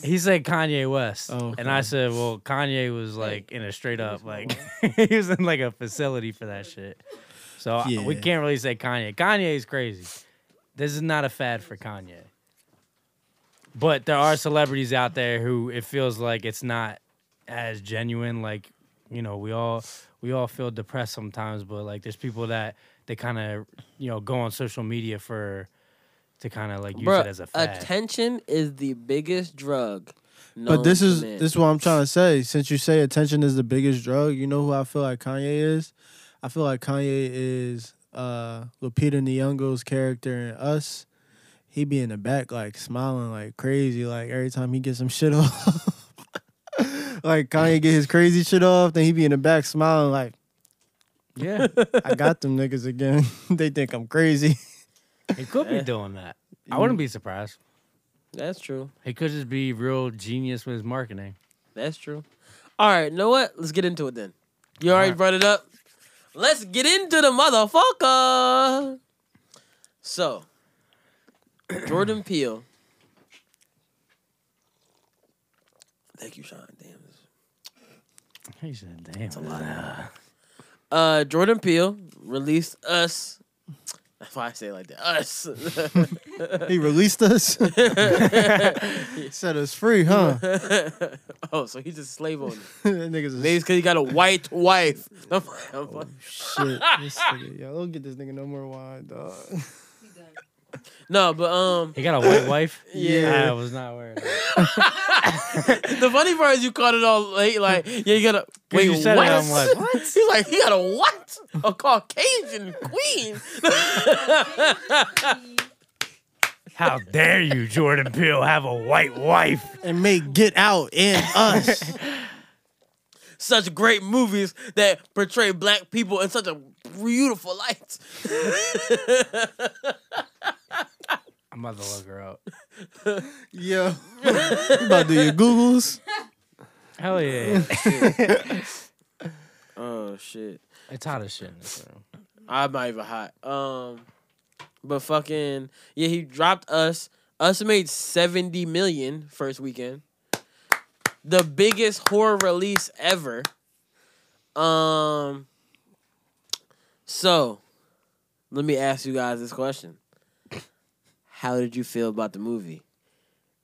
A: He said Kanye West,
B: Oh,
A: and
B: okay.
A: I said, "Well, Kanye was like in a straight up like he was in like a facility for that shit." So I- we
B: Yeah.
A: can't really say Kanye. Kanye is crazy. This is not a fad for Kanye. But there are celebrities out there who it feels like it's not as genuine. Like, you know, we all we all feel depressed sometimes, but like there's people that they kind of you know go on social media for to kind of like use
D: Bruh,
A: it as a fad.
D: attention is the biggest drug. known
B: But this
D: to
B: is
D: man.
B: this is what I'm trying to say. Since you say attention is the biggest drug, you know who I feel like Kanye is. I feel like Kanye is uh, Lupita Nyong'o's character in Us. He be in the back like smiling like crazy, like every time he gets some shit off. like Kanye get his crazy shit off, then he be in the back smiling like,
A: yeah,
B: I got them niggas again. they think I'm crazy.
A: he could be doing that. I wouldn't be surprised.
D: That's true.
A: He could just be real genius with his marketing.
D: That's true. All right, know what? Let's get into it then. You already
A: right.
D: brought it up. Let's get into the motherfucker. So, Jordan Peele. Thank you, Sean. Damn.
A: He said, "Damn, it's
D: a lot. Uh, Jordan Peele released Us. That's why I say it like that. Us.
B: he released us. Set us free, huh?
D: oh, so he's a slave owner.
B: that niggas is
D: Maybe it's because he got a white wife. I'm fucking- I'm fucking-
B: Shit, this nigga, yo, don't get this nigga no more wine, dog.
E: He done.
D: No, but um,
A: He got a white wife.
B: Yeah.
A: I was not aware. Of that.
D: the funny part is you caught it all late. Like, yeah, you got a wait.
A: you said it,
D: what?
A: I'm like,
D: He's like, he got a what? A Caucasian queen.
A: How dare you, Jordan Peele, have a white wife?
B: And make Get Out and Us.
D: such great movies that portray black people in such a beautiful light.
A: I'm about to look her up.
B: yo, you about to do your Googles?
A: Hell yeah.
D: oh shit.
A: it's hot as shit in this room.
D: I'm not even hot. Um but fucking yeah, he dropped us. Us made 70 million first weekend. the biggest horror release ever. Um so let me ask you guys this question. How did you feel about the movie?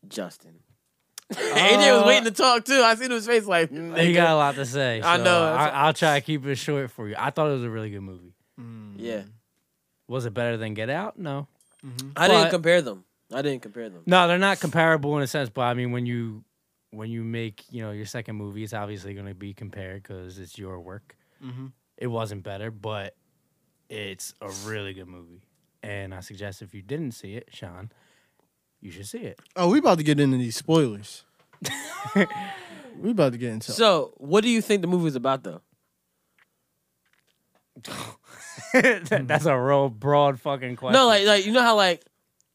D: Justin. AJ was
A: Uh,
D: waiting to talk too. I seen his face like "Mm,
A: He
D: nigga."
A: got a lot to say.
D: I
A: so
D: know,
A: I,
D: that's-
A: I'll try to keep it short for you. I thought it was a really good movie.
D: Yeah.
A: Was it better than Get Out? No.
D: I didn't
A: But-
D: compare them. I didn't compare them.
A: No, they're not comparable in a sense, but I mean when you when you make you know your second movie, it's obviously going to be compared because it's your work.
B: Mhm.
A: It wasn't better, but it's a really good movie, and I suggest if you didn't see it, Sean, you should see it.
B: Oh, we about to get into these spoilers. we about to get into.
D: So, what do you think the movie is about though?
A: That- That's a real broad fucking question.
D: No, like like you know how like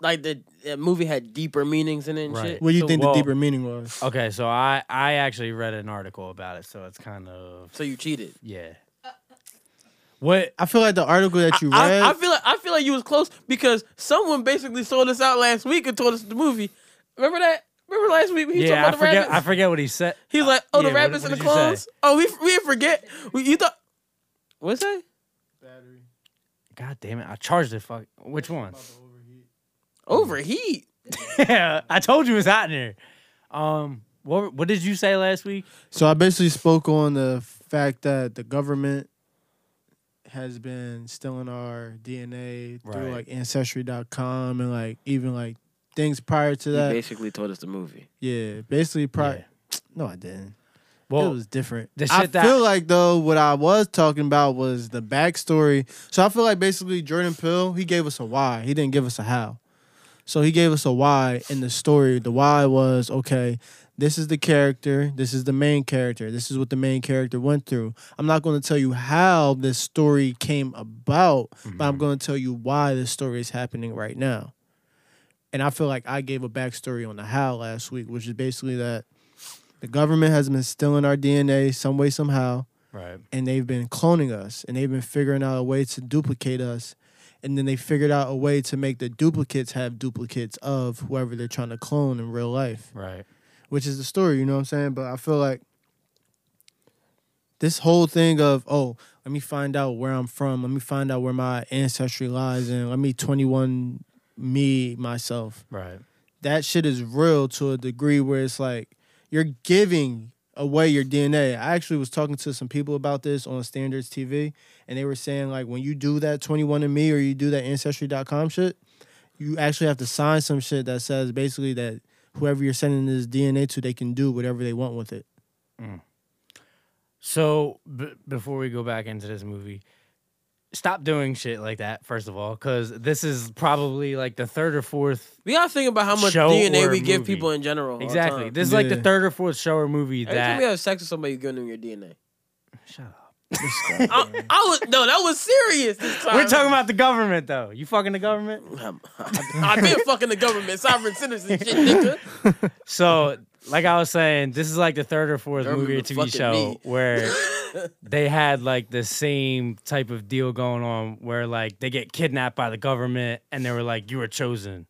D: like the, the movie had deeper meanings in it and
A: Right.
D: shit.
B: what do you
A: so,
B: think
A: well-
B: the deeper meaning was?
A: okay, so I I actually read an article about it, so it's kind of
D: So you cheated.
A: yeah. What
B: I feel like the article that you
D: I-
B: read.
D: I, I feel like I feel like you was close because someone basically sold us out last week and told us the movie. Remember that? Remember last week? when He
A: yeah, I
D: talked about the
A: forget. I
D: rabbits.
A: forget what he said.
D: He was like, "Oh,
A: yeah,
D: the
A: what-
D: rabbits
A: what
D: and the
A: did you say?
D: clones." Oh, we we didn't forget. We, you thought what's that?
A: God damn it! I charged it. Fuck. Which one?
D: Overheat.
A: yeah, I told you it's hot in here. Um, what what did you say last week?
B: So I basically spoke on the fact that the government has been stealing our DNA through
A: Right.
B: like ancestry.com and like even like things prior to
D: He
B: that.
D: basically told us the movie.
B: yeah, basically prior.
A: Yeah.
B: No, I didn't.
A: Well,
B: it was different.
A: the
B: I
A: shit that-
B: feel like though what I was talking about was the backstory. So I feel like basically Jordan Peele he gave us a why. He didn't give us a how. So he gave us a why in the story. The why was okay. This is the character. This is the main character. This is what the main character went through. I'm not going to tell you how this story came about,
A: mm-hmm.
B: but I'm going to tell you why this story is happening right now. And I feel like I gave a backstory on the how last week, which is basically that the government has been stealing our DNA some way, somehow,
A: right.
B: and they've been cloning us and they've been figuring out a way to duplicate us. And then they figured out a way to make the duplicates have duplicates of whoever they're trying to clone in real life
A: Right.
B: which is the story, you know what I'm saying? But I feel like this whole thing of, oh, let me find out where I'm from, let me find out where my ancestry lies, and let me 21 me myself.
A: Right.
B: That shit is real to a degree where it's like you're giving away your DNA. I actually was talking to some people about this on Standards TV, and they were saying, like, when you do that 21 and me or you do that ancestry.com shit, you actually have to sign some shit that says basically that whoever you're sending this DNA to, they can do whatever they want with it.
A: So b- before we go back into this movie, stop doing shit like that. First of all, because this is probably like the third or fourth.
D: We gotta think about how much
A: Show
D: DNA
A: or
D: we give
A: movie.
D: people in general. all the
A: Exactly.
D: time.
A: This is like the
B: Yeah.
A: third or fourth show or movie
D: Every time
A: that.
D: we have sex with somebody, you're giving them your DNA.
A: Shut up.
D: I, I was no, that was serious. This time.
A: We're talking about the government though. You fucking the government.
D: I'm- I've been fucking the government, sovereign citizen shit, nigga.
A: So, like I was saying, this is like the third or fourth
D: Government
A: movie or
D: been
A: TV
D: fucking
A: show
D: me.
A: where they had like the same type of deal going on where like they get kidnapped by the government and they were like, you were chosen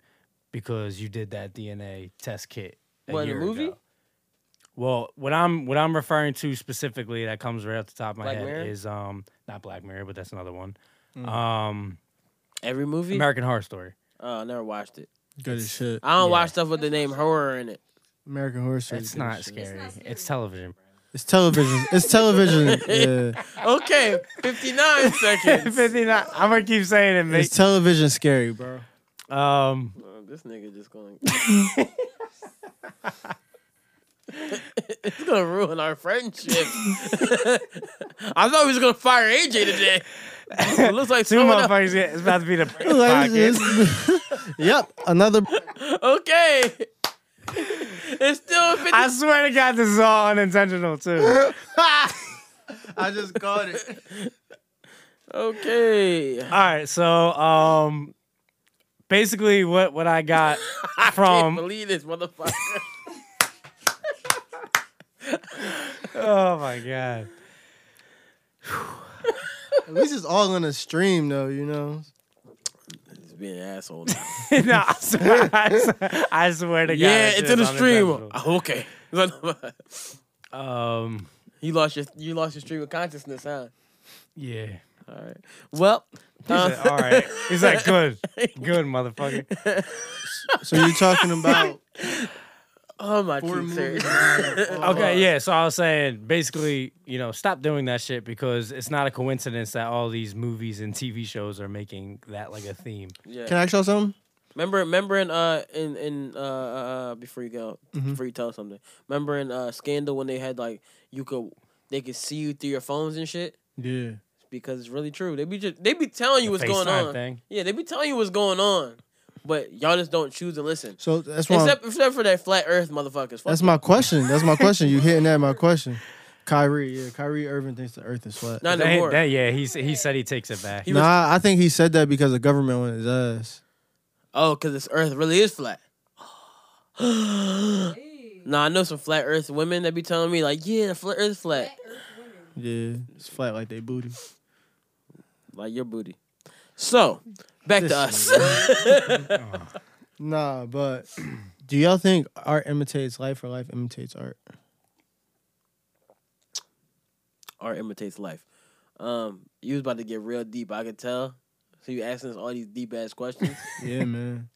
A: because you did that DNA test kit. A
D: What, in the
A: year
D: movie?
A: ago." Well, what I'm what I'm referring to specifically that comes right off the top of my
D: Black
A: head
D: Mirror?
A: is um not Black Mirror, but that's another one. Um
D: Every movie?
A: American Horror Story.
D: oh, I never watched it.
B: Good as shit.
D: I don't
A: Yeah.
D: watch stuff with the name horror in it.
B: American Horror Story. is
A: It's
B: good as
A: not
B: shit.
A: scary.
E: not
A: It's
E: scary.
A: television.
B: It's television. It's television. Yeah.
D: Okay, 59 seconds.
A: 59. I'm gonna keep saying it, mate.
B: It's television scary, bro.
A: Um
D: Oh, this nigga just going. it's gonna ruin our friendship. I thought we was gonna fire AJ today. It looks like
A: Two
D: someone else-
A: motherfuckers. yeah, It's about to be the
B: Like,
A: pocket.
B: it's- yep. Another.
D: Okay. It's still 50
A: I swear to God, this is all unintentional too.
B: I just caught it.
D: Okay.
A: All right, so um, basically, what what I got from
D: Can't believe this motherfucker.
A: oh my god,
B: At least it's all on a stream, though. You know.
D: He's being an asshole now.
A: no, I swear, I swear, I swear to God,
D: yeah,
A: that
D: it's
A: shit
D: in the
A: is
D: stream.
A: unintentional.
D: Ah, Okay.
A: Um,
D: you lost your you lost your stream of consciousness, huh?
A: yeah.
D: All right. Well,
A: He
D: Uh.
A: said, All right. He's like, good, good, motherfucker.
B: So you're talking about
D: oh my
B: four
D: teeth
B: movies?
D: hurt.
A: Okay, yeah. So I was saying, basically, you know, stop doing that shit because it's not a coincidence that all these movies and TV shows are making that like a theme.
D: Yeah.
B: Can I ask y'all something?
D: Remember, remember in uh in in uh, uh before you go
A: Mm-hmm.
B: Mhm.
D: before you tell us something. Remember in uh Scandal when they had like you could they could see you through your phones and shit
B: Yeah.
D: because it's really true. They be just they be telling you what's
A: The
D: going
A: FaceTime
D: on.
A: Thing.
D: Yeah, they be telling you what's going on, but y'all just don't choose to listen.
B: So that's why.
D: Except except for that flat Earth motherfuckers. Fuck
B: that's
D: them.
B: my question. That's my question. You hitting at my question. Kyrie, yeah. Kyrie Irving thinks the earth is flat.
D: not
A: That-
D: anymore.
A: that- yeah, he s- he said he takes it back.
D: He was-
B: nah, I think he said that because the government went his ass.
D: Oh, because this Earth really is flat. nah,
E: Hey.
D: I know some flat Earth women that be telling me like, yeah, the flat Earth flat.
E: Black Earth women.
B: Yeah, it's flat like they booty.
D: like your booty. So back to us.
B: Listen,
A: Oh,
B: Nah, but do y'all think art imitates life or life imitates art?
D: Art imitates life. Um, you was about to get real deep. I could tell. So you asking us all these deep ass questions.
B: Yeah, man.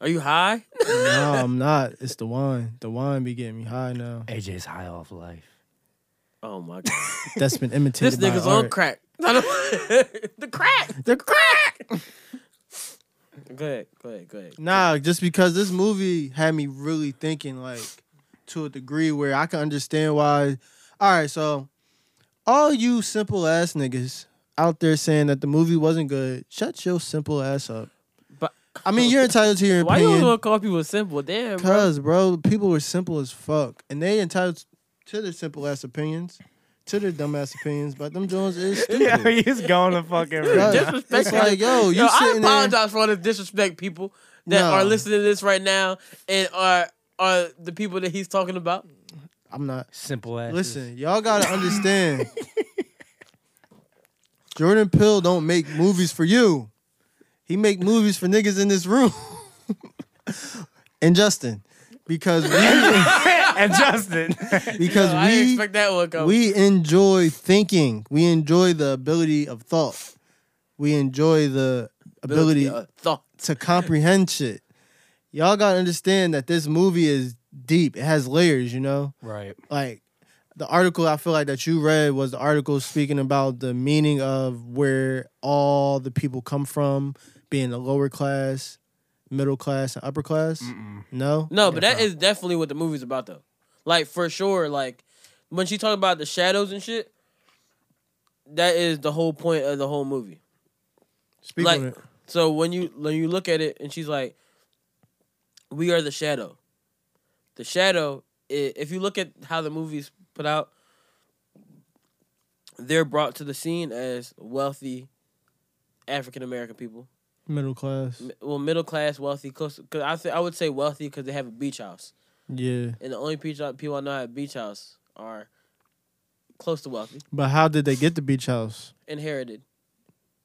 D: Are you high?
B: no, I'm not. It's the wine. The wine be getting me high now.
A: AJ's high off life.
D: Oh my god,
B: That's been
D: this
B: imitated. by
D: nigga's on
B: art.
D: crack. the crack.
B: The crack.
D: Go ahead. Go ahead. Go ahead.
B: Nah, just because this movie had me really thinking, like, to a degree where I can understand why. All right, so all you simple ass niggas out there saying that the movie wasn't good, shut your simple ass up.
D: But-
B: I mean, you're entitled to your
D: Why you
B: opinion.
D: always wanna call people simple? Damn, bro.
B: Cause bro, people were simple as fuck, and they entitled to their simple ass opinions, to their dumb ass opinions. But them Jones is stupid.
A: Yeah, he's going to fucking.
B: Bruh,
D: disrespect
B: It's like yo, you
D: Yo, I
B: sitting there.
D: apologize for all the disrespect people that
B: No.
D: are listening to this right now and are are the people that he's talking about.
B: I'm not.
A: Simple ass.
B: Listen, y'all gotta understand. Jordan Pill don't make movies for you. He make movies for niggas in this room. and Justin, because we
A: and Justin.
D: Yo,
B: because we
D: I didn't expect that one coming.
B: We enjoy thinking. We enjoy the ability of thought. We enjoy the ability
D: uh, thought.
B: to comprehend shit. Y'all gotta understand that this movie is deep. It has layers, you know?
A: Right.
B: Like the article I feel like that you read was the article speaking about the meaning of where all the people come from, being the lower class, middle class, and upper class.
D: Mm.
A: Mm-mm.
B: No?
D: No, but that is definitely what the movie's about though. Like for sure, like when she talked about the shadows and shit, that is the whole point of the whole movie.
B: Speak
D: like-
B: on it.
D: So when you when you look at it and she's like, "We are the shadow." The shadow. i- If you look at how the movies put out, they're brought to the scene as wealthy African American people,
B: Middle class.
D: M- well, middle class, wealthy. Cause 'cause I th- I would say wealthy because they have a beach house,
B: Yeah.
D: and the only people people I know have a beach house are close to wealthy,
B: But how did they get the beach house?
D: inherited,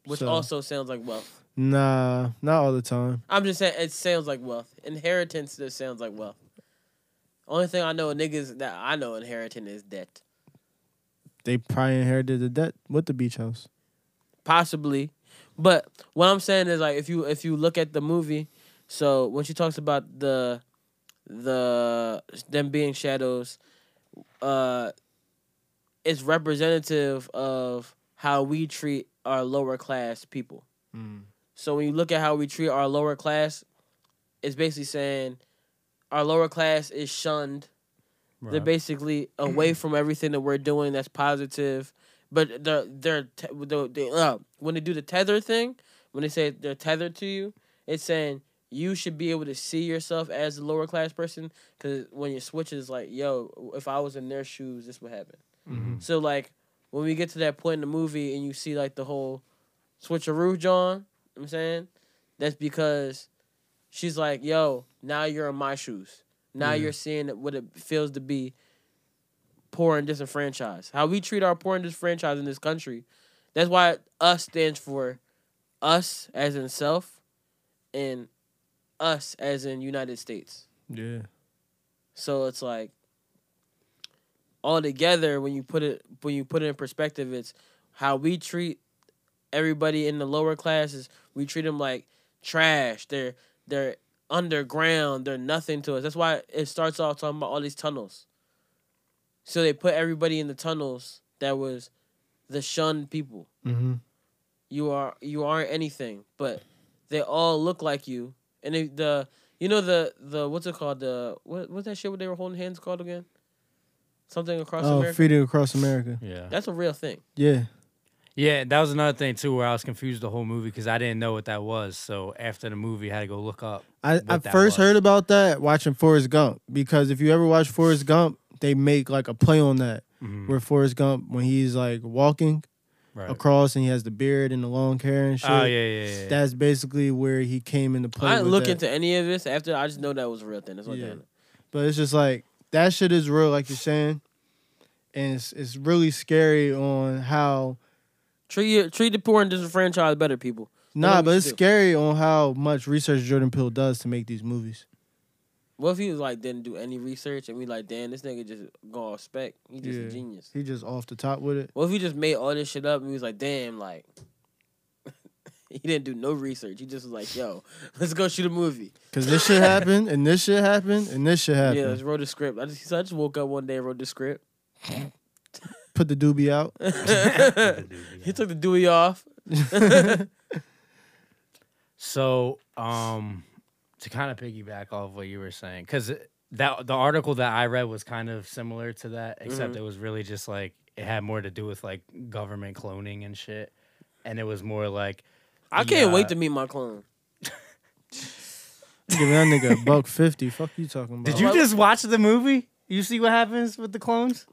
D: which
B: So-
D: also sounds like wealth.
B: Nah, not all the time.
D: I'm just saying it sounds like wealth. Inheritance just sounds like wealth. Only thing I know niggas that I know inheritance is debt.
B: They probably inherited the debt with the beach house.
D: Possibly. But what I'm saying is like if you if you look at the movie, so when she talks about the the them being shadows, uh it's representative of how we treat our lower class people. Mm. So when you look at how we treat our lower class, it's basically saying our lower class is shunned. They're
A: Right.
D: basically away from everything that we're doing that's positive. But they're they're te- the- the- uh, when they do the tether thing, when they say they're tethered to you, it's saying you should be able to see yourself as a lower class person. Because when you switch, it's like, yo, if I was in their shoes, this would happen.
B: Mm-hmm. Mm.
A: Mhm.
D: So like when we get to that point in the movie and you see like the whole switcheroo John, I'm saying that's because she's like, yo, now you're in my shoes. Now
B: Yeah.
D: you're seeing what it feels to be poor and disenfranchised. How we treat our poor and disenfranchised in this country. That's why us stands for us as in self and us as in United States.
B: Yeah.
D: So it's like all together when you put it when you put it in perspective, it's how we treat everybody in the lower classes. We treat them like trash. They're they're underground. They're nothing to us. That's why it starts off talking about all these tunnels. So they put everybody in the tunnels that was the shunned people
B: Mm-hmm.
D: you are you aren't anything but they all look like you and they, the you know the the what's it called the what what's that shit what they were holding hands called again something across
B: Oh,
D: america
B: feeding across America.
A: Yeah.
D: that's a real thing
B: Yeah.
A: Yeah, that was another thing too, where I was confused the whole movie because I didn't know what that was. So after the movie, I had to go look up.
B: I,
A: what
B: I
A: that
B: first
A: was.
B: heard about that watching Forrest Gump because if you ever watch Forrest Gump, they make like a play on that
A: Mhm,
B: where Forrest Gump when he's like walking
A: right.
B: across and he has the beard and the long hair and shit.
A: Oh yeah, yeah, yeah. yeah.
B: That's basically where he came into play.
D: i didn't
B: with
D: look
B: that.
D: into any of this after i just know that was a real thing that's what
B: Yeah.
D: yeah.
B: But it's just like that shit is real, like you're saying, and it's it's really scary on how
D: treat your, treat the poor and disenfranchised better people
B: nah,
D: we
B: but
D: should
B: it's
D: do.
B: scary on how much research Jordan Peele does to make these movies.
D: what if he was like didn't do any research and we like damn this nigga just go off spec he just
B: Yeah.
D: a genius
B: He just off the top with it.
D: what if he just made all this shit up and he was like damn like he didn't do no research he just was like yo let's go shoot a movie
B: Cause this shit happened, and this shit happened, and this shit happened.
D: Yeah, I just wrote the script. I just, I just woke up one day and wrote the script.
B: Put the doobie out.
D: he took the Dewey off.
A: So, um, to kind of piggyback off what you were saying, because that the article that I read was kind of similar to that, except
D: Mhm.
A: it was really just like it had more to do with like government cloning and shit, and it was more like uh,
D: I can't
A: Yeah.
D: wait to meet my clone.
B: Give that nigga a buck fifty. Fuck you talking about?
A: Did you just watch the movie? You see what happens with the clones?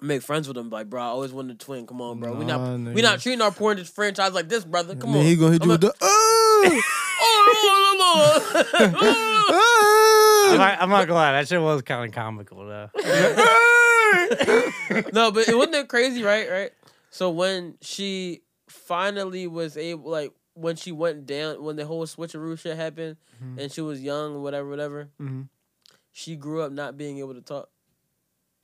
D: I make friends with him. Like, bro, I always wanted a twin. Come on, bro. we
B: Nah,
D: not we
B: nigga.
D: not treating our porn franchise like this, brother. Come
B: Then
D: on.
B: he gonna hit
D: I'm
B: you
D: a-
B: with the oh,
D: Oh, oh, oh, oh, oh.
B: oh.
A: I'm not, I'm not gonna lie, that shit was kind of comical though.
D: no, but it wasn't that crazy, right? Right. So when she finally was able, like when she went down, when the whole switcheroo shit happened,
B: Mhm.
D: and she was young, whatever, whatever,
B: Mhm.
D: she grew up not being able to talk,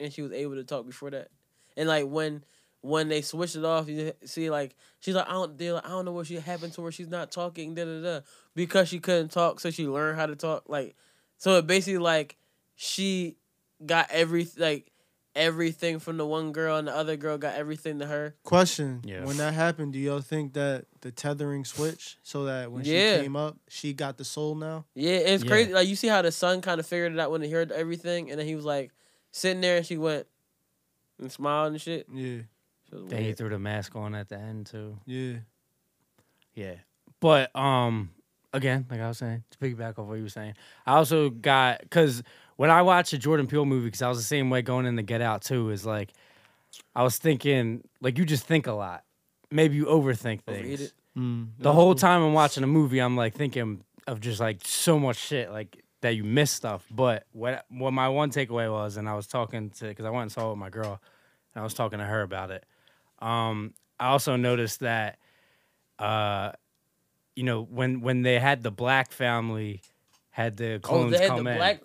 D: and she was able to talk before that, and like when. When they switched it off, you see, like she's like, I don't, they're like, I don't know what she happened to her. She's not talking, da da da, because she couldn't talk, so she learned how to talk. Like, so it basically like she got every like everything from the one girl and the other girl got everything to her.
B: Question:
A: Yeah.
B: When that happened, do y'all think that the tethering switch, so that when
D: Yeah.
B: she came up, she got the soul now?
D: Yeah, it's
A: Yeah.
D: crazy. Like you see how the son kind of figured it out when he heard everything, and then he was like sitting there, and she went and smiled and shit.
B: Yeah,
D: She was
A: Then he
D: weird.
A: threw the mask on at the end too.
B: yeah.
A: Yeah. But um again, like I was saying, to piggyback off what you were saying, I also got because when I watched a Jordan Peele movie, because I was the same way going in the Get Out too, is like I was thinking, like you just think a lot. Maybe you overthink
D: Overeat
A: things.
D: it.
B: Mm,
A: The whole time I'm watching a movie, I'm like thinking of just like so much shit, like that you miss stuff. But what what my one takeaway was, and I was talking to because I went and saw it with my girl, and I was talking to her about it. Um, I also noticed that, uh, you know, when when they had the black family had the
D: Oh,
A: clones
D: they had
A: come
D: the
A: in.
D: black.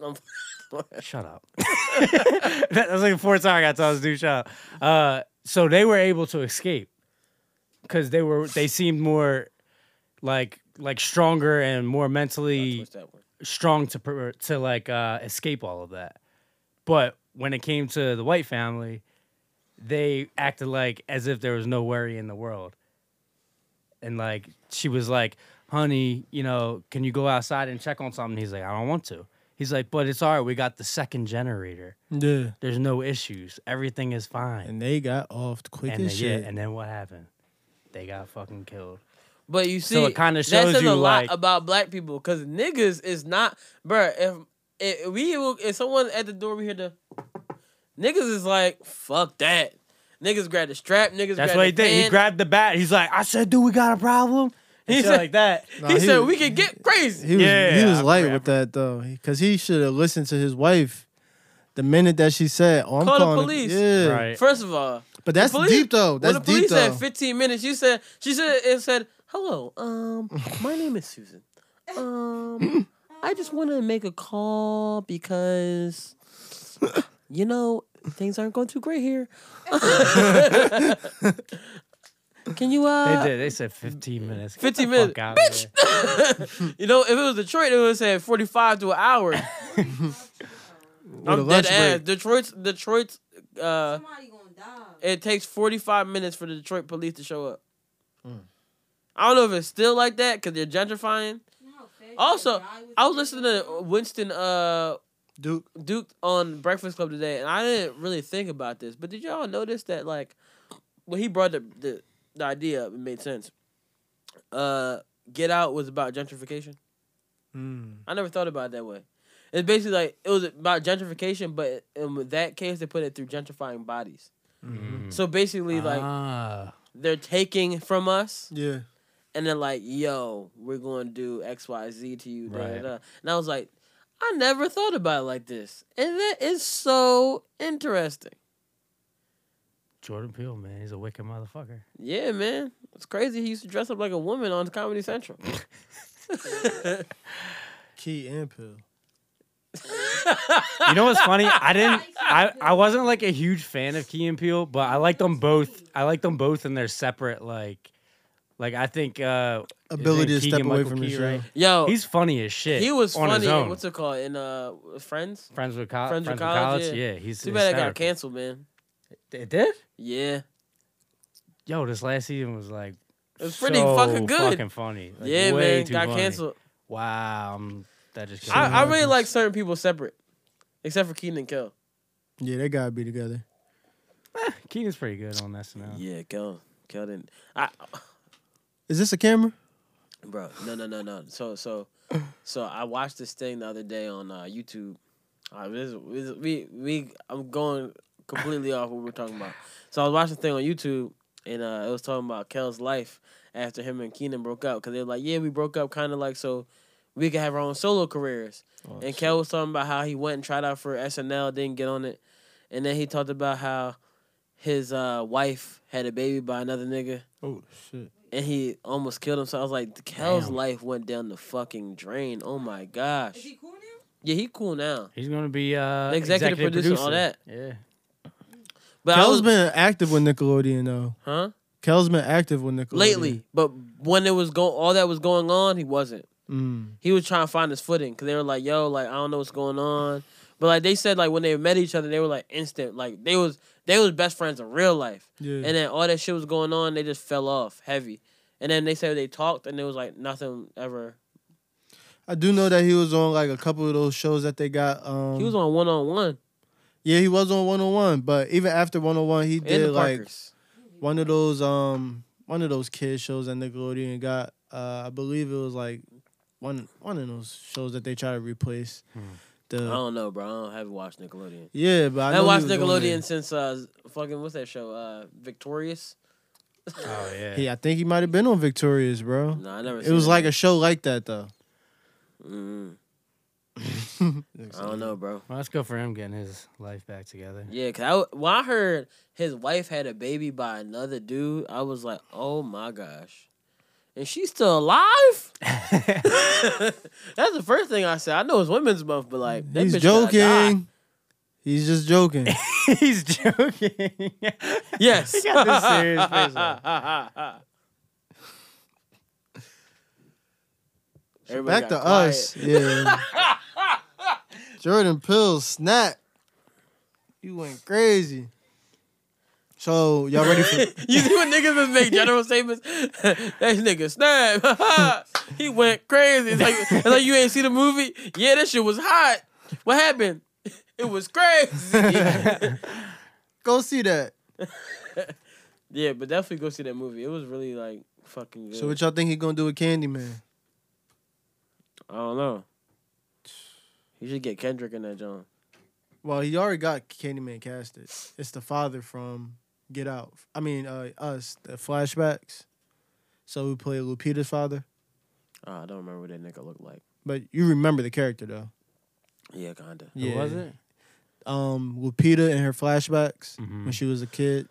A: Shut up. that, that was like the fourth time I got told I was dude, shut up. Uh, so they were able to escape because they were they seemed more like like stronger and more mentally
D: Twist that one.
A: strong to pr- to like uh, escape all of that. But when it came to the white family, they acted like as if there was no worry in the world. And like she was like, "Honey, you know, can you go outside and check on something?" He's like, "I don't want to." He's like, "But it's all right. We got the second generator.
B: Yeah,
A: There's no issues. Everything is fine."
B: and they got off quick
A: And,
B: as
A: then, yeah,
B: shit.
A: and then what happened? They got fucking killed.
D: But you see,
A: So it kinda
D: that
A: shows
D: says
A: you,
D: a lot
A: like-
D: about black people because niggas is not, bruh, If, if we will- if someone at the door we hear the niggas is like fuck that. Niggas grab the strap. Niggas.
A: That's
D: grab
A: what
D: the
A: he did. He
D: pen.
A: grabbed the bat. He's like, "I said, dude, we got a problem." And
D: He
A: shit
D: said-
A: like that.
B: Nah,
D: he,
B: he
D: said
B: was-
D: we could get crazy.
B: He was
A: Yeah,
B: he was
A: I
B: light
A: forgot-
B: with that though, because he should have listened to his wife. The minute that she said, "Oh, I'm
D: Call the
B: calling
D: police.
B: Yeah,
A: Right.
D: First of all,
B: but that's
D: police-
B: deep though.
D: when
B: That's
D: the police
B: deep though.
D: said 15 minutes, you said she said it said hello. Um, my name is Susan. Um, I just want to make a call because you know things aren't going too great here. Can you uh
A: They did. They said 15 minutes. Get
D: 15
A: the fuck
D: minutes.
A: out of here.
D: you know, if it was Detroit, it would have said 45 to an hour. I'm dead ass. Detroit's Detroit's uh
E: Somebody gonna die.
D: it takes 45 minutes for the Detroit police to show up. I don't know if it's still like that cuz they're gentrifying.
E: You know how fast
D: Also,
E: you die with
D: I was
E: this
D: listening to
E: shit?
D: Winston uh
B: Duke.
D: Duke on Breakfast Club today, and I didn't really think about this, but did y'all notice that like when he brought the the, the idea up, it made sense. Uh, Get Out was about gentrification.
B: Mm.
D: I never thought about it that way. It's basically like it was about gentrification, but in with that case, they put it through gentrifying bodies.
A: Mm.
D: So basically, like
A: Ah,
D: they're taking from us,
B: Yeah.
D: and then like, "Yo, we're going to do X, Y, Z to you." Da, da,
A: Right.
D: da. And I was like, I never thought about it like this, and that is so interesting.
A: Jordan Peele, man, he's a wicked motherfucker.
D: Yeah, man. It's crazy. He used to dress up like a woman on Comedy Central.
B: Key and pill.
A: You know what's funny? I didn't. I, I wasn't like a huge fan of Key and Peele, but I liked them both. I liked them both in their separate like, like I think uh his
B: Ability
A: name
B: to step away
A: Keegan-Michael
B: from the
A: Key,
B: show.
A: right?
D: Yo,
A: He's funny as shit.
D: Oh, he was
A: on
D: funny.
A: His
D: in-
A: own.
D: What's it called? In uh, Friends?
A: Friends with, co-
D: Friends
A: friends
D: with
A: with
D: College,
A: college.
D: yeah.
A: Yeah, he's
D: Too bad it got
A: hysterical.
D: canceled, man.
A: It did.
D: Yeah.
A: Yo, this last season was like
D: It was pretty
A: so
D: fucking good.
A: fucking funny. Like,
D: yeah,
A: way
D: man.
A: too
D: Got
A: funny.
D: canceled.
A: Wow, um, that just killed me.
D: I, I really
B: happens.
D: like certain people separate, except for Keenan and Kel.
B: Yeah, they gotta be together.
A: Eh, Keenan's pretty good on SNL.
D: Yeah, Kel. Kel didn't. I,
B: Is this a camera?
D: bro no no no no so so so i watched this thing the other day on uh youtube uh, this, this, we we i'm going completely off what we're talking about so i was watching a thing on youtube and uh it was talking about kel's life after him and keenan broke up because they were like yeah we broke up kind of like so we could have our own solo careers
B: Oh,
D: and Kel was talking about how he went and tried out for SNL, didn't get on it, and then he talked about how his uh, wife had a baby by another nigga,
B: Oh shit.
D: and he almost killed himself. I was like, Kel's
A: Damn.
D: life went down the fucking drain. Oh my
E: Is
D: gosh.
E: he cool now?
D: Yeah, he cool now.
A: He's gonna be uh,
D: The executive producer, all that.
A: Yeah,
D: But I was,
B: Kel's been active with Nickelodeon though.
D: huh?
B: Kel's been active with Nickelodeon
D: Lately, but when it was going, all that was going on, he wasn't.
B: Mm.
D: He was trying to find his footing because they were like, "Yo, like I don't know what's going on." But like they said, like when they met each other, they were like instant, like they was they was best friends in real life.
B: Yeah.
D: And then all that shit was going on, they just fell off heavy. And then they said they talked, and it was like nothing ever.
B: I do know that he was on like a couple of those shows that they got. Um,
D: He was on one on one
B: Yeah, he was on 101, but even after 101, he
D: in
B: did
D: the
B: like
D: Parkers.
B: one of those um one of those kid shows that Nickelodeon got. Uh, I believe it was like one one of those shows that they try to replace
D: Hmm. I
B: the.
D: don't know, bro. I don't, haven't watched Nickelodeon.
B: Yeah, but I,
D: I,
B: know
D: haven't
B: he
D: Oh. watched
B: was on
D: Nickelodeon since uh fucking what's that show? Uh, Victorious.
A: oh yeah.
B: there. He, I think he might have been on Victorious, bro.
D: No, I never.
B: it
D: seen
B: was
D: that.
B: like a show like that though.
D: Mm, I don't know, bro.
A: Well, let's go for him getting his life back together.
D: Yeah, cause I, w- when I heard his wife had a baby by another dude, I was like, oh my gosh, and she's still alive. That's the first thing I said. I know it's Women's Month, but like, that
B: He's
D: bitch gotta die.
B: joking. He's just joking.
A: He's joking.
D: Yes.
A: He got this serious face on.
D: Everybody
B: Back to
D: got quiet.
B: us. Yeah. Jordan Pills snap. You went crazy. So y'all ready for
D: you see what niggas just make general statements? that nigga snap. he went crazy. It's like, it's like you ain't see the movie. Yeah, that shit was hot. What happened? It was crazy.
B: go see that.
D: yeah, but definitely go see that movie. It was really like fucking good.
B: So what y'all think he gonna do with Candyman?
D: I don't know. You should get Kendrick in that John.
B: Well, he already got Candyman casted. It's the father from Get Out. I mean, uh, us the flashbacks. So we play Lupita's father,
D: Oh, I don't remember what that nigga looked like.
B: but you remember the character though.
D: Yeah, kinda.
A: Who was it?
B: Um, Lupita and her flashbacks when
A: Mhm.
B: she was a kid,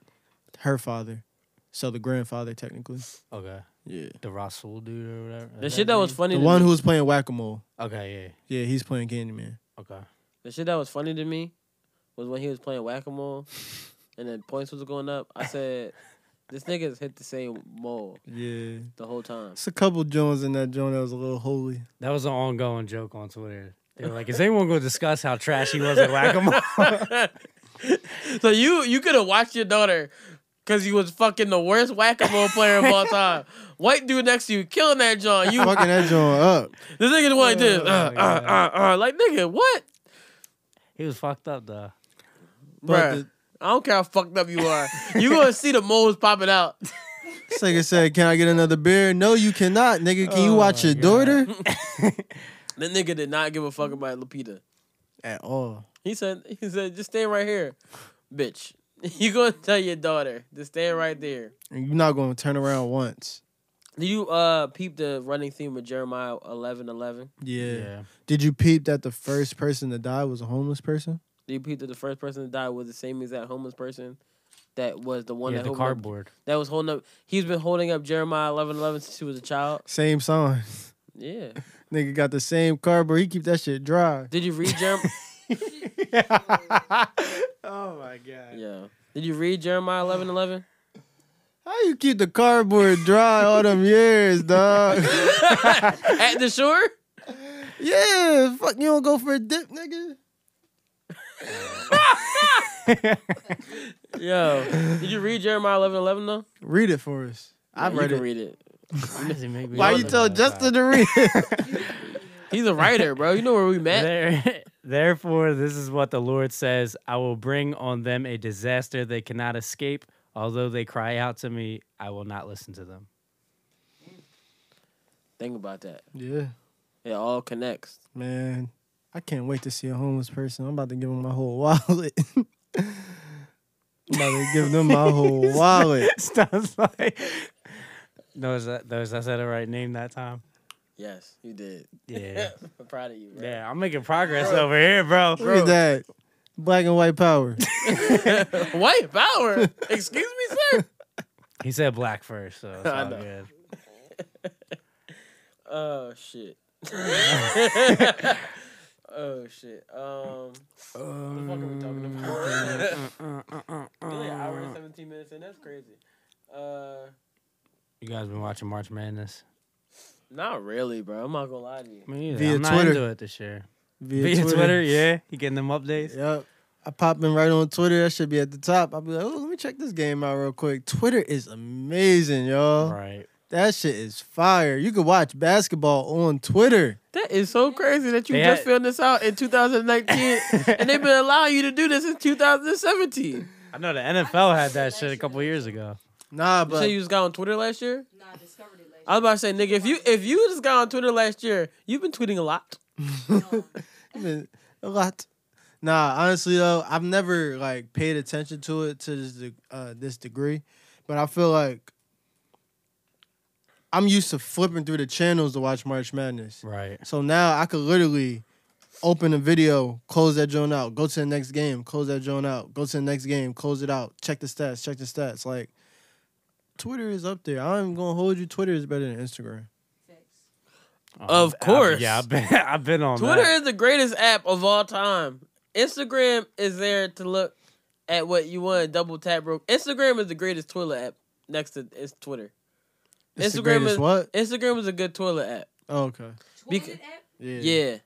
B: her father, so the grandfather technically.
A: Okay,
B: Yeah.
A: the Rasul dude or whatever.
D: The
A: Is
D: shit
A: his
D: that was
A: name?
D: funny.
B: The
D: to
B: one
D: me-
B: who was playing whack a mole.
A: Okay,
B: Yeah, he's playing Candyman.
A: yeah. Okay.
D: the shit that was funny to me was when he was playing whack a mole, and then points was going up. I said, "This nigga's hit the same mole
B: Yeah.
D: the whole time."
B: It's a couple Jones in that joint that was a little holy.
A: That was an ongoing joke on Twitter. They were like, "Is anyone going to discuss how trash he was at whack a mole?"
D: so you you could have watched your daughter because you was fucking the worst whack a mole player of all time. White dude next to you killing that John. You
B: Fucking that joint up.
D: this nigga's like this. Uh,
A: Oh,
D: uh, uh, uh, like nigga, what?
A: he was fucked up though.
B: But
D: Bruh, I don't care how fucked up you are. You gonna see the moles popping out.
B: This nigga said, Can I get another beer? No, you cannot, nigga. Can you
A: Oh
B: watch
A: my
B: your
A: God.
B: daughter?
D: That nigga did not give a fuck about Lupita.
B: At all.
D: He said he said just stand right here, bitch. You gonna tell your daughter to stand right there.
B: And you're not gonna turn around once.
D: Do you uh peep the running theme of Jeremiah eleven eleven?
B: Yeah. Did you peep that the first person to die was a homeless person?
D: Do you peep that the first person to die was the same exact homeless person that was the one
A: yeah the
D: that holding up-
A: cardboard.
D: that was holding up? He's been holding up Jeremiah eleven eleven since he was a child.
B: Same song.
D: Yeah.
B: Nigga got the same cardboard. He keep that shit dry.
D: Did you read Jeremiah?
B: oh my god.
D: yeah. Did you read Jeremiah eleven eleven?
B: How you keep the cardboard dry all them years, dog?
D: At the shore.
B: yeah, fuck, you don't go for a dip, nigga.
D: Yo, did you read Jeremiah eleven eleven though?
B: Read it for us. I've
D: You
B: read
D: can
B: it.
D: Read it.
A: Why, does it make me
B: Why
A: think
B: you
A: of
B: tell
A: that?
B: Justin to read? it?
D: He's a writer, bro. You know where we met.
A: There, therefore, this is what the Lord says I will bring on them a disaster they cannot escape. Although they cry out to me, I will not listen to them.
D: Think about that.
B: yeah,
D: It all connects.
B: man. I can't wait to see a homeless person. I'm about to give him my whole wallet. I'm about to give them my whole wallet.
A: Stuff's like. No, is that, those, I said the right name that time.
D: Yes, you did.
A: Yeah.
D: I'm proud of you, bro.
A: Yeah, I'm making progress over here, bro.
B: Look at that. Black and white power.
D: White power. Excuse me, sir.
A: He said black first, so it's
D: I
A: all
D: know.
A: good.
D: Oh shit. oh shit. Um, what the fuck are we talking about? We're like an hour and seventeen minutes in. That's crazy. Uh,
A: You guys been watching March Madness?
D: not really, bro. I'm not gonna lie to you.
A: Me either.
B: Via
A: I'm not
B: Twitter.
A: into it this year. Via, Twitter. yeah. You getting them updates?
B: Yep. I pop in right on Twitter. That should be at the top. I'll be like, oh, let me check this game out real quick. Twitter is amazing, y'all.
A: Right.
B: That shit is fire. You can watch basketball on Twitter.
D: That is so crazy that you
A: They
D: just
A: had-
D: found this out in 2019, and they've been allowing you to do this since 2017.
A: I know the NFL had that shit a couple years ago.
D: You
B: Nah,
D: say
B: but
D: you just got on Twitter last year?
E: Nah, I discovered it
D: I was
E: last
D: about to say, nigga, if you if you just got on Twitter last year, you've been tweeting a lot.
E: year. Um,
B: a lot. Nah, honestly though, I've never like paid attention to it to this, de- uh, this degree, but I feel like I'm used to flipping through the channels to watch March Madness.
A: Right.
B: So now I could literally open a video, close that joint out, go to the next game, close that joint out, go to the next game, close it out, check the stats, check the stats. Like Twitter is up there. I'm gonna hold you. Twitter is better than Instagram.
E: facts.
A: Um,
D: Of
A: I've-
D: course.
A: yeah, I've been I've been on
D: Twitter
A: That.
D: is the greatest app of all time. Instagram is there to look at what you want to double tap, bro. Instagram is the greatest toilet app next to it's Twitter.
B: It's the
D: Instagram
B: greatest
D: is-
B: what?
D: Instagram is a good toilet app.
B: Oh, okay.
E: Toilet
D: Beca-
E: app?
B: Yeah.
D: Yeah.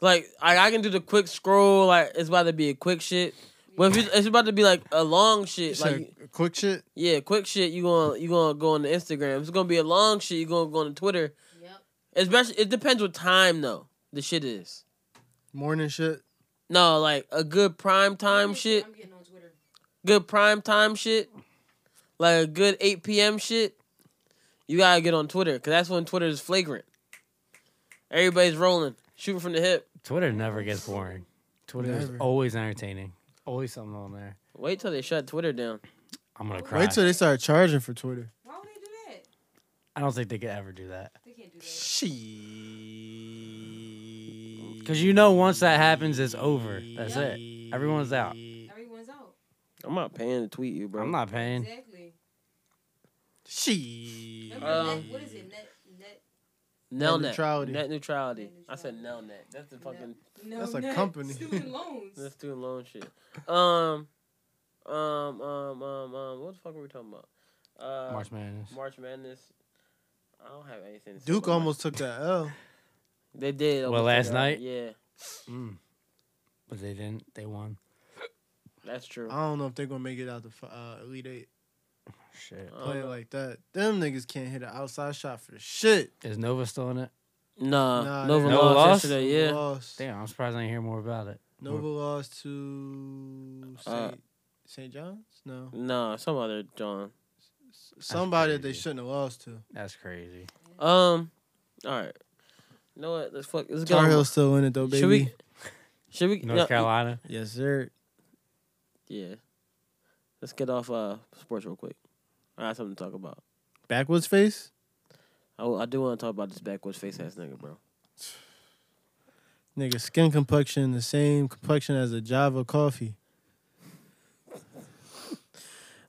D: Like I, I can do the quick scroll, like it's about to be a quick shit. But if it's, it's about to be like a long shit,
B: It's
D: like
B: like quick shit.
D: yeah, quick shit, you gonna you gonna go on the Instagram. If it's gonna be a long shit, you gonna go on the Twitter.
E: Yep.
D: Especially it depends what time though the shit is.
B: Morning shit.
D: No, like a good prime time
E: I'm-
D: shit,
E: I'm getting on Twitter.
D: good prime time shit, like a good eight p.m. shit. You gotta get on Twitter because that's when Twitter is flagrant. Everybody's rolling, shooting from the hip.
A: Twitter never gets boring. Twitter is
B: Never.
A: always entertaining. Always something on there.
D: Wait till they shut Twitter down.
A: I'm gonna
E: Wait
A: cry.
B: Wait till they start charging for Twitter.
E: Why would they do that?
A: I don't think they could ever do that.
E: They can't do that.
B: She.
A: Cause you know once that happens, it's over. That's it. Everyone's out.
E: Everyone's out.
D: I'm not paying to tweet you, bro.
A: I'm not paying.
E: Exactly.
B: She.
E: Remember
D: Um,
E: net, what is it? Net, net,
D: Nelnet.
B: neutrality.
D: Net neutrality.
E: Net
D: I said
E: neutrality.
D: Nelnet. That's the
E: Net-
D: fucking
E: No,
B: That's a
E: not
B: company.
E: Student loans.
D: that's student loan shit. Um, um, um, um, um. What the fuck were we talking about? Uh,
A: March Madness.
D: March Madness. I don't have anything. To say
B: Duke
D: about
B: almost took that L.
D: March- They did.
A: Well,
D: almost
A: last
D: took it.
A: night?
D: Yeah,
A: Mm. But they didn't. They won.
D: that's true.
B: I don't know if they're gonna make it out the fi- uh, Elite Eight.
A: Shit.
D: I don't
B: Play
D: know.
B: like that, them niggas can't hit an outside shot for shit.
A: Is Nova still in it?
D: Nah,
B: Nah,
D: Nova
B: they-
A: Nova
D: lost
A: lost?
D: yesterday. Yeah,
B: Lost.
A: Damn, I'm surprised I didn't hear more about it.
B: Nova lost to
D: Uh,
B: St. St. John's. No,
D: nah, some other John.
B: S- somebody that they
A: crazy.
B: shouldn't have lost to.
A: That's crazy.
D: Um, all right. You know what? Let's fuck. Let's go.
B: Tar Heel's still in it though, baby.
D: Should we? Should we?
A: North
D: no,
A: Carolina.
B: Yes, sir.
D: Yeah. Let's get off uh sports real quick. I got something to talk about.
B: Backwards face.
D: I, I do want to talk about this backwards face ass nigga, bro.
B: Nigga, skin complexion the same complexion as a Java coffee.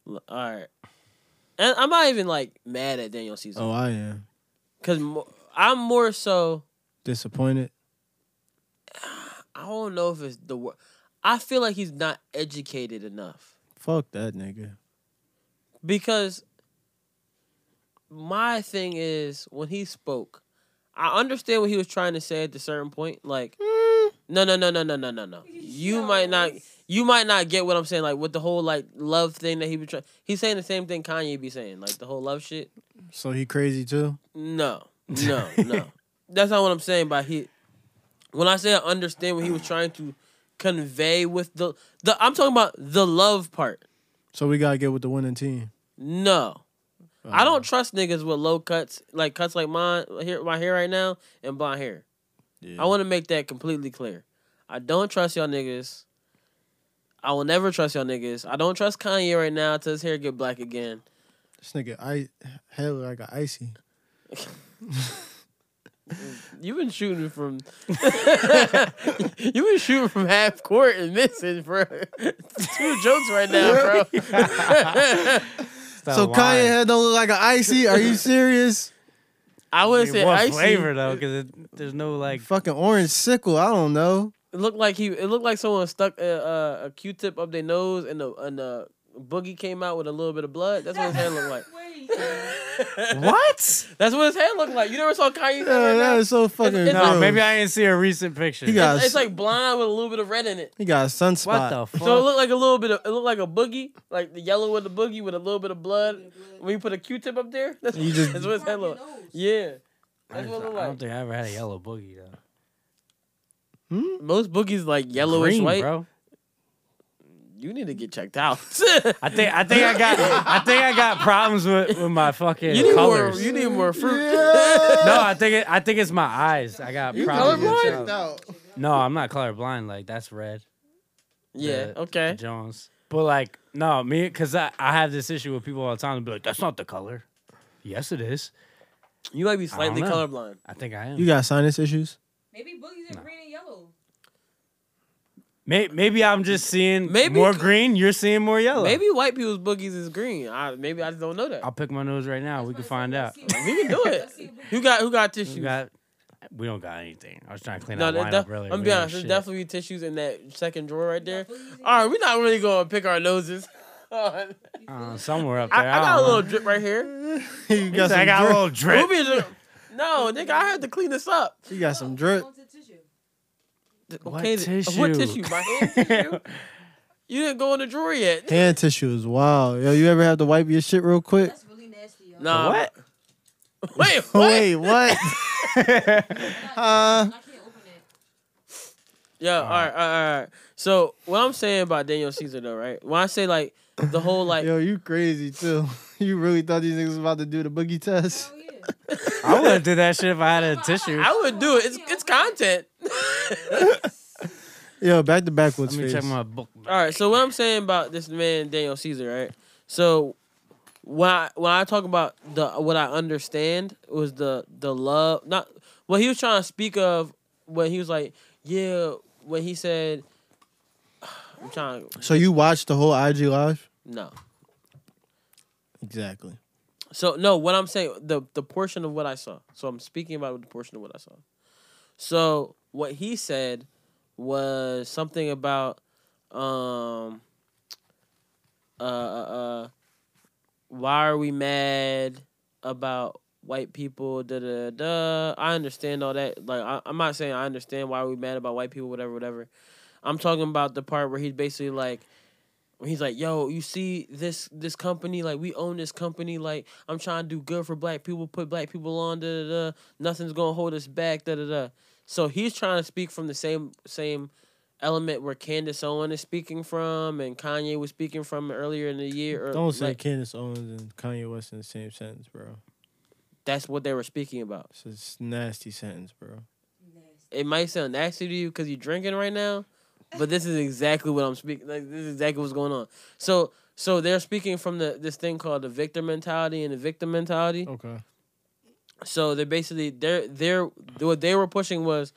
D: L- All right. And I'm not even like mad at Daniel Caesar
B: Oh, I am
D: because mo- I'm more so.
B: disappointed.
D: I don't know if it's the word. I feel like he's not educated enough
B: Fuck that nigga.
D: because my thing is when he spoke, I understand what he was trying to say at a certain point. Like, no, no, no, no, no, no, no, no. You might not. you might not get what I'm saying, like with the whole like love thing that he be trying. He's saying the same thing Kanye be saying, like the whole love shit.
B: So he crazy too.
D: No, no, no. That's not what I'm saying by he. When I say I understand what he was trying to convey with the the, I'm talking about the love part.
B: So we gotta get with the winning team.
D: No, I
A: Um,
D: don't trust niggas with low cuts, like cuts like mine, here my hair right now and blonde hair.
B: Oh,
D: I want to make that completely clear. I don't trust y'all niggas. I will never trust y'all niggas. I don't trust Kanye right now till his hair get black again.
B: this nigga. I hell like a icy.
D: You've been shooting from You've been shooting from half court and missing for two jokes right now, bro.
A: Stop
B: so Kanye
A: lying.
B: head don't look like an icy. Are you serious?
D: I would
A: It
D: say
A: was
D: icy.
A: flavor though, because there's no like.
B: Fucking orange sickle. I don't know.
D: It looked like he it looked like someone stuck a, a, a Q-tip up their nose and the and the boogie came out with a little bit of blood. That's what his hair looked like.
E: Wait.
A: What?
D: That's what his hair looked like. You never saw Kanye's hair?
B: Yeah, that
D: now?
B: is so fucking.
D: it's
A: No,
D: like-
B: gross.
A: maybe I didn't see a recent picture.
B: He got-
D: It's, it's like blonde with a little bit of red in it.
B: He got a sunspot.
A: what the fuck?
D: So it looked like a little bit of it looked like a boogie, like the yellow with the boogie with a little bit of blood. When you put a Q-tip up there, that's,
B: You just-
D: that's what his hair looked.
E: Fucking nose.
D: Yeah.
A: I,
D: That's what
A: don't- I
D: it look
A: don't
D: like.
A: think I ever had a yellow boogie though.
B: Hmm?
D: Most boogies like yellowish
A: Green,
D: white.
A: bro.
D: You need to get checked out.
A: I think I think I got I think I got problems with, with my fucking
D: you need
A: colors.
D: more. You need more fruit.
A: no, I think it, I think it's my eyes. I got
D: You
A: problems. with
D: colorblind?
A: them. No, I'm not colorblind. Like that's red.
D: yeah.
A: The- the
D: Okay.
A: Jones. But like no, me because I, I have this issue with people all the time. They'll Be like, that's not the color. Yes, it is.
D: You might be slightly
A: know.
D: colorblind.
A: I think I am.
B: You got sinus issues?
E: Maybe boogies are
A: No.
E: green and yellow.
A: May- maybe I'm just seeing
D: Maybe-
A: more green. You're seeing more yellow.
D: Maybe white people's boogies is green. I, maybe I just don't know that.
A: I'll pick my nose right now. we can find out.
D: We can do it. Who got who got tissues?
A: We got. We don't got anything. I was trying to clean
D: no,
A: out
D: there
A: lineup
D: def-
A: really.
D: I'm
A: We
D: be
A: ain't
D: honest. There's
A: shit.
D: definitely tissues in that second drawer right there. All right, we're not really gonna pick our noses. Oh, I,
A: Uh, somewhere up there.
D: I
A: I,
D: got a
A: don't
D: little
A: know.
D: drip right here.
B: you
A: He said, I got a
B: drip.
A: little drip.
D: Ruby is a- no, nigga, I had to clean this up.
B: You got some drip.
A: What
D: th-
A: tissue?
D: What tissue? My hand tissue. You didn't go in the drawer yet.
B: Hand tissue is wild. Yo, you ever have to wipe your shit real quick?
E: That's really nasty, y'all.
D: Nah.
A: What?
D: Wait. What?
B: Wait, what?
E: I
B: uh,
E: can't open it.
D: Yeah. All right. All right. All right. So what I'm saying about Daniel Caesar though, right? When I say like the whole like
B: yo, you crazy too. You really thought these niggas was about to do the boogie test?
E: Hell yeah.
A: I would have did that shit if I had a tissue.
D: I would do it. It's it's content.
B: Yo, back to
A: Let
B: backwards
A: me
B: face.
A: check my book.
D: All right. So what I'm saying about this man Daniel Caesar, right? So when I when I talk about the what I understand was the the love not what he was trying to speak of when he was like yeah when he said I'm trying
B: So you watched the whole IG live?
D: no
B: Exactly.
D: So no, what I'm saying the the portion of what I saw. So I'm speaking about the portion of what I saw. So what he said was something about um uh uh, uh why are we mad about white people da da da I understand all that like I, I'm not saying I understand why are we mad about white people whatever whatever I'm talking about the part where he's basically like when he's like, "Yo, you see this this company? Like we own this company. Like I'm trying to do good for black people, put black people on. Da da da. Nothing's gonna hold us back. Da da da." So he's trying to speak from the same same element where Candace Owen is speaking from, and Kanye was speaking from earlier in the year. Or
B: Don't say
D: like,
B: Candace Owens and Kanye West in the same sentence, bro.
D: that's what they were speaking about.
B: It's a s- nasty sentence, bro.
E: Nasty.
D: It might sound nasty to you because you're drinking right now, but this is exactly what I'm speaking. Like this is exactly what's going on. So so they're speaking from the this thing called the victor mentality and the victim mentality.
B: Okay.
D: So they're basically they're they're what they were pushing was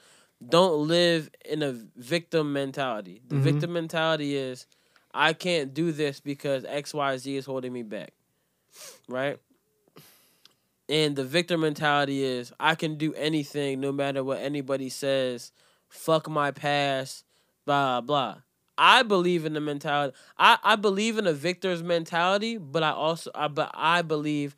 D: don't live in a victim mentality. The
B: Mhm.
D: victim mentality is I can't do this because XYZ is holding me back. Right? And the victor mentality is I can do anything no matter what anybody says. Fuck my past, blah blah. I believe in the mentality. I, I believe in a victor's mentality, but I also I but I believe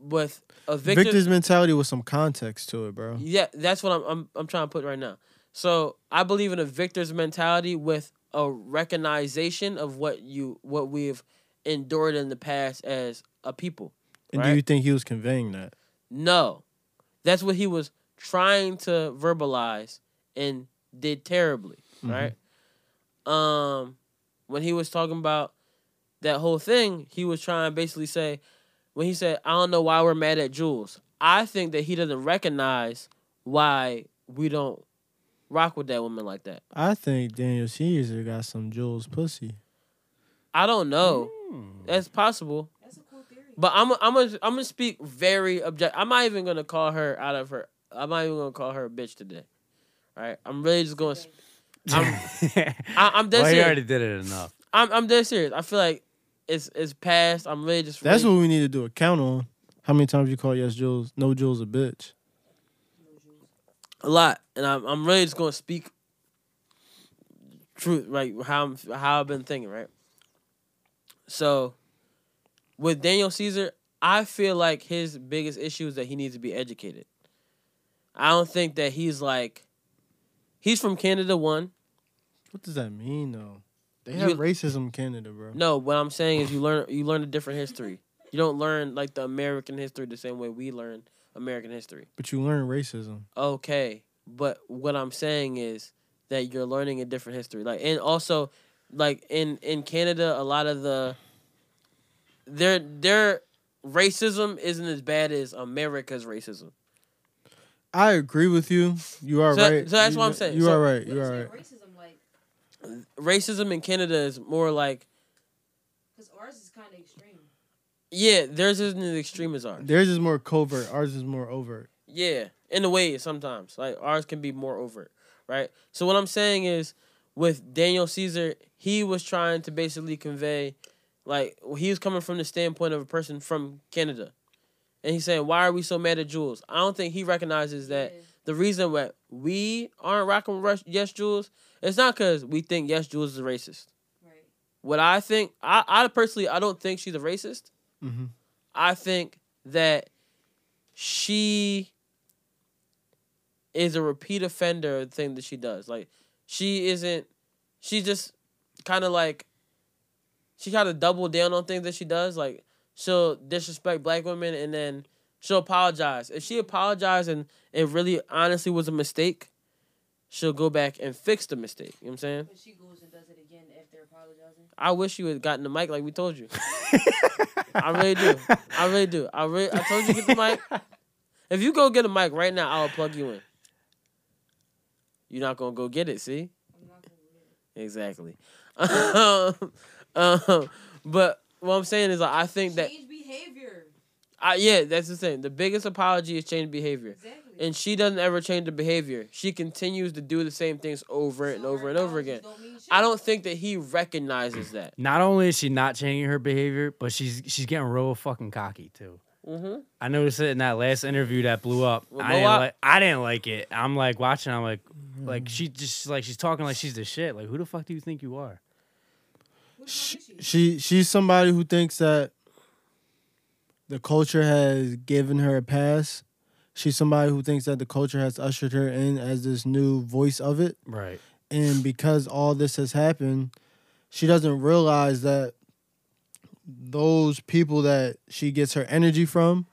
D: with a victor
B: Victor's mentality with some context to it, bro.
D: yeah, that's what I'm, I'm I'm trying to put right now. So I believe in a victor's mentality with a recognition of what you what we've endured in the past as a people.
B: And
D: Right.
B: do you think he was conveying that?
D: No, that's what he was trying to verbalize and did terribly.
B: Mm-hmm.
D: Right. Um, when he was talking about that whole thing, he was trying to basically say, when he said, "I don't know why we're mad at Jules." I think that he doesn't recognize why we don't rock with that woman like that.
B: I think Daniel Caesar got some Jules pussy.
D: I don't know.
A: Hmm.
D: That's possible.
E: That's a cool theory.
D: But I'm I'm gonna I'm gonna speak very object. I'm not even gonna call her out of her. I'm not even gonna call her a bitch today. All right. I'm really just gonna. sp- I'm- I, I'm dead
A: well, he
D: serious.
A: already did it enough.
D: I'm I'm dead serious. I feel like it's it's past. I'm really just.
B: That's
D: really-
B: what we need to do a count on. How many times you call yes Jules? No Jules a bitch.
D: a lot, and I'm I'm really just gonna speak truth, right? How I'm how I've been thinking, right? So, with Daniel Caesar, I feel like his biggest issue is that he needs to be educated. I don't think that he's like, he's from Canada. One,
B: What does that mean though? They
D: You-
B: have racism in Canada, bro.
D: no. What I'm saying is, you learn you learn a different history. You don't learn like the American history the same way we learn American history.
B: But you learn racism.
D: Okay, but what I'm saying is that you're learning a different history. Like, and also, like in in Canada, a lot of the their their racism isn't as bad as America's racism.
B: I agree with you. You are
D: So-
B: right.
D: so that's
B: You-
D: what I'm saying.
B: You
D: So-
B: are right.
E: What
B: You
E: is
B: are
E: that
B: right.
E: racism like?
D: Racism in Canada is more like
E: Because ours is kind of extreme.
D: yeah, theirs isn't as extreme as ours.
B: Theirs is more covert. Ours is more overt.
D: Yeah, in a way, sometimes like ours can be more overt, right? So what I'm saying is, with Daniel Caesar, he was trying to basically convey, like he was coming from the standpoint of a person from Canada, and he's saying, "Why are we so mad at Jules?" I don't think he recognizes that
E: Yeah.
D: the reason why we aren't rocking with Rush- Yes Jules, it's not because we think Yes Jules is a racist.
E: Right.
D: What I think, I, I personally, I don't think she's a racist.
B: hmm
D: I think that she is a repeat offender of the thing that she does. Like she isn't she just kinda like she kinda double down on things that she does. Like she'll disrespect black women and then she'll apologize. If she apologized and it really honestly was a mistake, she'll go back and fix the mistake. You know what I'm saying?
E: But she goes and does it again after apologizing.
D: I wish you had gotten the mic like we told you. I really do. I really do. I really. I told you to get the mic. If you go get a mic right now, I'll plug you in. You're not gonna go get it. See
E: I'm not gonna believe it.
D: exactly. um, um, but what I'm saying is, like, I think that
E: Change behavior.
D: I, yeah, that's the thing. The biggest apology is change behavior,
E: Exactly.
D: and she doesn't ever change the behavior. She continues to do the same things over and
E: So
D: over
E: her
D: and over
E: apologies
D: again.
E: don't mean shit.
D: I don't think that he recognizes that.
A: Not only is she not changing her behavior, but she's she's getting real fucking cocky too.
D: Mm-hmm.
A: I noticed it in that last interview that blew up.
D: What
A: I
D: blew
A: didn't
D: up?
A: like. I didn't like it. I'm like watching. I'm like, like she just like she's talking like she's the shit. Like who the fuck do you think you are?
E: Who the
B: Sh-
E: fuck is she?
B: she she's somebody who thinks that the culture has given her a pass. She's somebody who thinks that the culture has ushered her in as this new voice of it.
A: Right.
B: And because all this has happened, she doesn't realize that those people that she gets her energy from,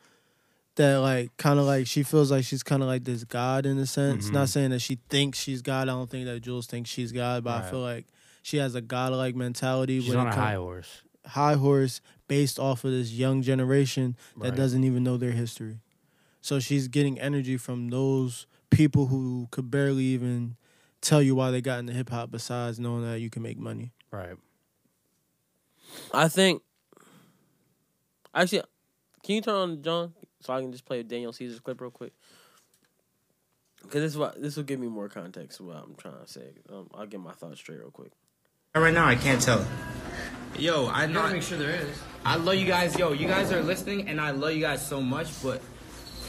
B: that like kind of like she feels like she's kind of like this God in a sense.
A: Mhm.
B: Not saying that she thinks she's God. I don't think that Jules thinks she's God, but I
A: Right.
B: feel like she has a godlike mentality.
A: She's
B: when it
A: on a
B: come-
A: high horse.
B: high horse based off of this young generation that
A: Right.
B: doesn't even know their history. So she's getting energy from those people who could barely even tell you why they got into hip hop besides knowing that you can make money.
A: Right.
D: I think. Actually, can you turn on John so I can just play Daniel Caesar's clip real quick? Because this will this will give me more context of what I'm trying to say. Um, I'll get my thoughts straight real quick.
G: Right now, I can't tell. Yo, I
H: You gotta
G: not.
H: make sure there is.
G: I love you guys. Yo, you guys are listening, and I love you guys so much. But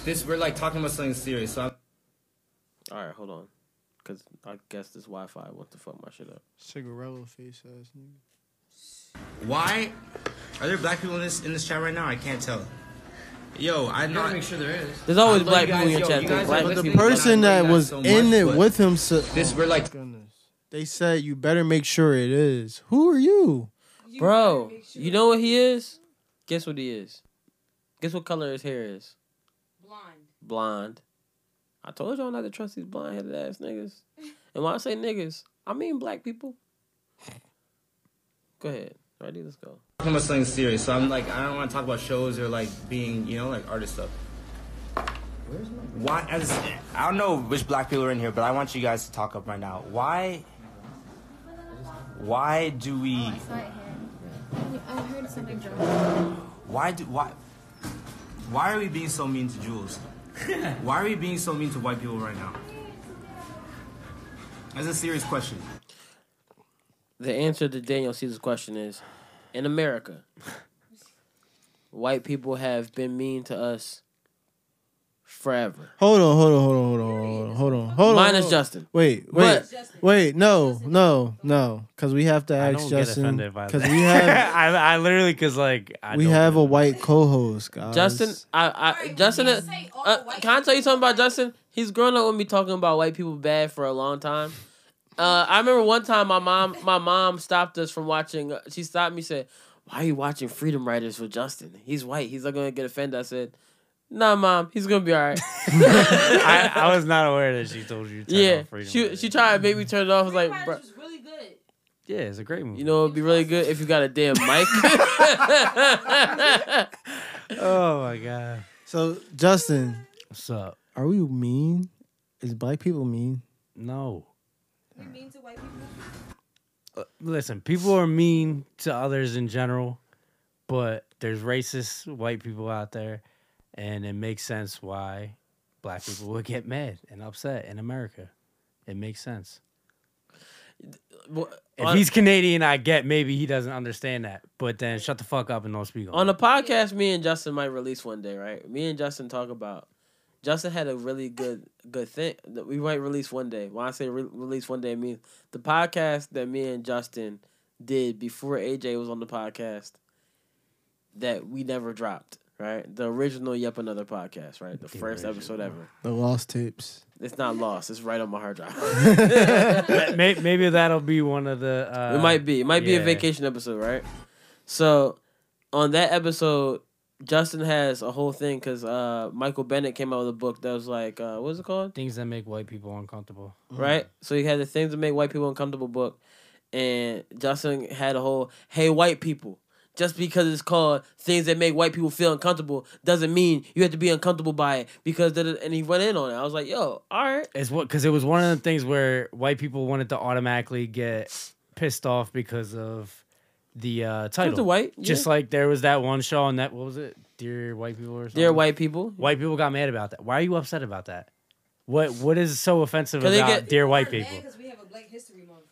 G: this, we're like talking about something serious. So I'm
D: All right, hold on, because I guess this Wi-Fi what the fuck my shit up.
B: Cigarello face ass nigga.
G: why are there black people in this in this chat right now? I can't tell. Yo, I
H: You gotta
G: not.
H: make sure there is.
D: There's always
G: I love
D: black
G: you
D: people in your
G: guys, yo,
D: chat.
G: you
D: though.
G: guys
D: Black
G: are
B: But the
G: listening.
B: person
G: I love
B: that
G: you guys
B: was
G: so
B: in
G: much,
B: it
G: but
B: with him, so,
G: This, we're like.
B: goodness. They said you better make sure it is. Who are you?
E: You
D: Bro,
E: better make sure
D: you know what he is? Guess what he is? Guess what color his hair is?
E: Blind.
D: Blonde. I told y'all not to trust these blonde headed ass niggas. And when I say niggas, I mean black people. Go ahead. Ready? Let's go.
G: talking about something serious. So I'm like, I don't want to talk about shows or like being, you know, like artist stuff. Why? As I don't know which black people are in here, but I want you guys to talk up right now. Why? Why do
I: Oh,
G: we?
I: I heard something drunk.
G: Why do why? Why are we being so mean to Jules? why are we being so mean to white people right now? That's a serious question.
D: The answer to Daniel Caesar's question is in America, white people have been mean to us forever.
B: Hold on, hold on, hold on, hold on, hold on, hold on.
D: Minus
B: hold on.
D: Justin.
B: Wait, wait,
D: But-
B: wait! No, no, no! Because we have to
A: I
B: ask
A: don't get
B: Justin.
A: offended by that.
B: Because we have
A: I, I literally because like I
B: we
A: don't
B: have a
A: really-
B: white co-host, guys.
D: Justin, I, I,
E: Alright, we
D: Justin,
E: can't
D: is-
E: say all
D: uh,
E: Oh, white
D: can I tell you
E: people.
D: something about Justin? He's grown up with me talking about white people bad for a long time. Uh, I remember one time my mom, my mom stopped us from watching. uh, She stopped me, said, "Why are you watching Freedom Riders with Justin? He's white. He's not gonna get offended." I said, "Nah, mom. He's gonna be all right."
A: I, I was not aware that she told you. To turn
D: yeah,
A: off Freedom
D: she
A: Rider.
D: she tried to make me turn it off. I was
E: Free
D: like,
E: Riders
D: "Bruh,
E: was really good.
A: Yeah, it's a great movie.
D: you know, it'd be really good if you got a damn mic."
A: Oh my god.
B: So Justin,
A: What's up?
B: are we mean? Is black people mean?
A: No.
E: We mean to white people.
A: Uh, Listen, people are mean to others in general, but there's racist white people out there, and it makes sense why black people would get mad and upset in America. It makes sense. If he's Canadian, I get maybe he doesn't understand that, but then shut the fuck up and don't speak on,
D: On
A: it.
D: the podcast, me and Justin might release one day, right? Me and Justin talk about. Justin had a really good good thing that we might release one day. When I say re- release one day, it means the podcast that me and Justin did before AJ was on the podcast that we never dropped, right? The original Yep Another podcast, right? The first episode ever.
B: The lost tapes.
D: It's not lost. It's right on my hard drive.
A: May- may- maybe that'll be one of the. Uh,
D: it might be. It might be a
A: yeah.
D: vacation episode, right? So, on that episode, Justin has a whole thing because uh, Michael Bennett came out with a book that was like, uh, what was it called?
A: things that make white people uncomfortable.
D: Right. So he had the things that make white people uncomfortable book, and Justin had a whole, hey, white people. Just because it's called things that make white people feel uncomfortable doesn't mean you have to be uncomfortable by it because da- da- and he went in on it. I was like, yo, all right.
A: It's what because it was one of the things where white people wanted to automatically get pissed off because of the uh, title.
D: the white,
A: just
D: yeah.
A: like there was that one show on that. What was it? Dear white people or something.
D: They're white people.
A: White people got mad about that. Why are you upset about that? What What is so offensive
D: 'Cause
A: about
D: they get-
A: dear white
E: We're mad
A: people?
E: 'cause we have a Black History Month.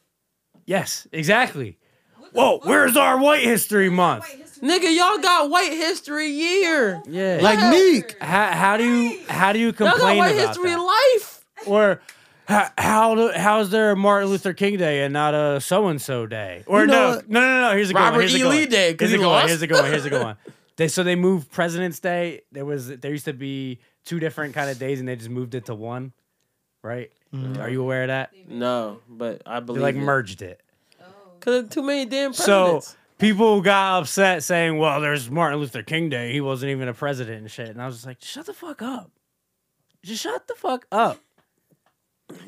A: Yes, exactly.
E: What the
A: Whoa,
E: fuck?
A: where's our White History
E: Where's our
A: Month?
E: White History
D: Nigga, y'all got White History Year.
A: Yeah.
B: Like
D: Yeah.
B: Neek.
A: how, how do you how do you
D: Y'all got
A: complain
D: White
A: about
D: History
A: that?
D: Life.
A: Or how, how do- how is there a Martin Luther King Day and not a so and so day? Or
B: You know
A: no,
B: what?
A: no, no, no. Here's a good
D: Robert
A: one. Here's a
D: E.
A: good
D: Lee
A: one.
D: Day, 'cause
A: Here's
D: he
A: a good one.
D: lost.
A: Here's a good one. Here's a good one. They, so they moved President's Day. There was there used to be two different kind of days, and they just moved it to one. Right? Are you aware of that?
D: No, but I
A: They
D: Mm-hmm. believe
A: like
D: it.
A: merged it.
E: Oh.
D: Cause of too many damn
A: So
D: presidents.
A: people got upset saying, "Well, there's Martin Luther King Day. He wasn't even a president and shit." And I was just like, "Shut the fuck up! Just shut the fuck up!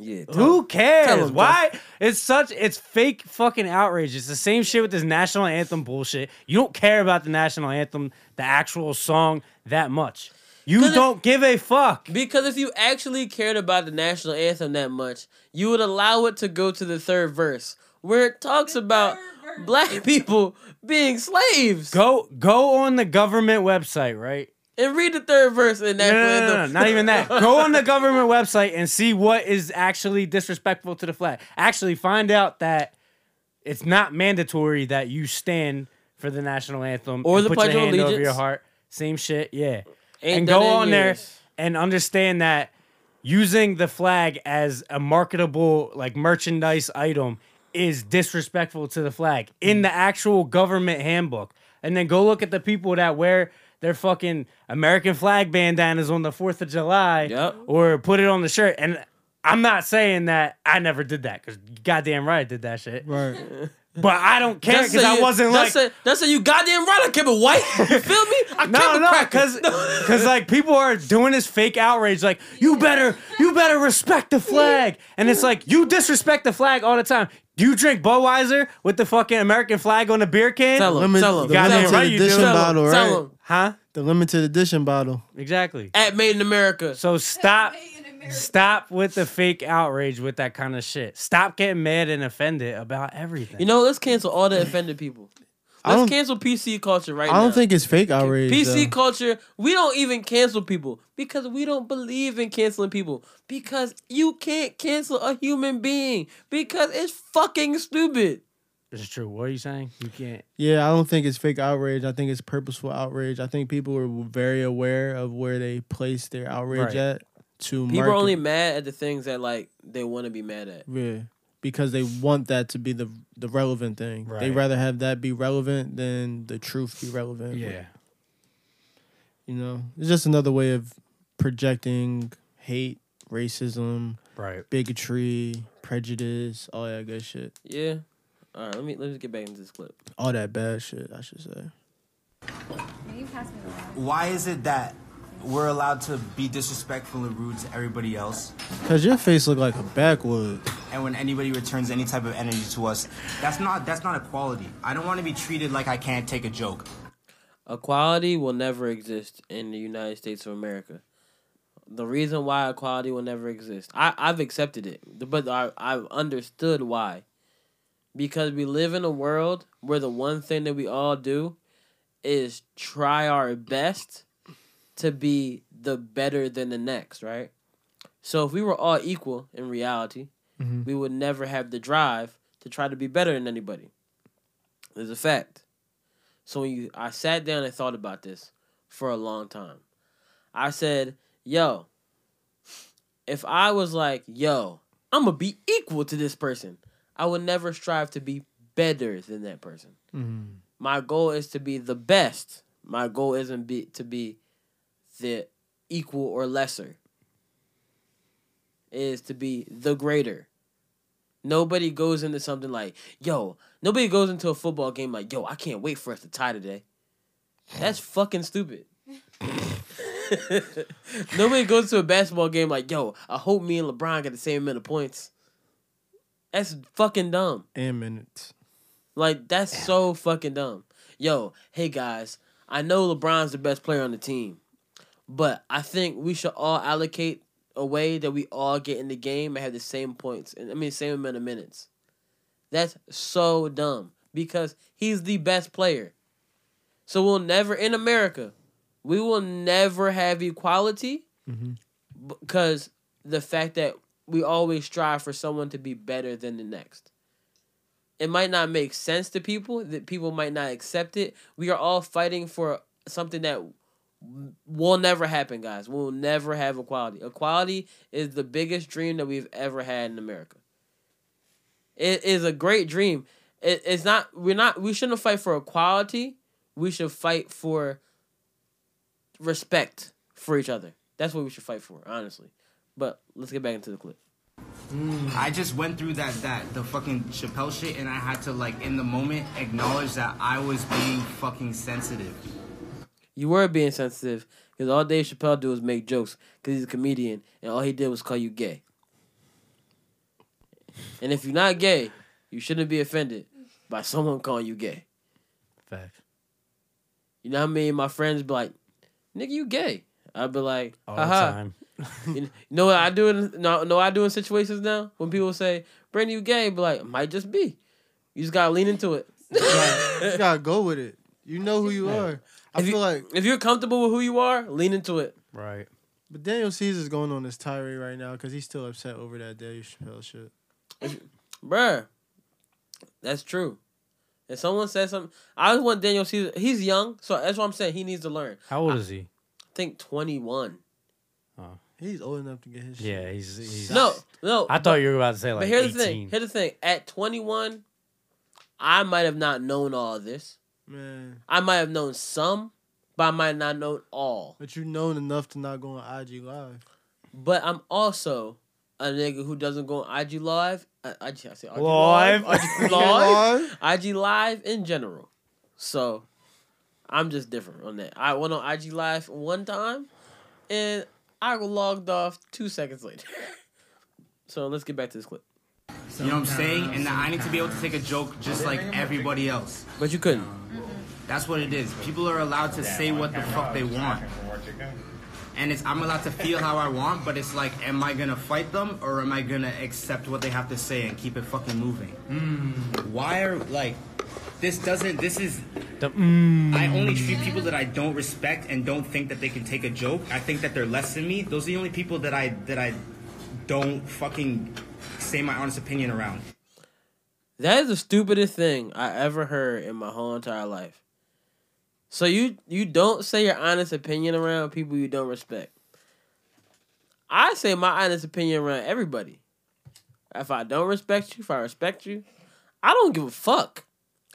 D: yeah,
A: Who cares?
D: tell 'em,
A: Why? It's such it's fake fucking outrage. It's the same shit with this national anthem bullshit. You don't care about the national anthem, the actual song that much. You
D: Cause it-
A: don't give a fuck.
D: Because if you actually cared about the national anthem that much, you would allow it to go to the third verse, where it talks about black people being slaves.
A: Go go on the government website, right?
D: And read the third verse in
A: No,
D: that.
A: no, no, no, no,
D: anthem.
A: not even that. Go on the government website and see what is actually disrespectful to the flag. Actually, find out that it's not mandatory that you stand for the national anthem
D: Or
A: and
D: the
A: put
D: Pledge
A: your
D: of
A: hand over your
D: Allegiance.
A: heart. Same shit, yeah.
D: Ain't
A: and
D: done
A: go
D: in
A: on there
D: years.
A: and understand that using the flag as a marketable like merchandise item is disrespectful to the flag in the actual government handbook. And then go look at the people that wear their fucking American flag bandanas on the 4th of July
D: Yep.
A: or put it on the shirt. And I'm not saying that I never did that because goddamn right I did that shit.
B: Right.
A: But I don't care
D: That's
A: because
D: a-
A: I wasn't like.
D: that's a, that's a you goddamn right. I kept it white. You feel me? I kept
A: No,
D: it
A: no,
D: cracking.
A: because because like people are doing this fake outrage, like you better you better respect the flag, and it's like you disrespect the flag all the time. You drink Budweiser with the fucking American flag on the beer can,
D: Tell 'em,
B: Limit,
D: tell 'em,
B: the
A: Goddamn
B: limited
A: right you do.
B: edition
A: Tell 'em,
B: bottle, right?
D: tell 'em.
A: huh?
B: The limited edition bottle.
A: Exactly.
D: at Made in America.
A: So stop stop with the fake outrage with that kind of shit. Stop getting mad and offended about everything.
D: You know, let's cancel all the offended people.
B: I
D: Let's
B: don't-
D: cancel PC culture right
B: I
D: now.
B: don't think it's fake outrage.
D: PC
B: though.
D: culture, we don't even cancel people because we don't believe in canceling people because you can't cancel a human being because it's fucking stupid.
A: it's true. What are you saying? You can't.
B: Yeah, I don't think it's fake outrage. I think it's purposeful outrage. I think people are very aware of where they place their outrage
A: Right.
B: at to
D: People
B: market.
D: are only mad at the things that like they want to be mad at.
B: yeah, because they want that to be the the relevant thing. They
A: Right.
B: rather have that be relevant than the truth be relevant. you know, it's just another way of projecting hate, racism,
A: Right.
B: bigotry, prejudice, all that good shit,
D: Yeah. All right, let me let me get back into this clip.
B: all that bad shit. I should say.
I: Can you pass me the water?
G: Why is it that we're allowed to be disrespectful and rude to everybody else?
B: Cause your face look like a backwood.
G: and when anybody returns any type of energy to us, that's not that's not equality. I don't want to be treated like I can't take a joke.
D: Equality will never exist in the United States of America. The reason why equality will never exist, I, I've accepted it, but I, I've understood why. Because we live in a world where the one thing that we all do is try our best to be the better than the next, right? So if we were all equal in reality,
B: Mhm.
D: we would never have the drive to try to be better than anybody. There's a fact. So when you, I sat down and thought about this for a long time. I said, "Yo, if I was like, yo, I'm gonna be equal to this person, I would never strive to be better than that person.
B: Mm-hmm.
D: My goal is to be the best. My goal isn't be to be the equal or lesser. It Is to be the greater." Nobody goes into something like, yo, nobody goes into a football game like, yo, I can't wait for us to tie today. That's fucking stupid. nobody goes to a basketball game like, yo, I hope me and LeBron get the same amount of points. That's fucking dumb.
B: And minutes.
D: Like that's so fucking dumb. Yo, hey guys, I know LeBron's the best player on the team, but I think we should all allocate a way that we all get in the game and have the same points and I mean same amount of minutes. That's so dumb because he's the best player. So we'll never in America, we will never have equality because the fact that we always strive for someone to be better than the next. it might not make sense to people that people might not accept it we are all fighting for something that w- will never happen guys we'll never have equality equality is the biggest dream that we've ever had in america it is a great dream it, it's not we're not we shouldn't fight for equality we should fight for respect for each other that's what we should fight for honestly but let's get back into the clip
G: I just went through that that the fucking Chappelle shit, and I had to like in the moment acknowledge that I was being fucking sensitive.
D: You were being sensitive because all Dave Chappelle do is make jokes because he's a comedian, and all he did was call you gay. And if you're not gay, you shouldn't be offended by someone calling you gay.
A: Fact.
D: You know how many of my friends be like, "Nigga, you gay?" I'd be like,
A: All the
D: "Haha."
A: time.
D: You kn- know what I do? In, no, no, I do in situations now when people say, "Brandon, you gay?" But like, might just be. You just gotta lean into it.
B: you gotta go with it. You know who you are. I
D: If you-
B: feel like,
D: If you're comfortable with who you are, lean into it.
A: Right.
B: but Daniel Caesar's going on this tirade right now because he's still upset over that Dave Chappelle shit.
D: Bruh, that's true. If someone says something, I just want Daniel Caesar. He's young, so that's what I'm saying. He needs to learn.
A: How old is he?
D: I think 21.
B: He's old enough to get his shit.
A: Yeah, he's he's.
D: No, no.
A: I thought you were about to say like
D: but here's the thing.
A: 18.
D: Here's the thing. At 21, I might have not known all of this.
B: Man,
D: I might have known some, but I might not known all.
B: but you known enough to not go on IG Live.
D: But I'm also a nigga who doesn't go on IG Live. I, I, I say IG
A: Live.
D: IG Live. IG Live in general. So I'm just different on that. I went on IG Live one time and I logged off two seconds later. so let's get back to this clip.
G: You know what I'm saying? And that I need to be able to take a joke just like everybody else.
D: But you couldn't.
G: That's what it is. People are allowed to say what the fuck they want. And it's I'm allowed to feel how I want, but it's like, am I gonna fight them or am I gonna accept what they have to say and keep it fucking moving? Why are like this doesn't this is
A: The- mm,
G: I only treat people that I don't respect and don't think that they can take a joke. I think that they're less than me. Those are the only people that I that I don't fucking say my honest opinion around.
D: That is the stupidest thing I ever heard in my whole entire life. So you you don't say your honest opinion around people you don't respect. I say my honest opinion around everybody. If I don't respect you, if I respect you, I don't give a fuck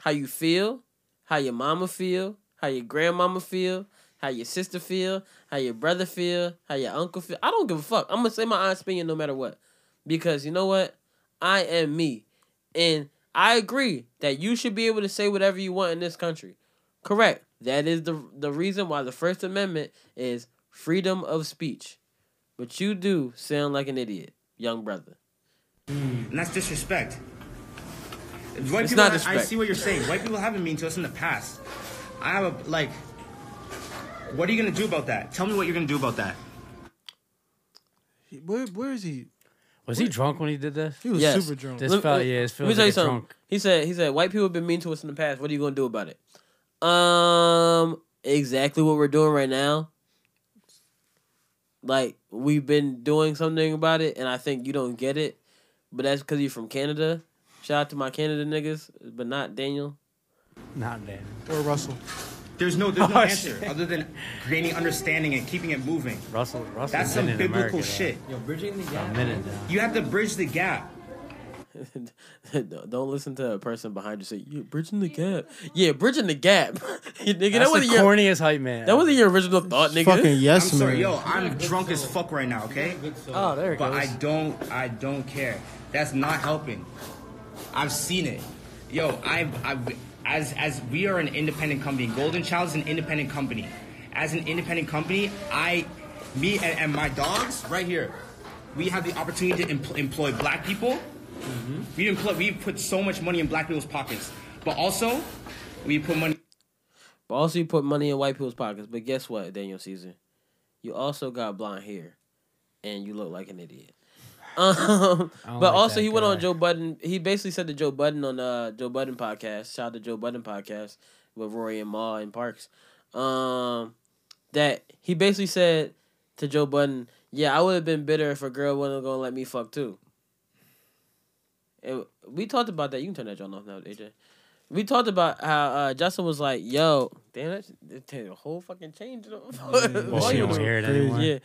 D: how you feel, how your mama feel, how your grandmama feel, how your sister feel, how your brother feel, how your uncle feel. I don't give a fuck. I'm gonna say my honest opinion no matter what. Because you know what? I am me. And I agree that you should be able to say whatever you want in this country. Correct. That is the the reason why the First Amendment is freedom of speech. But you do sound like an idiot, young brother.
G: And that's disrespect. White
D: It's
G: people,
D: not
G: I- I,
D: disrespect.
G: see what you're saying. White people have been mean to us in the past. I have a like. What are you gonna do about that? Tell me what you're gonna do about that.
B: He- Where, where is he?
A: was he drunk when he did this?
B: He was
D: Yes.
B: super drunk.
A: This felt yeah, it
D: Let me
A: feels
D: tell you
A: like a
D: something.
A: drunk.
D: He said he said white people have been mean to us in the past. What are you gonna do about it? Um exactly what we're doing right now. Like we've been doing something about it and I think you don't get it. But that's because you're from Canada. Shout out to my Canada niggas, but not Daniel.
A: Not damn.
B: Or Russell.
G: There's no, there's no
A: Oh,
G: answer
A: shit.
G: other than gaining understanding and keeping it moving.
A: Russell. Russell.
G: That's some
A: been in America,
G: biblical
A: though,
G: shit.
A: For a minute now.
G: You have to bridge the gap.
D: Don't don't listen to a person behind you say you're bridging the gap. Yeah, bridging the gap. You nigga, that
A: That's
D: wasn't
A: the
D: your
A: corniest hype man.
D: that wasn't your original thought, nigga.
B: Fucking
G: I'm
B: yes,
G: sorry,
B: man.
G: yo, I'm drunk as fuck right now, okay?
A: Oh, there it
G: But
A: goes.
G: I don't, I don't care. That's not helping. I've seen it. Yo, I, I, as as we are an independent company, Golden Child is an independent company. As an independent company, I, me and, and my dogs right here, we have the opportunity to empl- employ black people.
A: Mm-hmm.
G: We employ, we put so much money in black people's pockets, but also we put money.
D: But also, you put money in white people's pockets. But guess what, Daniel Caesar? You also got blonde hair, and you look like an idiot. Um, but
A: like
D: also,
A: that
D: he went on
A: guy.
D: Joe Budden. He basically said to Joe Budden on uh Joe Budden podcast. Shout out to Joe Budden podcast with Rory and Ma and Parks. Um, that he basically said to Joe Budden, "Yeah, I would have been bitter if a girl wasn't gonna let me fuck too." And we talked about that. You can turn that John off now, AJ. We talked about how uh, Justin was like, "Yo, damn, that's, that t- the whole fucking change." in the
A: Well, she
D: volume.
A: don't hear it
B: Crazy.
A: anymore.
D: yeah,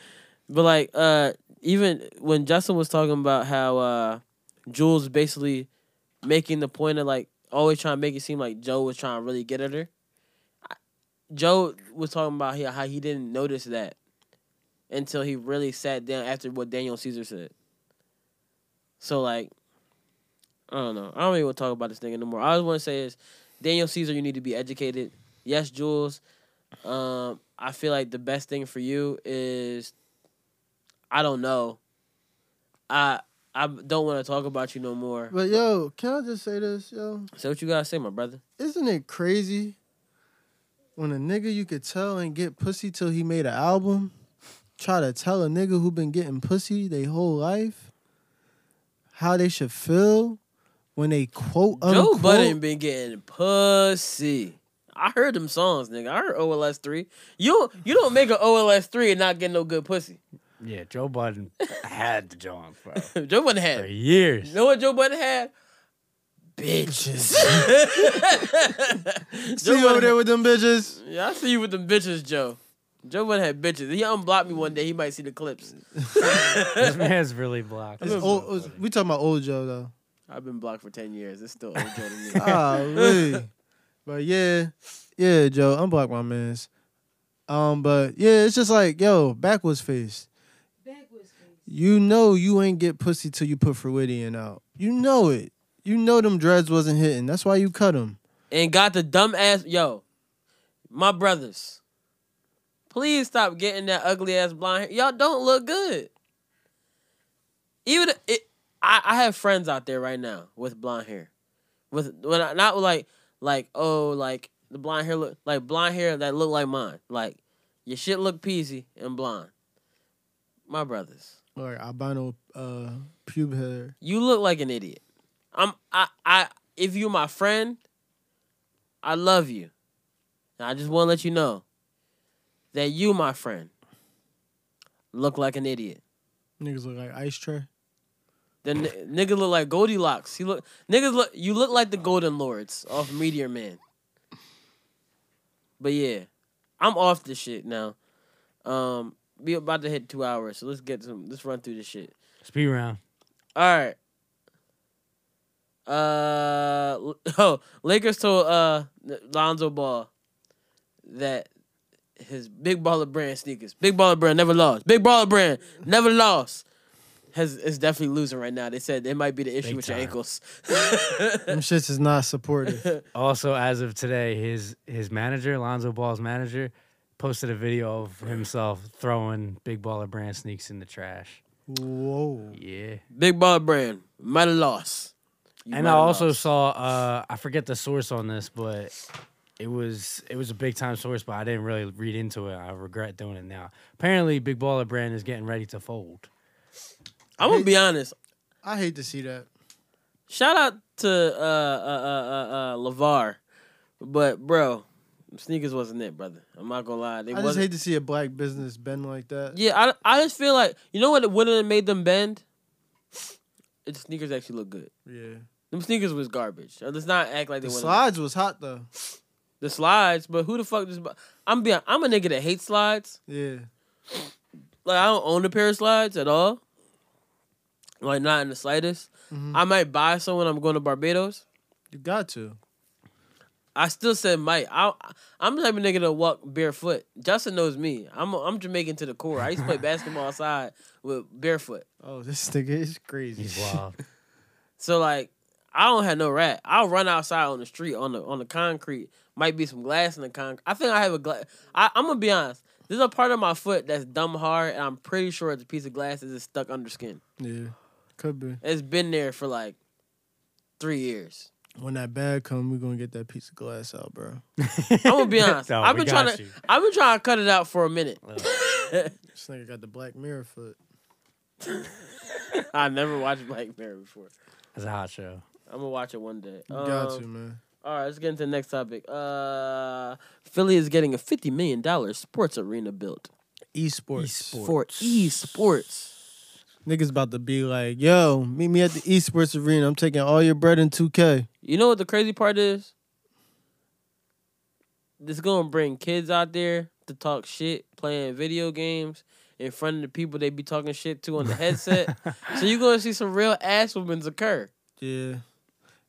D: but like, uh, even when Justin was talking about how uh, Jules basically making the point of like always trying to make it seem like Joe was trying to really get at her. I- Joe was talking about he- how he didn't notice that until he really sat down after what Daniel Caesar said. So like, I don't know. I don't even want to talk about this thing anymore. All I want to say is, Daniel Caesar, you need to be educated. Yes, Jules. Um, I feel like the best thing for you is, I don't know. I I don't want to talk about you no more.
B: But yo, can I just say this, yo?
D: Say what you gotta say, my brother.
B: Isn't it crazy when a nigga you could tell and get pussy till he made an album, try to tell a nigga who been getting pussy they whole life how they should feel when they quote
D: Joe
B: unquote
D: Budden been getting pussy. I heard them songs, nigga. I heard OLS three. You you don't make an OLS three and not get no good pussy.
A: Yeah, Joe Budden had the John bro,
D: Joe
A: for
D: Budden had. You
A: years.
D: know what Joe Budden had? Bitches. Joe
B: See you over
D: Budden-
B: there with them bitches.
D: Yeah, I see you with them bitches, Joe. Joe Budden had bitches. He unblocked me one day. He might see the clips.
A: This man's really blocked.
B: It's old, it's- we talking about old Joe though.
D: I've been blocked for ten years. It's still old Joe to me.
B: Golly. but yeah, yeah, Joe, unblock my mans. Um, but yeah, it's just like, yo, backwards face.
E: Backwards face.
B: You know you ain't get pussy till you put Fruidian out. You know it. You know them dreads wasn't hitting. That's why you cut them.
D: and got the dumb ass yo, my brothers. Please stop getting that ugly ass blonde hair. Y'all don't look good. Even it, I, I have friends out there right now with blonde hair, with when I, not like like oh like the blonde hair look like blonde hair that look like mine. Like your shit look peasy and blonde. My brothers.
B: Or albino uh pube hair.
D: You look like an idiot. I'm I I if you're my friend, I love you. And I just want to let you know that you, my friend, look like an idiot.
B: Niggas look like ice tray.
D: The n- nigga look like Goldilocks. He look niggas look you look like the Golden Lords off Meteor Man. But yeah, I'm off this shit now. Um, we about to hit two hours, so let's get some. Let's run through this shit.
A: Speed round.
D: All right. Uh oh, Lakers told uh Lonzo Ball that his big baller brand sneakers, big baller brand never lost, big baller brand never lost. Has is definitely losing right now. They said it might be the issue
A: Big
D: with
A: time.
D: your ankles.
B: Them shits is not supportive.
A: Also, as of today, his his manager, Lonzo Ball's manager, posted a video of himself throwing Big Baller Brand sneaks in the trash.
B: Whoa.
A: Yeah.
D: big baller brand might have lost. You
A: and
D: might
A: I
D: have
A: also
D: lost.
A: saw uh I forget the source on this, but it was it was a big time source, but I didn't really read into it. I regret doing it now. Apparently, Big Baller Brand is getting ready to fold.
D: I'm gonna be honest.
B: I hate to see that.
D: Shout out to uh uh uh uh, uh Lavar, but bro, sneakers wasn't it, brother. I'm not gonna lie, they
B: I just
D: wasn't.
B: hate to see a black business bend like that.
D: Yeah, I, I just feel like you know what it wouldn't have made them bend. If the sneakers actually look good.
B: Yeah.
D: Them sneakers was garbage. Uh, Let's not act like they
B: The
D: wouldn't-
B: slides was hot though.
D: The slides, but who the fuck just? bu- I'm being. I'm a nigga that hates slides.
B: Yeah.
D: Like I don't own a pair of slides at all. Like not in the slightest.
B: Mhm.
D: I might buy some when I'm going to Barbados.
B: You got to.
D: I still said might. I I'm the type of nigga to walk barefoot. Justin knows me. I'm I'm Jamaican to the core. I used to play basketball outside with barefoot.
B: Oh, this nigga is crazy.
A: He's wild.
D: So like, I don't have no rat. I'll run outside on the street on the on the concrete. Might be some glass in the concrete. I think I have a glass. I'm gonna be honest. There's a part of my foot that's dumb hard, and I'm pretty sure it's a piece of glass that's just stuck under skin.
B: Yeah. Could be.
D: It's been there for like three years.
B: When that bag come, we gonna get that piece of glass out, bro.
D: I'm gonna be honest.
A: No,
D: I've
A: we
D: been
A: got
D: trying to.
A: you.
D: I've been trying to cut it out for a minute.
B: This nigga got the black mirror foot.
D: I never watched Black Mirror before.
A: That's a hot show.
D: I'm gonna watch it one day.
B: You got
D: Um,
B: to, man.
D: All right, let's get into the next topic. Uh, Philly is getting a fifty million dollar sports arena built
B: Esports.
A: Esports.
D: for esports.
B: Niggas about to be like, yo, meet me at the Eastwards Arena. I'm taking all your bread in 2K.
D: You know what the crazy part is? This gonna bring kids out there to talk shit, playing video games in front of the people they be talking shit to on the headset. so you gonna see some real ass women's occur.
B: Yeah.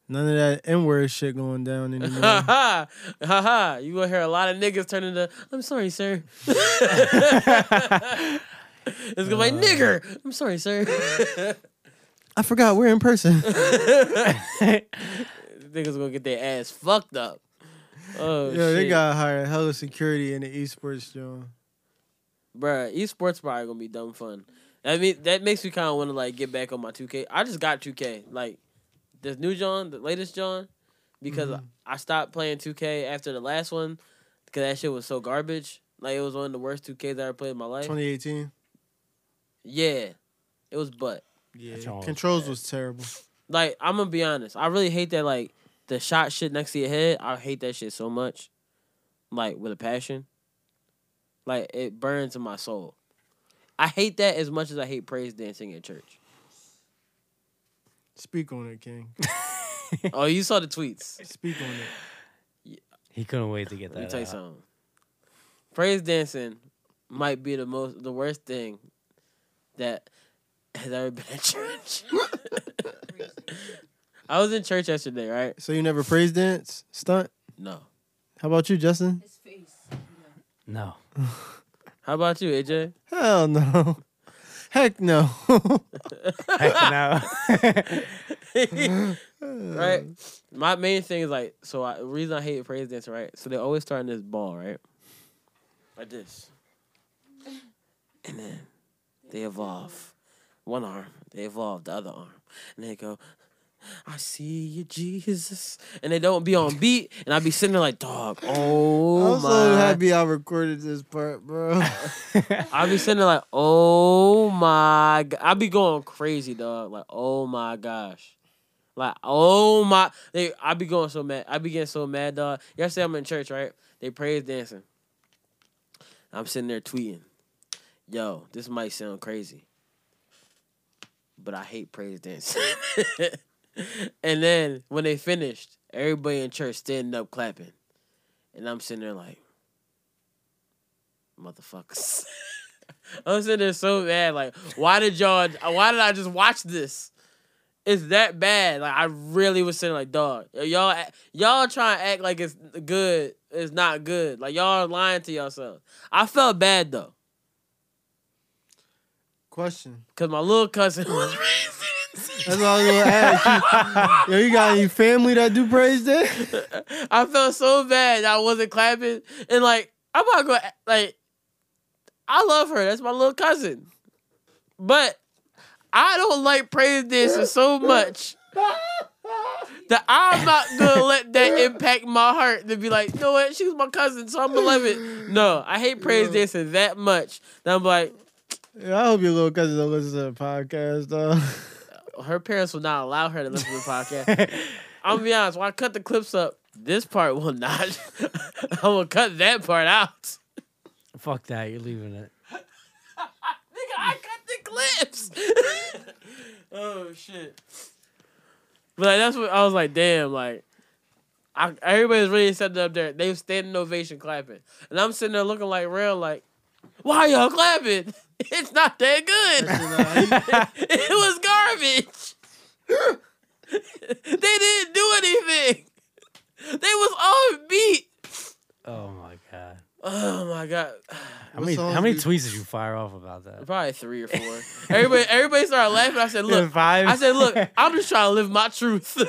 B: None of that N word shit going down
D: Ha
B: anymore.
D: ha. Mm-hmm. Ha ha. You gonna hear a lot of niggas turn into I'm sorry, sir. it's gonna be like nigger. I'm sorry, sir.
B: I forgot we're in person.
D: niggas gonna get their ass fucked up. Oh
B: Yo,
D: shit.
B: they got hired hella security in the esports joint.
D: Bruh, esports probably gonna be dumb fun. I mean, that makes me kind of want to like get back on my 2K. I just got 2K, like this new John, the latest John, because I stopped playing 2K after the last one because that shit was so garbage. Like it was one of the worst 2Ks I ever played in my life.
B: 2018.
D: yeah, it was butt.
A: That's all.
B: Yeah. Controls was terrible.
D: Like I'm gonna be honest, I really hate that like the shot shit next to your head. I hate that shit so much, like with a passion. Like it burns in my soul. I hate that as much as I hate praise dancing at church.
B: Speak on it, King.
D: Oh, you saw the tweets.
B: Speak on it.
A: He couldn't wait to get
D: Let
A: that. uh,
D: me tell you
A: out.
D: something. Praise dancing might be the most the worst thing that has ever been at church. I was in church yesterday, right?
B: So you never praise dance stunt?
D: No.
B: How about you, Justin?
E: His face.
A: No.
D: How about you, AJ?
B: Hell no. Heck no.
A: Heck no.
D: right?
B: Mm.
D: My main thing is like, so I, the reason I hate praise dancing, right? So they always start in this ball, right? Like this. And then they evolve. One arm, they evolve the other arm. And they go, I see you, Jesus. And they don't be on beat. And I be sitting there like, dog, oh
B: I'm
D: my.
B: so happy I recorded this part, bro.
D: I be sitting there like, oh my, g-" I be going crazy, dog. Like, oh my gosh, like, oh my, they, I be going so mad. I be getting so mad, dog. Yesterday I'm in church, right? They praise dancing. I'm sitting there tweeting, yo, this might sound crazy, but I hate praise dancing. and then when they finished, everybody in church standing up clapping, and I'm sitting there like, motherfuckers. I'm sitting there so bad. Like, why did y'all? Why did I just watch this? It's that bad. Like, I really was sitting like, dog, y'all, act- y'all trying to act like it's good. It's not good. Like, y'all are lying to yourselves. I felt bad though,
B: Question.
D: cause my little cousin was raised.
B: That's what I was gonna ask you. Yo, you got any family that do praise dance?
D: I felt so bad that I wasn't clapping, and like, I'm not gonna like. I love her. That's my little cousin, but I don't like praise dancing so much. that I'm not gonna let that impact my heart to be like, you know what, she's my cousin, so I'm gonna love it. No, I hate praise
B: Yeah.
D: dancing that much that I'm like,
B: Yeah, I hope your little cousin don't listen to the podcast, though.
D: her parents will not allow her to listen to the podcast. I'm gonna be honest, when I cut the clips up, this part will not. I'm gonna cut that part out.
A: Fuck that. You're leaving it.
D: Nigga, I cut the clips. oh shit. But like, that's what I was like, damn, like I, everybody's really sitting up there. They was standing ovation clapping. And I'm sitting there looking like real like, why y'all clapping? It's not that good. it was garbage. they didn't do anything. They was on beat.
A: Oh my god.
D: Oh my god.
A: How
B: What
A: many
B: songs
A: how many
B: do
A: tweets did you fire off about that?
D: Probably three or four. Everybody everybody started laughing. I said, look,
A: five.
D: I said, look, I'm just trying to live my truth.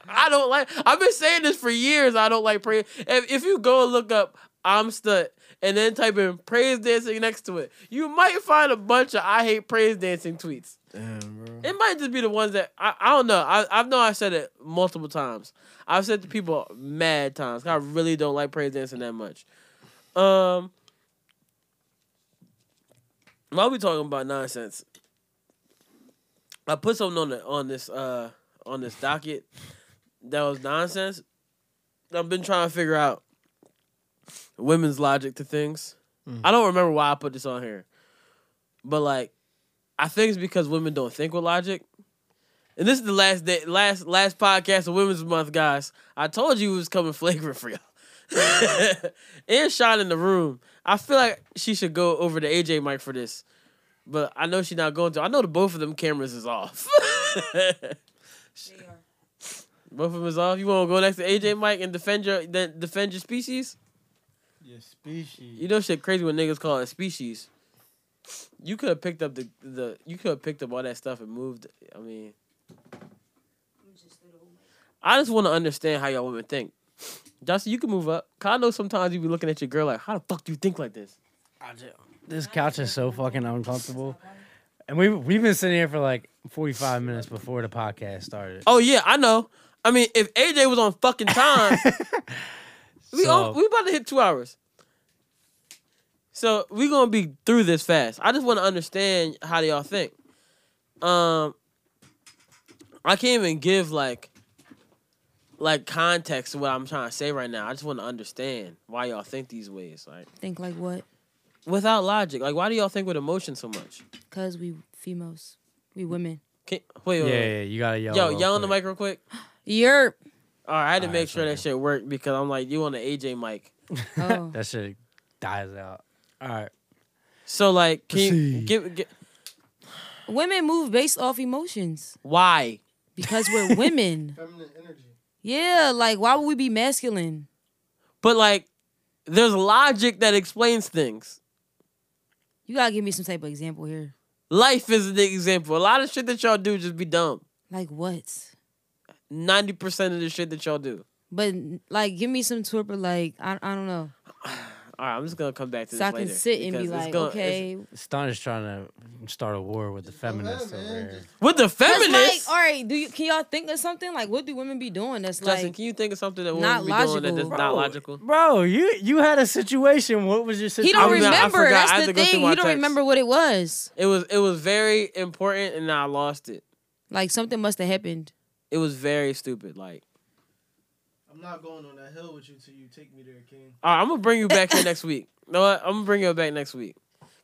D: I don't like. I've been saying this for years. I don't like praise. If, if you go and look up "I'm stuck" and then type in "praise dancing" next to it, you might find a bunch of "I hate praise dancing" tweets.
B: Damn, bro.
D: It might just be the ones that I, I don't know. I I know I said it multiple times. I've said to people mad times. 'cause I really don't like praise dancing that much. Um, while we talking about nonsense, I put something on the on this uh on this docket that was nonsense. I've been trying to figure out women's logic to things. I don't remember why I put this on here, but like I think it's because women don't think with logic. And this is the last day, last last podcast of Women's Month, guys. I told you it was coming flagrant for y'all. and Sean in the room. I feel like she should go over to AJ Mike for this, but I know she's not going to. I know the both of them cameras is off.
J: They are.
D: both of them is off. You want to go next to AJ Mike and defend your then defend your species?
B: Your species.
D: You know shit crazy when niggas call it species. You could have picked up the the you could have picked up all that stuff and moved. I mean.
J: I'm just little.
D: I just want to understand how y'all women think. Justin, you can move up. Cause I know sometimes you be looking at your girl like, how the fuck do you think like this?
A: This couch is so fucking uncomfortable. And we we've been sitting here for like 45 minutes before the podcast started.
D: Oh yeah, I know. I mean, if AJ was on fucking time, we all,
A: So-
D: we about to hit two hours. So we gonna be through this fast. I just want to understand how do y'all think. Um, I can't even give like like context to what I'm trying to say right now. I just want to understand why y'all think these ways. Like
E: Think like what?
D: without logic, like why do y'all think with emotion so much?
E: Cause we females, we women.
D: Can, wait,
A: yeah,
D: wait,
A: yeah,
D: wait.
A: yeah, you gotta yell.
D: Yo,
A: real
D: yell on the
A: quick.
D: mic real quick.
E: You're
D: All right, I had
A: All
D: to
A: right,
D: make
A: it's
D: sure
A: okay.
D: that shit worked because I'm like, you on the AJ mic.
E: oh
A: That shit dies out. All right.
D: So like, can you
B: Proceed.
D: give, gi-
E: women move based off emotions
D: why?
E: because we're women.
B: Feminine energy.
E: Yeah, like why would we be masculine?
D: But like, there's logic that explains things.
E: You gotta give me some type of example here.
D: Life is an example. A lot of shit that y'all do just be dumb.
E: Like what?
D: Ninety percent of the shit that y'all do.
E: But like, give me some type of like I, I don't know,
D: All right, I'm just gonna come back to
E: so
D: this
E: I can
D: later
E: sit and
D: because
E: be
D: it's
E: like,
D: gonna-
E: okay,
D: it's-
A: Stun is trying to start a war with the feminists
B: man,
A: over here.
D: with the
E: 'Cause,
D: feminists.
E: Like, all right, do you can y'all think of something like what do women be doing that's
D: Justin,
E: like
D: can you think of something that
E: not
D: women be doing that
E: logical.
D: is not logical?
A: Bro, you you had a situation. What was your
E: he
A: situation?
E: don't
D: I'm not- I
E: remember.
D: forgot. I had
E: that's
D: to
E: the
D: go through
E: thing.
D: my
E: You don't
D: text.
E: remember what it was.
D: It was it was very important, and I lost it.
E: Like something must have happened.
D: It was very stupid. Like.
B: I'm not going on that hill with you till you take me there, King.
D: All right, I'm gonna bring you back here next week. You know what? I'm gonna bring you back next week.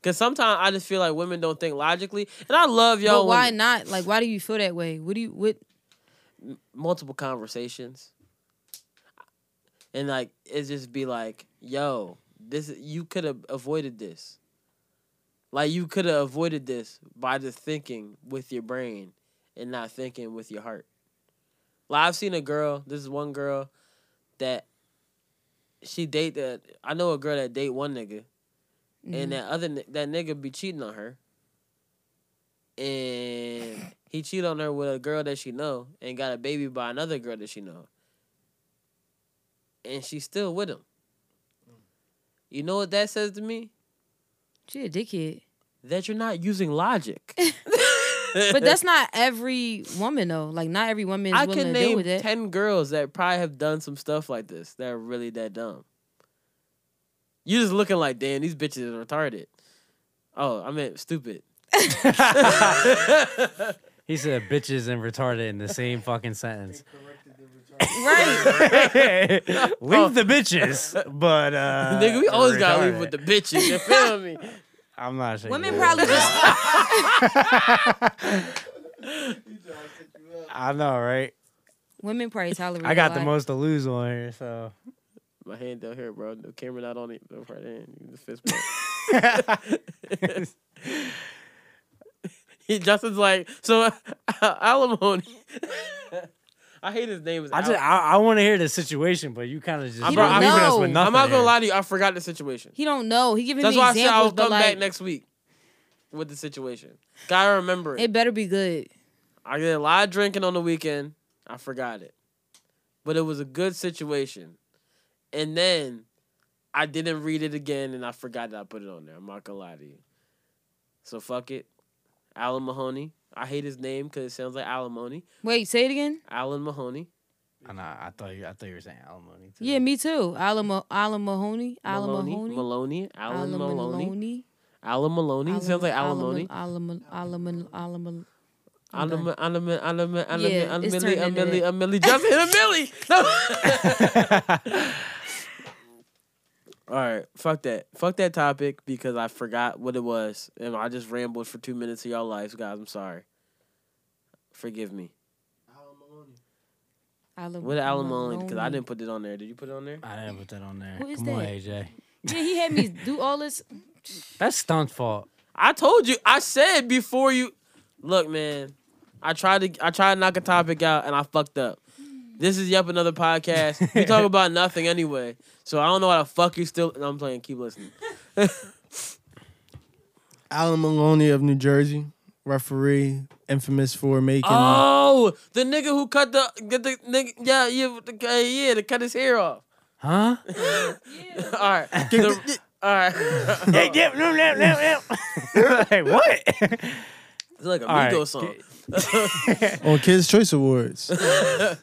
D: Cause sometimes I just feel like women don't think logically, and I love y'all.
E: but why
D: women.
E: not? Like, why do you feel that way? What do you what?
D: multiple conversations, and like it just be like, yo, this is- you could have avoided this. Like you could have avoided this by just thinking with your brain and not thinking with your heart. Like I've seen a girl. This is one girl that she date that I know a girl that date one nigga.
E: Mm-hmm. Mm,
D: and that other ni- that nigga be cheating on her, and he cheat on her with a girl that she know, and got a baby by another girl that she know, and she's still with him. You know what that says to me?
E: she a dickhead.
D: That you're not using logic.
E: But that's not every woman though. Like, not every woman is
D: I
E: willing
D: can
E: to deal
D: name
E: with it.
D: ten girls that probably have done some stuff like this that are really that dumb. You just looking like, damn, these bitches are retarded. Oh, I meant stupid.
A: He said bitches and retarded in the same fucking sentence.
B: Corrected the retard.
E: right?
A: leave the bitches, but uh
D: Nigga, we always gotta leave
A: retarded.
D: with the bitches. You feel me?
A: I'm not sure.
E: Women probably just
A: I know, right?
E: women probably tolerate.
A: I got
E: a
A: the
E: lot.
A: most to lose on here, so
D: My hand down here, bro. The camera not on it. The right hand. You The fist bump. He- Justin's like, so Alimony. I hate his name. Is
A: I
D: Al-
A: just I, I want to hear the situation, but you kind of just
D: I'm
A: you
D: not-
A: leaving us with
E: I'm
A: nothing.
D: I'm not gonna
A: here.
D: lie to you. I forgot the situation.
E: He don't know. He giving
D: That's
E: me
D: why I said
E: examples,
D: I will
E: but
D: come
E: like,
D: back next week with the situation. Gotta remember it.
E: it better be good.
D: I did a lot of drinking on the weekend. I forgot it. But it was a good situation. And then I didn't read it again and I forgot that I put it on there. I'm not gonna lie to you. So fuck it. Alan Mahoney. I hate his name because it sounds like alimony.
E: Wait, say it again.
D: Alan Mahoney.
A: I know, I thought you I thought you were saying alimony. Too.
E: Yeah, me too. Alan Mo- Alan Mahoney. Alan
D: Maloney.
E: Mahoney.
D: Maloney. Alan
E: Alan
D: Maloney.
E: Maloney.
D: Alan Maloney. It sounds like alimony.
E: Alan Mal- Alan Mal- Alan Mal- I'm
D: Alan
E: done.
D: Alan Alan Alan
E: Yeah,
D: Alan
E: it's
D: Millie
E: turning
D: a
E: into
D: Millie
E: that.
D: a Millie. Just hit a Millie. No. All right, fuck that. Fuck that topic because I forgot what it was and I just rambled for two minutes of y'all lives, guys. I'm sorry. Forgive me.
H: Alan,
D: What Alan Maloney? Because I didn't put it on there. Did you put it on there?
A: I didn't put that on there.
H: Who is
A: Come on,
H: that?
A: AJ.
H: Yeah, he had me do all this.
A: That's Stunt's fault.
D: I told you. I said before you. Look, man. I tried to. I tried to knock a topic out and I fucked up. This is yep another podcast. We talk about nothing anyway. So I don't know why the fuck you still. No, I'm playing. Keep listening.
B: Alan Maloney of New Jersey, referee, infamous for making uh,
D: Oh, the nigga who cut the get the nigga yeah yeah the guy- yeah to cut his hair off.
A: Huh?
D: all right, The- all right.
A: Hey, yep, yep, yep, yep, yep. Hey, what?
D: it's like a
A: All right.
D: Migos song.
B: on Kids Choice Awards.
D: That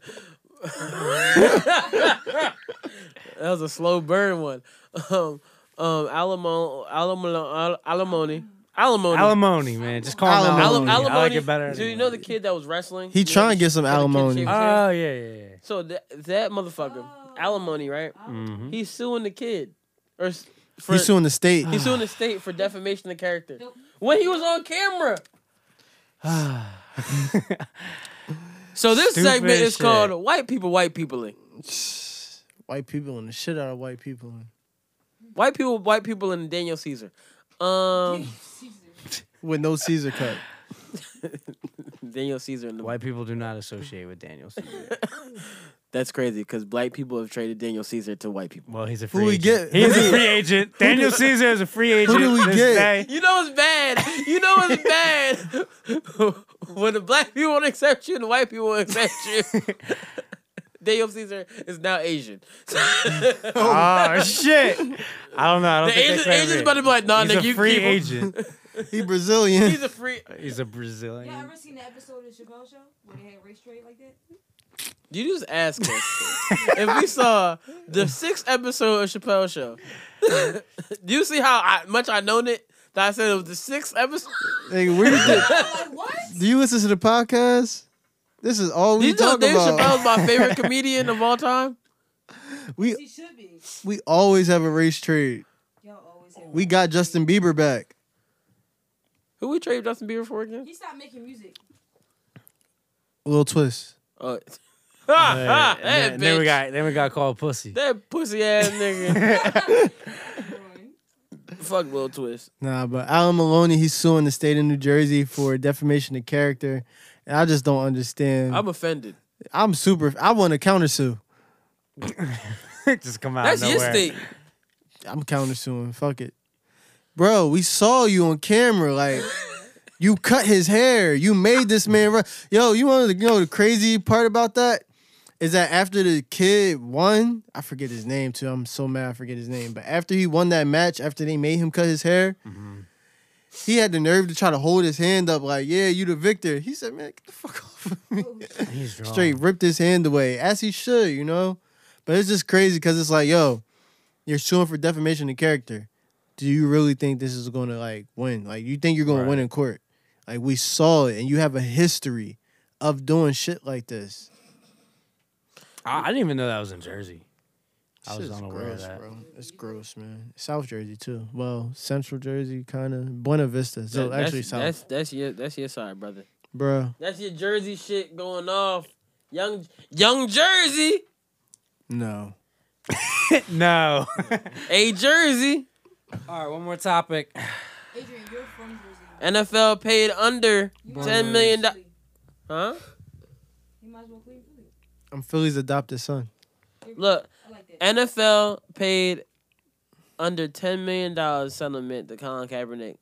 D: was a slow burn one. Um, um, Alamo, Alamo, Alimony, Alimony,
A: Alimony, man. Just call him
D: Alim-
A: alimony.
D: Alimony.
A: I like it better.
D: Do you know the kid that was wrestling?
B: He
D: You know,
B: trying to get some
D: you know the kid
B: alimony.
D: she was saying?
A: Oh yeah, yeah, yeah.
D: so that that motherfucker, alimony, right?
A: Mhm.
D: He's suing the kid, or s- for
B: He's suing the state.
D: he's Mm-hmm. suing the state for defamation of character when he was on camera.
H: Oh.
A: Mm-hmm.
D: So this
A: Stupid
D: segment is
A: shit.
D: called "White People White Peopling."
B: white people and the shit out of white people.
D: White people, white people, and Daniel Caesar. Um,
B: With no Caesar cut.
D: Daniel Caesar and the
A: White people do not associate with Daniel Caesar.
D: That's crazy because black people have traded Daniel Caesar to white people.
A: Well, he's a
B: Who
A: free
B: we
A: agent.
B: get-
A: He
B: who
A: is
B: do-
A: a free agent. Daniel Caesar is a free agent.
B: do we
A: this
B: get?
A: day.
D: You know it's bad. You know it's bad when the black people won't accept you and the white people won't accept you. Daniel Caesar is now Asian. the
A: Oh shit! I don't know. I don't think
D: Asian,
A: that's right.
D: Asian's about to be like, nah,
A: He's
D: nigga,
A: a
D: you
A: free
D: keep him."
A: agent.
B: He Brazilian.
D: He's a free.
A: He's a
E: Y'all
A: Brazilian.
E: ever seen the episode of Chappelle Show where they had race trade like that?
D: You just ask us if we saw the sixth episode of Chappelle Show. Do you see how I, much I known it? That I said it was the sixth episode.
B: Nigga, where you think-
E: Like what?
B: do you listen to the podcast? This is all we
D: You know
B: talk
D: Dave Chappelle's
B: about.
D: my favorite comedian of all time.
E: He should be.
B: We always have a race trade.
E: Y'all always have
B: We got Justin Bieber back.
D: Who we traded Justin Bieber for again?
E: He stopped making music.
B: Little twist.
D: Oh,
A: Hey,
D: ha, ha, that
A: and then, then we
D: Ah, bitch.
A: got then we got called pussy.
D: that pussy ass nigga.
E: Everyone.
D: Fuck Lil Twist.
B: Nah, but Alan Maloney, he's suing the state of New Jersey for defamation of character. And I just don't understand.
D: I'm
B: I'm,
D: offended.
B: super. I want to countersue.
A: Just come out
D: That's
A: of
D: your
A: nowhere.
D: state.
B: I'm countersuing. Fuck it. Bro, we saw you on camera. Like, you cut his hair. You made this man run. Yo, you want to know the crazy part about that? Is that after the kid won, I forget his name too. I'm so mad I forget his name. But after he won that match, after they made him cut his hair, he had the nerve to try to hold his hand up, like, yeah, you the victor. He said, man, get the fuck off of me.
A: He's wrong.
B: straight ripped his hand away as he should, you know. But it's just crazy because it's like, yo, you're suing for defamation of character. Do you really think this is going to like win? Like, you think you're going to win
A: Right.
B: in court? Like, we saw it, and you have a history of doing shit like this.
A: I, I didn't even know that was in Jersey. I
B: Shit
A: was
B: is
A: unaware
B: gross,
A: of that.
B: bro. It's gross, man. South Jersey too. Well, Central Jersey, kind of Buena Vista. So
D: That-
B: actually,
D: that's,
B: South,
D: that's that's your that's your side, brother.
B: bro.
D: That's your Jersey shit going off. Young Young Jersey,
B: No,
A: No.
D: a Jersey.
A: All right, one more topic.
E: Adrian, you're from Jersey.
D: NFL paid under
E: You might as well
D: ten million
E: clean Philly.
D: dollars. Huh?
E: You might as well clean Philly.
B: I'm Philly's adopted son.
D: Look,
E: I like that.
D: NFL paid under ten million dollars settlement to Colin Kaepernick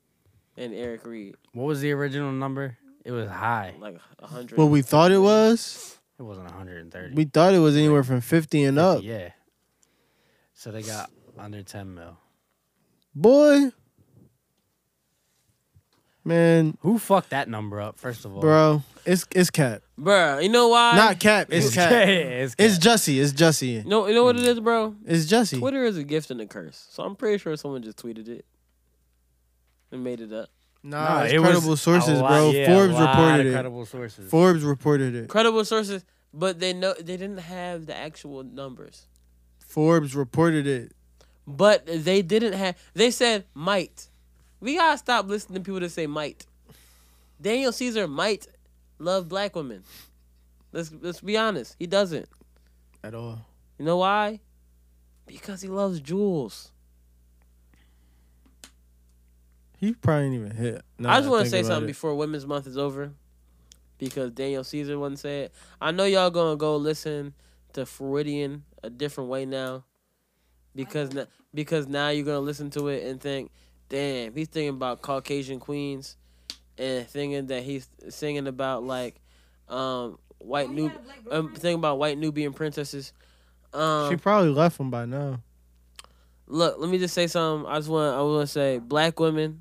D: and Eric Reed,
A: What was the original number? It was high.
D: like a hundred.
B: What we thought it was,
A: It wasn't 130.
B: we thought it was anywhere from fifty and up.
A: Yeah. So they got under 10 mil.
B: Boy. Man,
A: Who fucked that number up? First of all,
B: bro, it's it's cap.
D: Bruh, you know why?
B: Not cap, it's
A: It's
B: cap.
A: it's,
B: It's
A: cap.
B: Jussie, it's Jussie.
D: you know, you know what it is, bro.
B: It's Jussie.
D: Twitter is a gift and a curse. So I'm pretty sure someone just tweeted it and made it up.
B: Nah,
A: Nah,
B: uh, it's
A: it was
B: credible
A: a
B: sources,
A: lot-
B: bro.
A: yeah, a
B: Forbes
A: lot of
B: reported it.
A: Credible sources.
B: Forbes reported it.
D: Credible sources, but they know they didn't have the actual numbers.
B: Forbes reported it.
D: But they didn't have. They said might. We gotta stop listening to people that say might. Daniel Caesar might love black women. Let's let's be honest. He doesn't.
B: at all.
D: You know why? Because he loves jewels.
B: He probably didn't even hit. now
D: I
B: that
D: just want to
B: think
D: say
B: about
D: something
B: it.
D: before Women's Month is over, because Daniel Caesar wouldn't say it. I know y'all gonna go listen to Floridian a different way now, because now, because now you're gonna listen to it and think, damn, he's thinking about Caucasian queens, and thinking that he's singing about like, um, white
E: Oh, he
D: new,
E: had a black
D: um,
E: boyfriend?
D: thinking about white Nubian princesses. Um,
B: She probably left him by now.
D: look, let me just say something. I just want I want to say black women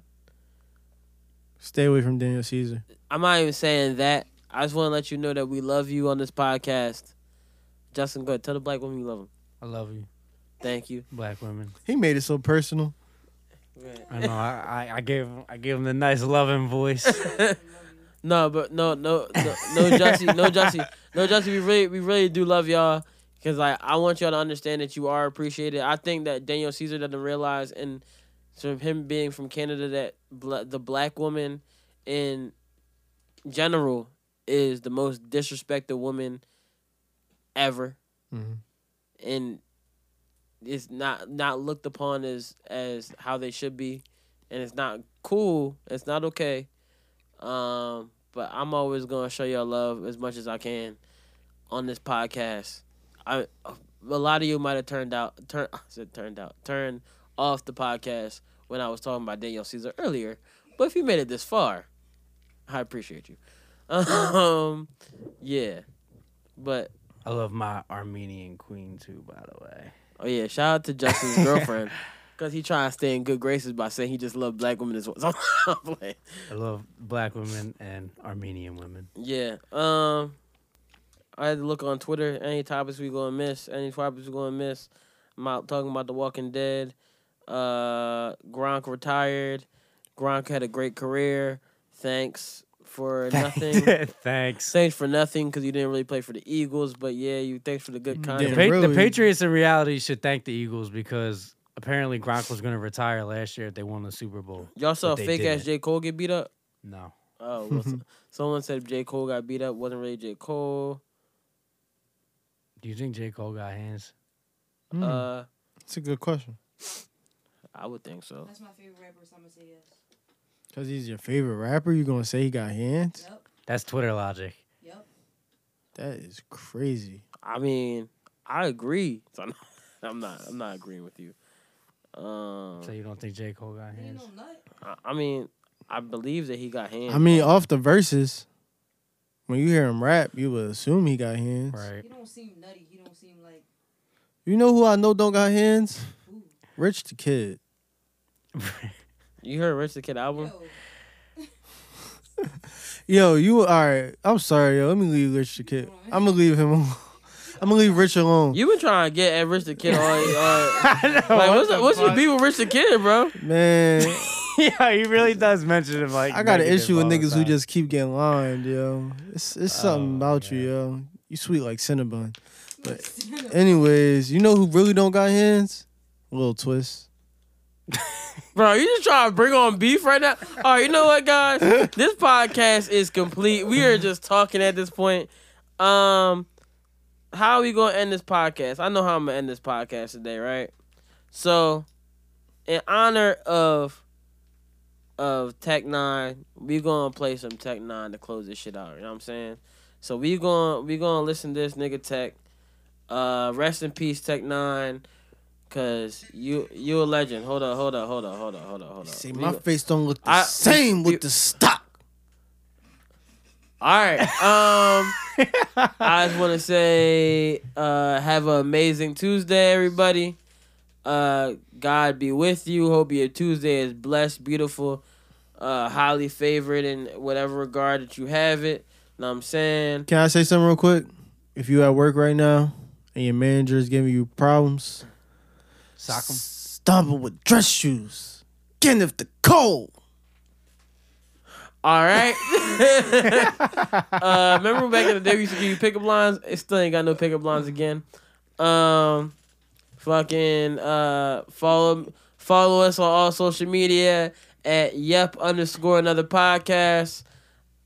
B: Stay away from Daniel Caesar.
D: I'm not even saying that. I just want to let you know that we love you on this podcast. Justin, go ahead. Tell the black woman you love them.
A: I love you,
D: Thank you.
A: black women.
B: He made it so personal.
A: I know. I, I, I gave I gave him the nice loving voice.
D: No, but no, no, no, no, Jussie, no, Jussie, no, Jussie. We really, we really do love y'all because like I want y'all to understand that you are appreciated. I think that Daniel Caesar doesn't realize, and from him being from Canada, that bla the black woman in general is the most disrespected woman ever.
B: Mhm.
D: and it's not not looked upon as as how they should be and it's not cool it's not okay um but i'm always gonna show y'all love as much as i can on this podcast i a lot of you might have turned out turn I said turned out turned off the podcast when i was talking about daniel caesar earlier but if you made it this far i appreciate you um yeah but
A: I love my Armenian queen too, by the way.
D: Oh yeah, shout out to Justin's girlfriend. Cause he trying to stay in good graces by saying he just loved black women as well. So I'm playing.
A: I love black women and Armenian women.
D: yeah. Um I had to look on Twitter. Any topics we gonna miss? Any topics we gonna miss? I'm out talking about The Walking Dead. Uh Gronk retired. Gronk had a great career. Thanks for nothing.
A: Thanks.
D: thanks for nothing because you didn't really play for the Eagles. But yeah, you thanks for the good
A: The,
D: content.
B: Yeah,
A: Pa- the
B: really.
A: Patriots in reality should thank the Eagles because apparently Gronk was going to retire last year if they won the Super Bowl.
D: Y'all saw
A: But they
D: fake ass
A: didn't.
D: J Cole get beat up.
A: No.
D: Oh, well, so- someone said J. Cole got beat up. Wasn't really J. Cole.
A: Do you think J. Cole got hands?
B: Hmm.
D: Uh,
B: It's a good question.
D: I would think so.
E: That's my favorite rapper, so I'm gonna say yes.
B: Cause he's your favorite rapper, you gonna say he got hands?
E: Yep,
A: That's Twitter logic.
E: yep.
B: That is crazy.
D: I mean, I agree. So I'm, I'm not. I'm not agreeing with you. Um,
A: So you don't think J. Cole got
E: Ain't
A: hands?
E: no nut.
D: I, I mean, I believe that he got hands.
B: I mean, off the verses, when you hear him rap, you would assume he got hands.
A: Right.
E: He don't seem nutty. He don't seem like.
B: You know who I know don't got hands?
E: Ooh,
B: Rich the Kid.
D: you heard Rich the Kid album?
E: yo,
B: Yo, you all right? I'm sorry, yo. Let me leave Rich the Kid. I'm gonna leave him. alone. I'm gonna leave Rich alone.
D: You been trying to get at Rich the Kid all. all
A: I know, what
D: like, what's
A: the
D: the, what's your
A: fuck?
D: beef with Rich the Kid, bro?
B: Man,
A: yeah, he really does mention him. Like
B: I got an
A: negative
B: issue with
A: all the
B: niggas who
A: time.
B: just keep getting lined, yo. It's it's something
A: Oh,
B: about you,
A: yeah.
B: yo. You sweet like Cinnabon.
E: Cinnabon.
B: Anyways, you know who really don't got hands? Little Twist.
D: Bro, you just trying to bring on beef right now? All right, you know what, guys? this podcast is complete. We are just talking at this point. Um, how are we gonna end this podcast? I know how I'm gonna end this podcast today, right? So, in honor of of Tech Nine, we gonna play some Tech Nine to close this shit out. You know what I'm saying? So we gonna we gonna listen to this nigga Tech. Uh, rest in peace, Tech Nine. Cause you you a legend. Hold up, hold up, hold up, hold up, hold up, hold up.
B: See,
D: We
B: my
D: go-
B: face don't look the
D: I-
B: same
D: you-
B: with the stock.
D: All right. Um, I just want to say, uh, have an amazing Tuesday, everybody. Uh, God be with you. Hope your Tuesday is blessed, beautiful, uh, highly favored in whatever regard that you have it. Know what I'm saying?
B: Can I say something real quick? If you at work right now and your manager is giving you problems,
A: sock him.
B: stumble with dress shoes. Kenneth the cold.
D: All right. uh, remember back in the day, we used to give you pickup lines. It still ain't got no pickup lines again. Um, Fucking uh, follow follow us on all social media at yep underscore another podcast.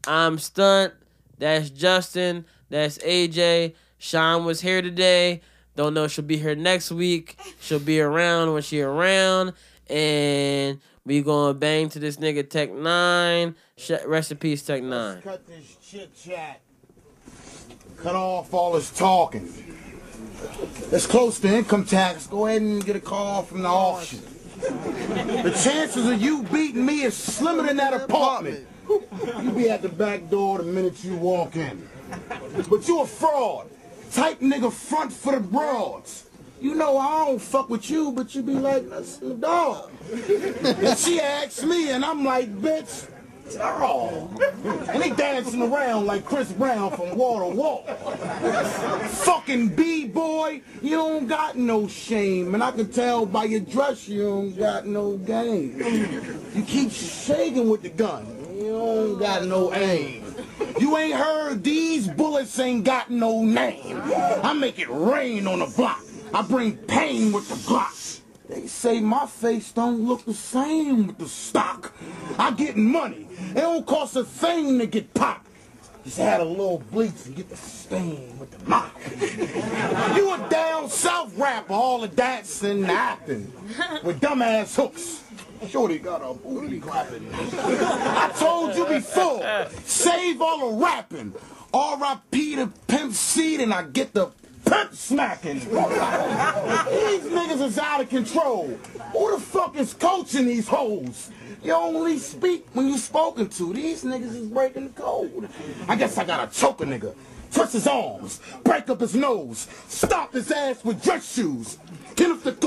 D: I'm Stunt. That's Justin. That's AJ. Sean was here today. Don't know if she'll be here next week. She'll be around when she around. And we going to bang to this nigga Tech Nine. Sh- rest in peace, Tech Nine.
K: Cut this chit chat. Cut off all this talking. It's close to income tax. Go ahead and get a call from the auction. The chances of you beating me is slimmer than that apartment. You be at the back door the minute you walk in. But you a fraud. Type nigga front for the broads. You know I don't fuck with you, but you be like, that's my dog. and she asks me, and I'm like, bitch, dog. And they dancing around like Chris Brown from Wall to Wall. Fucking B-boy, you don't got no shame. And I can tell by your dress you don't got no game. You keep shaking with the gun. You don't got no aim. You ain't heard these bullets ain't got no name. I make it rain on the block. I bring pain with the Glock. They say my face don't look the same with the stock. I get money. It don't cost a thing to get popped. Just add a little bleach and get the stain with the mop. you a down south rapper, all of that's and acting with dumbass hooks. Shorty got a booty clapping. I told you before, save all the rapping. R.I.P. to Pimp Seed and I get the pimp smacking. These niggas is out of control. Who the fuck is coaching these hoes? You only speak when you spoken to. These niggas is breaking the code. I guess I gotta choke a nigga. Twist his arms, break up his nose, stomp his ass with dress shoes, get him to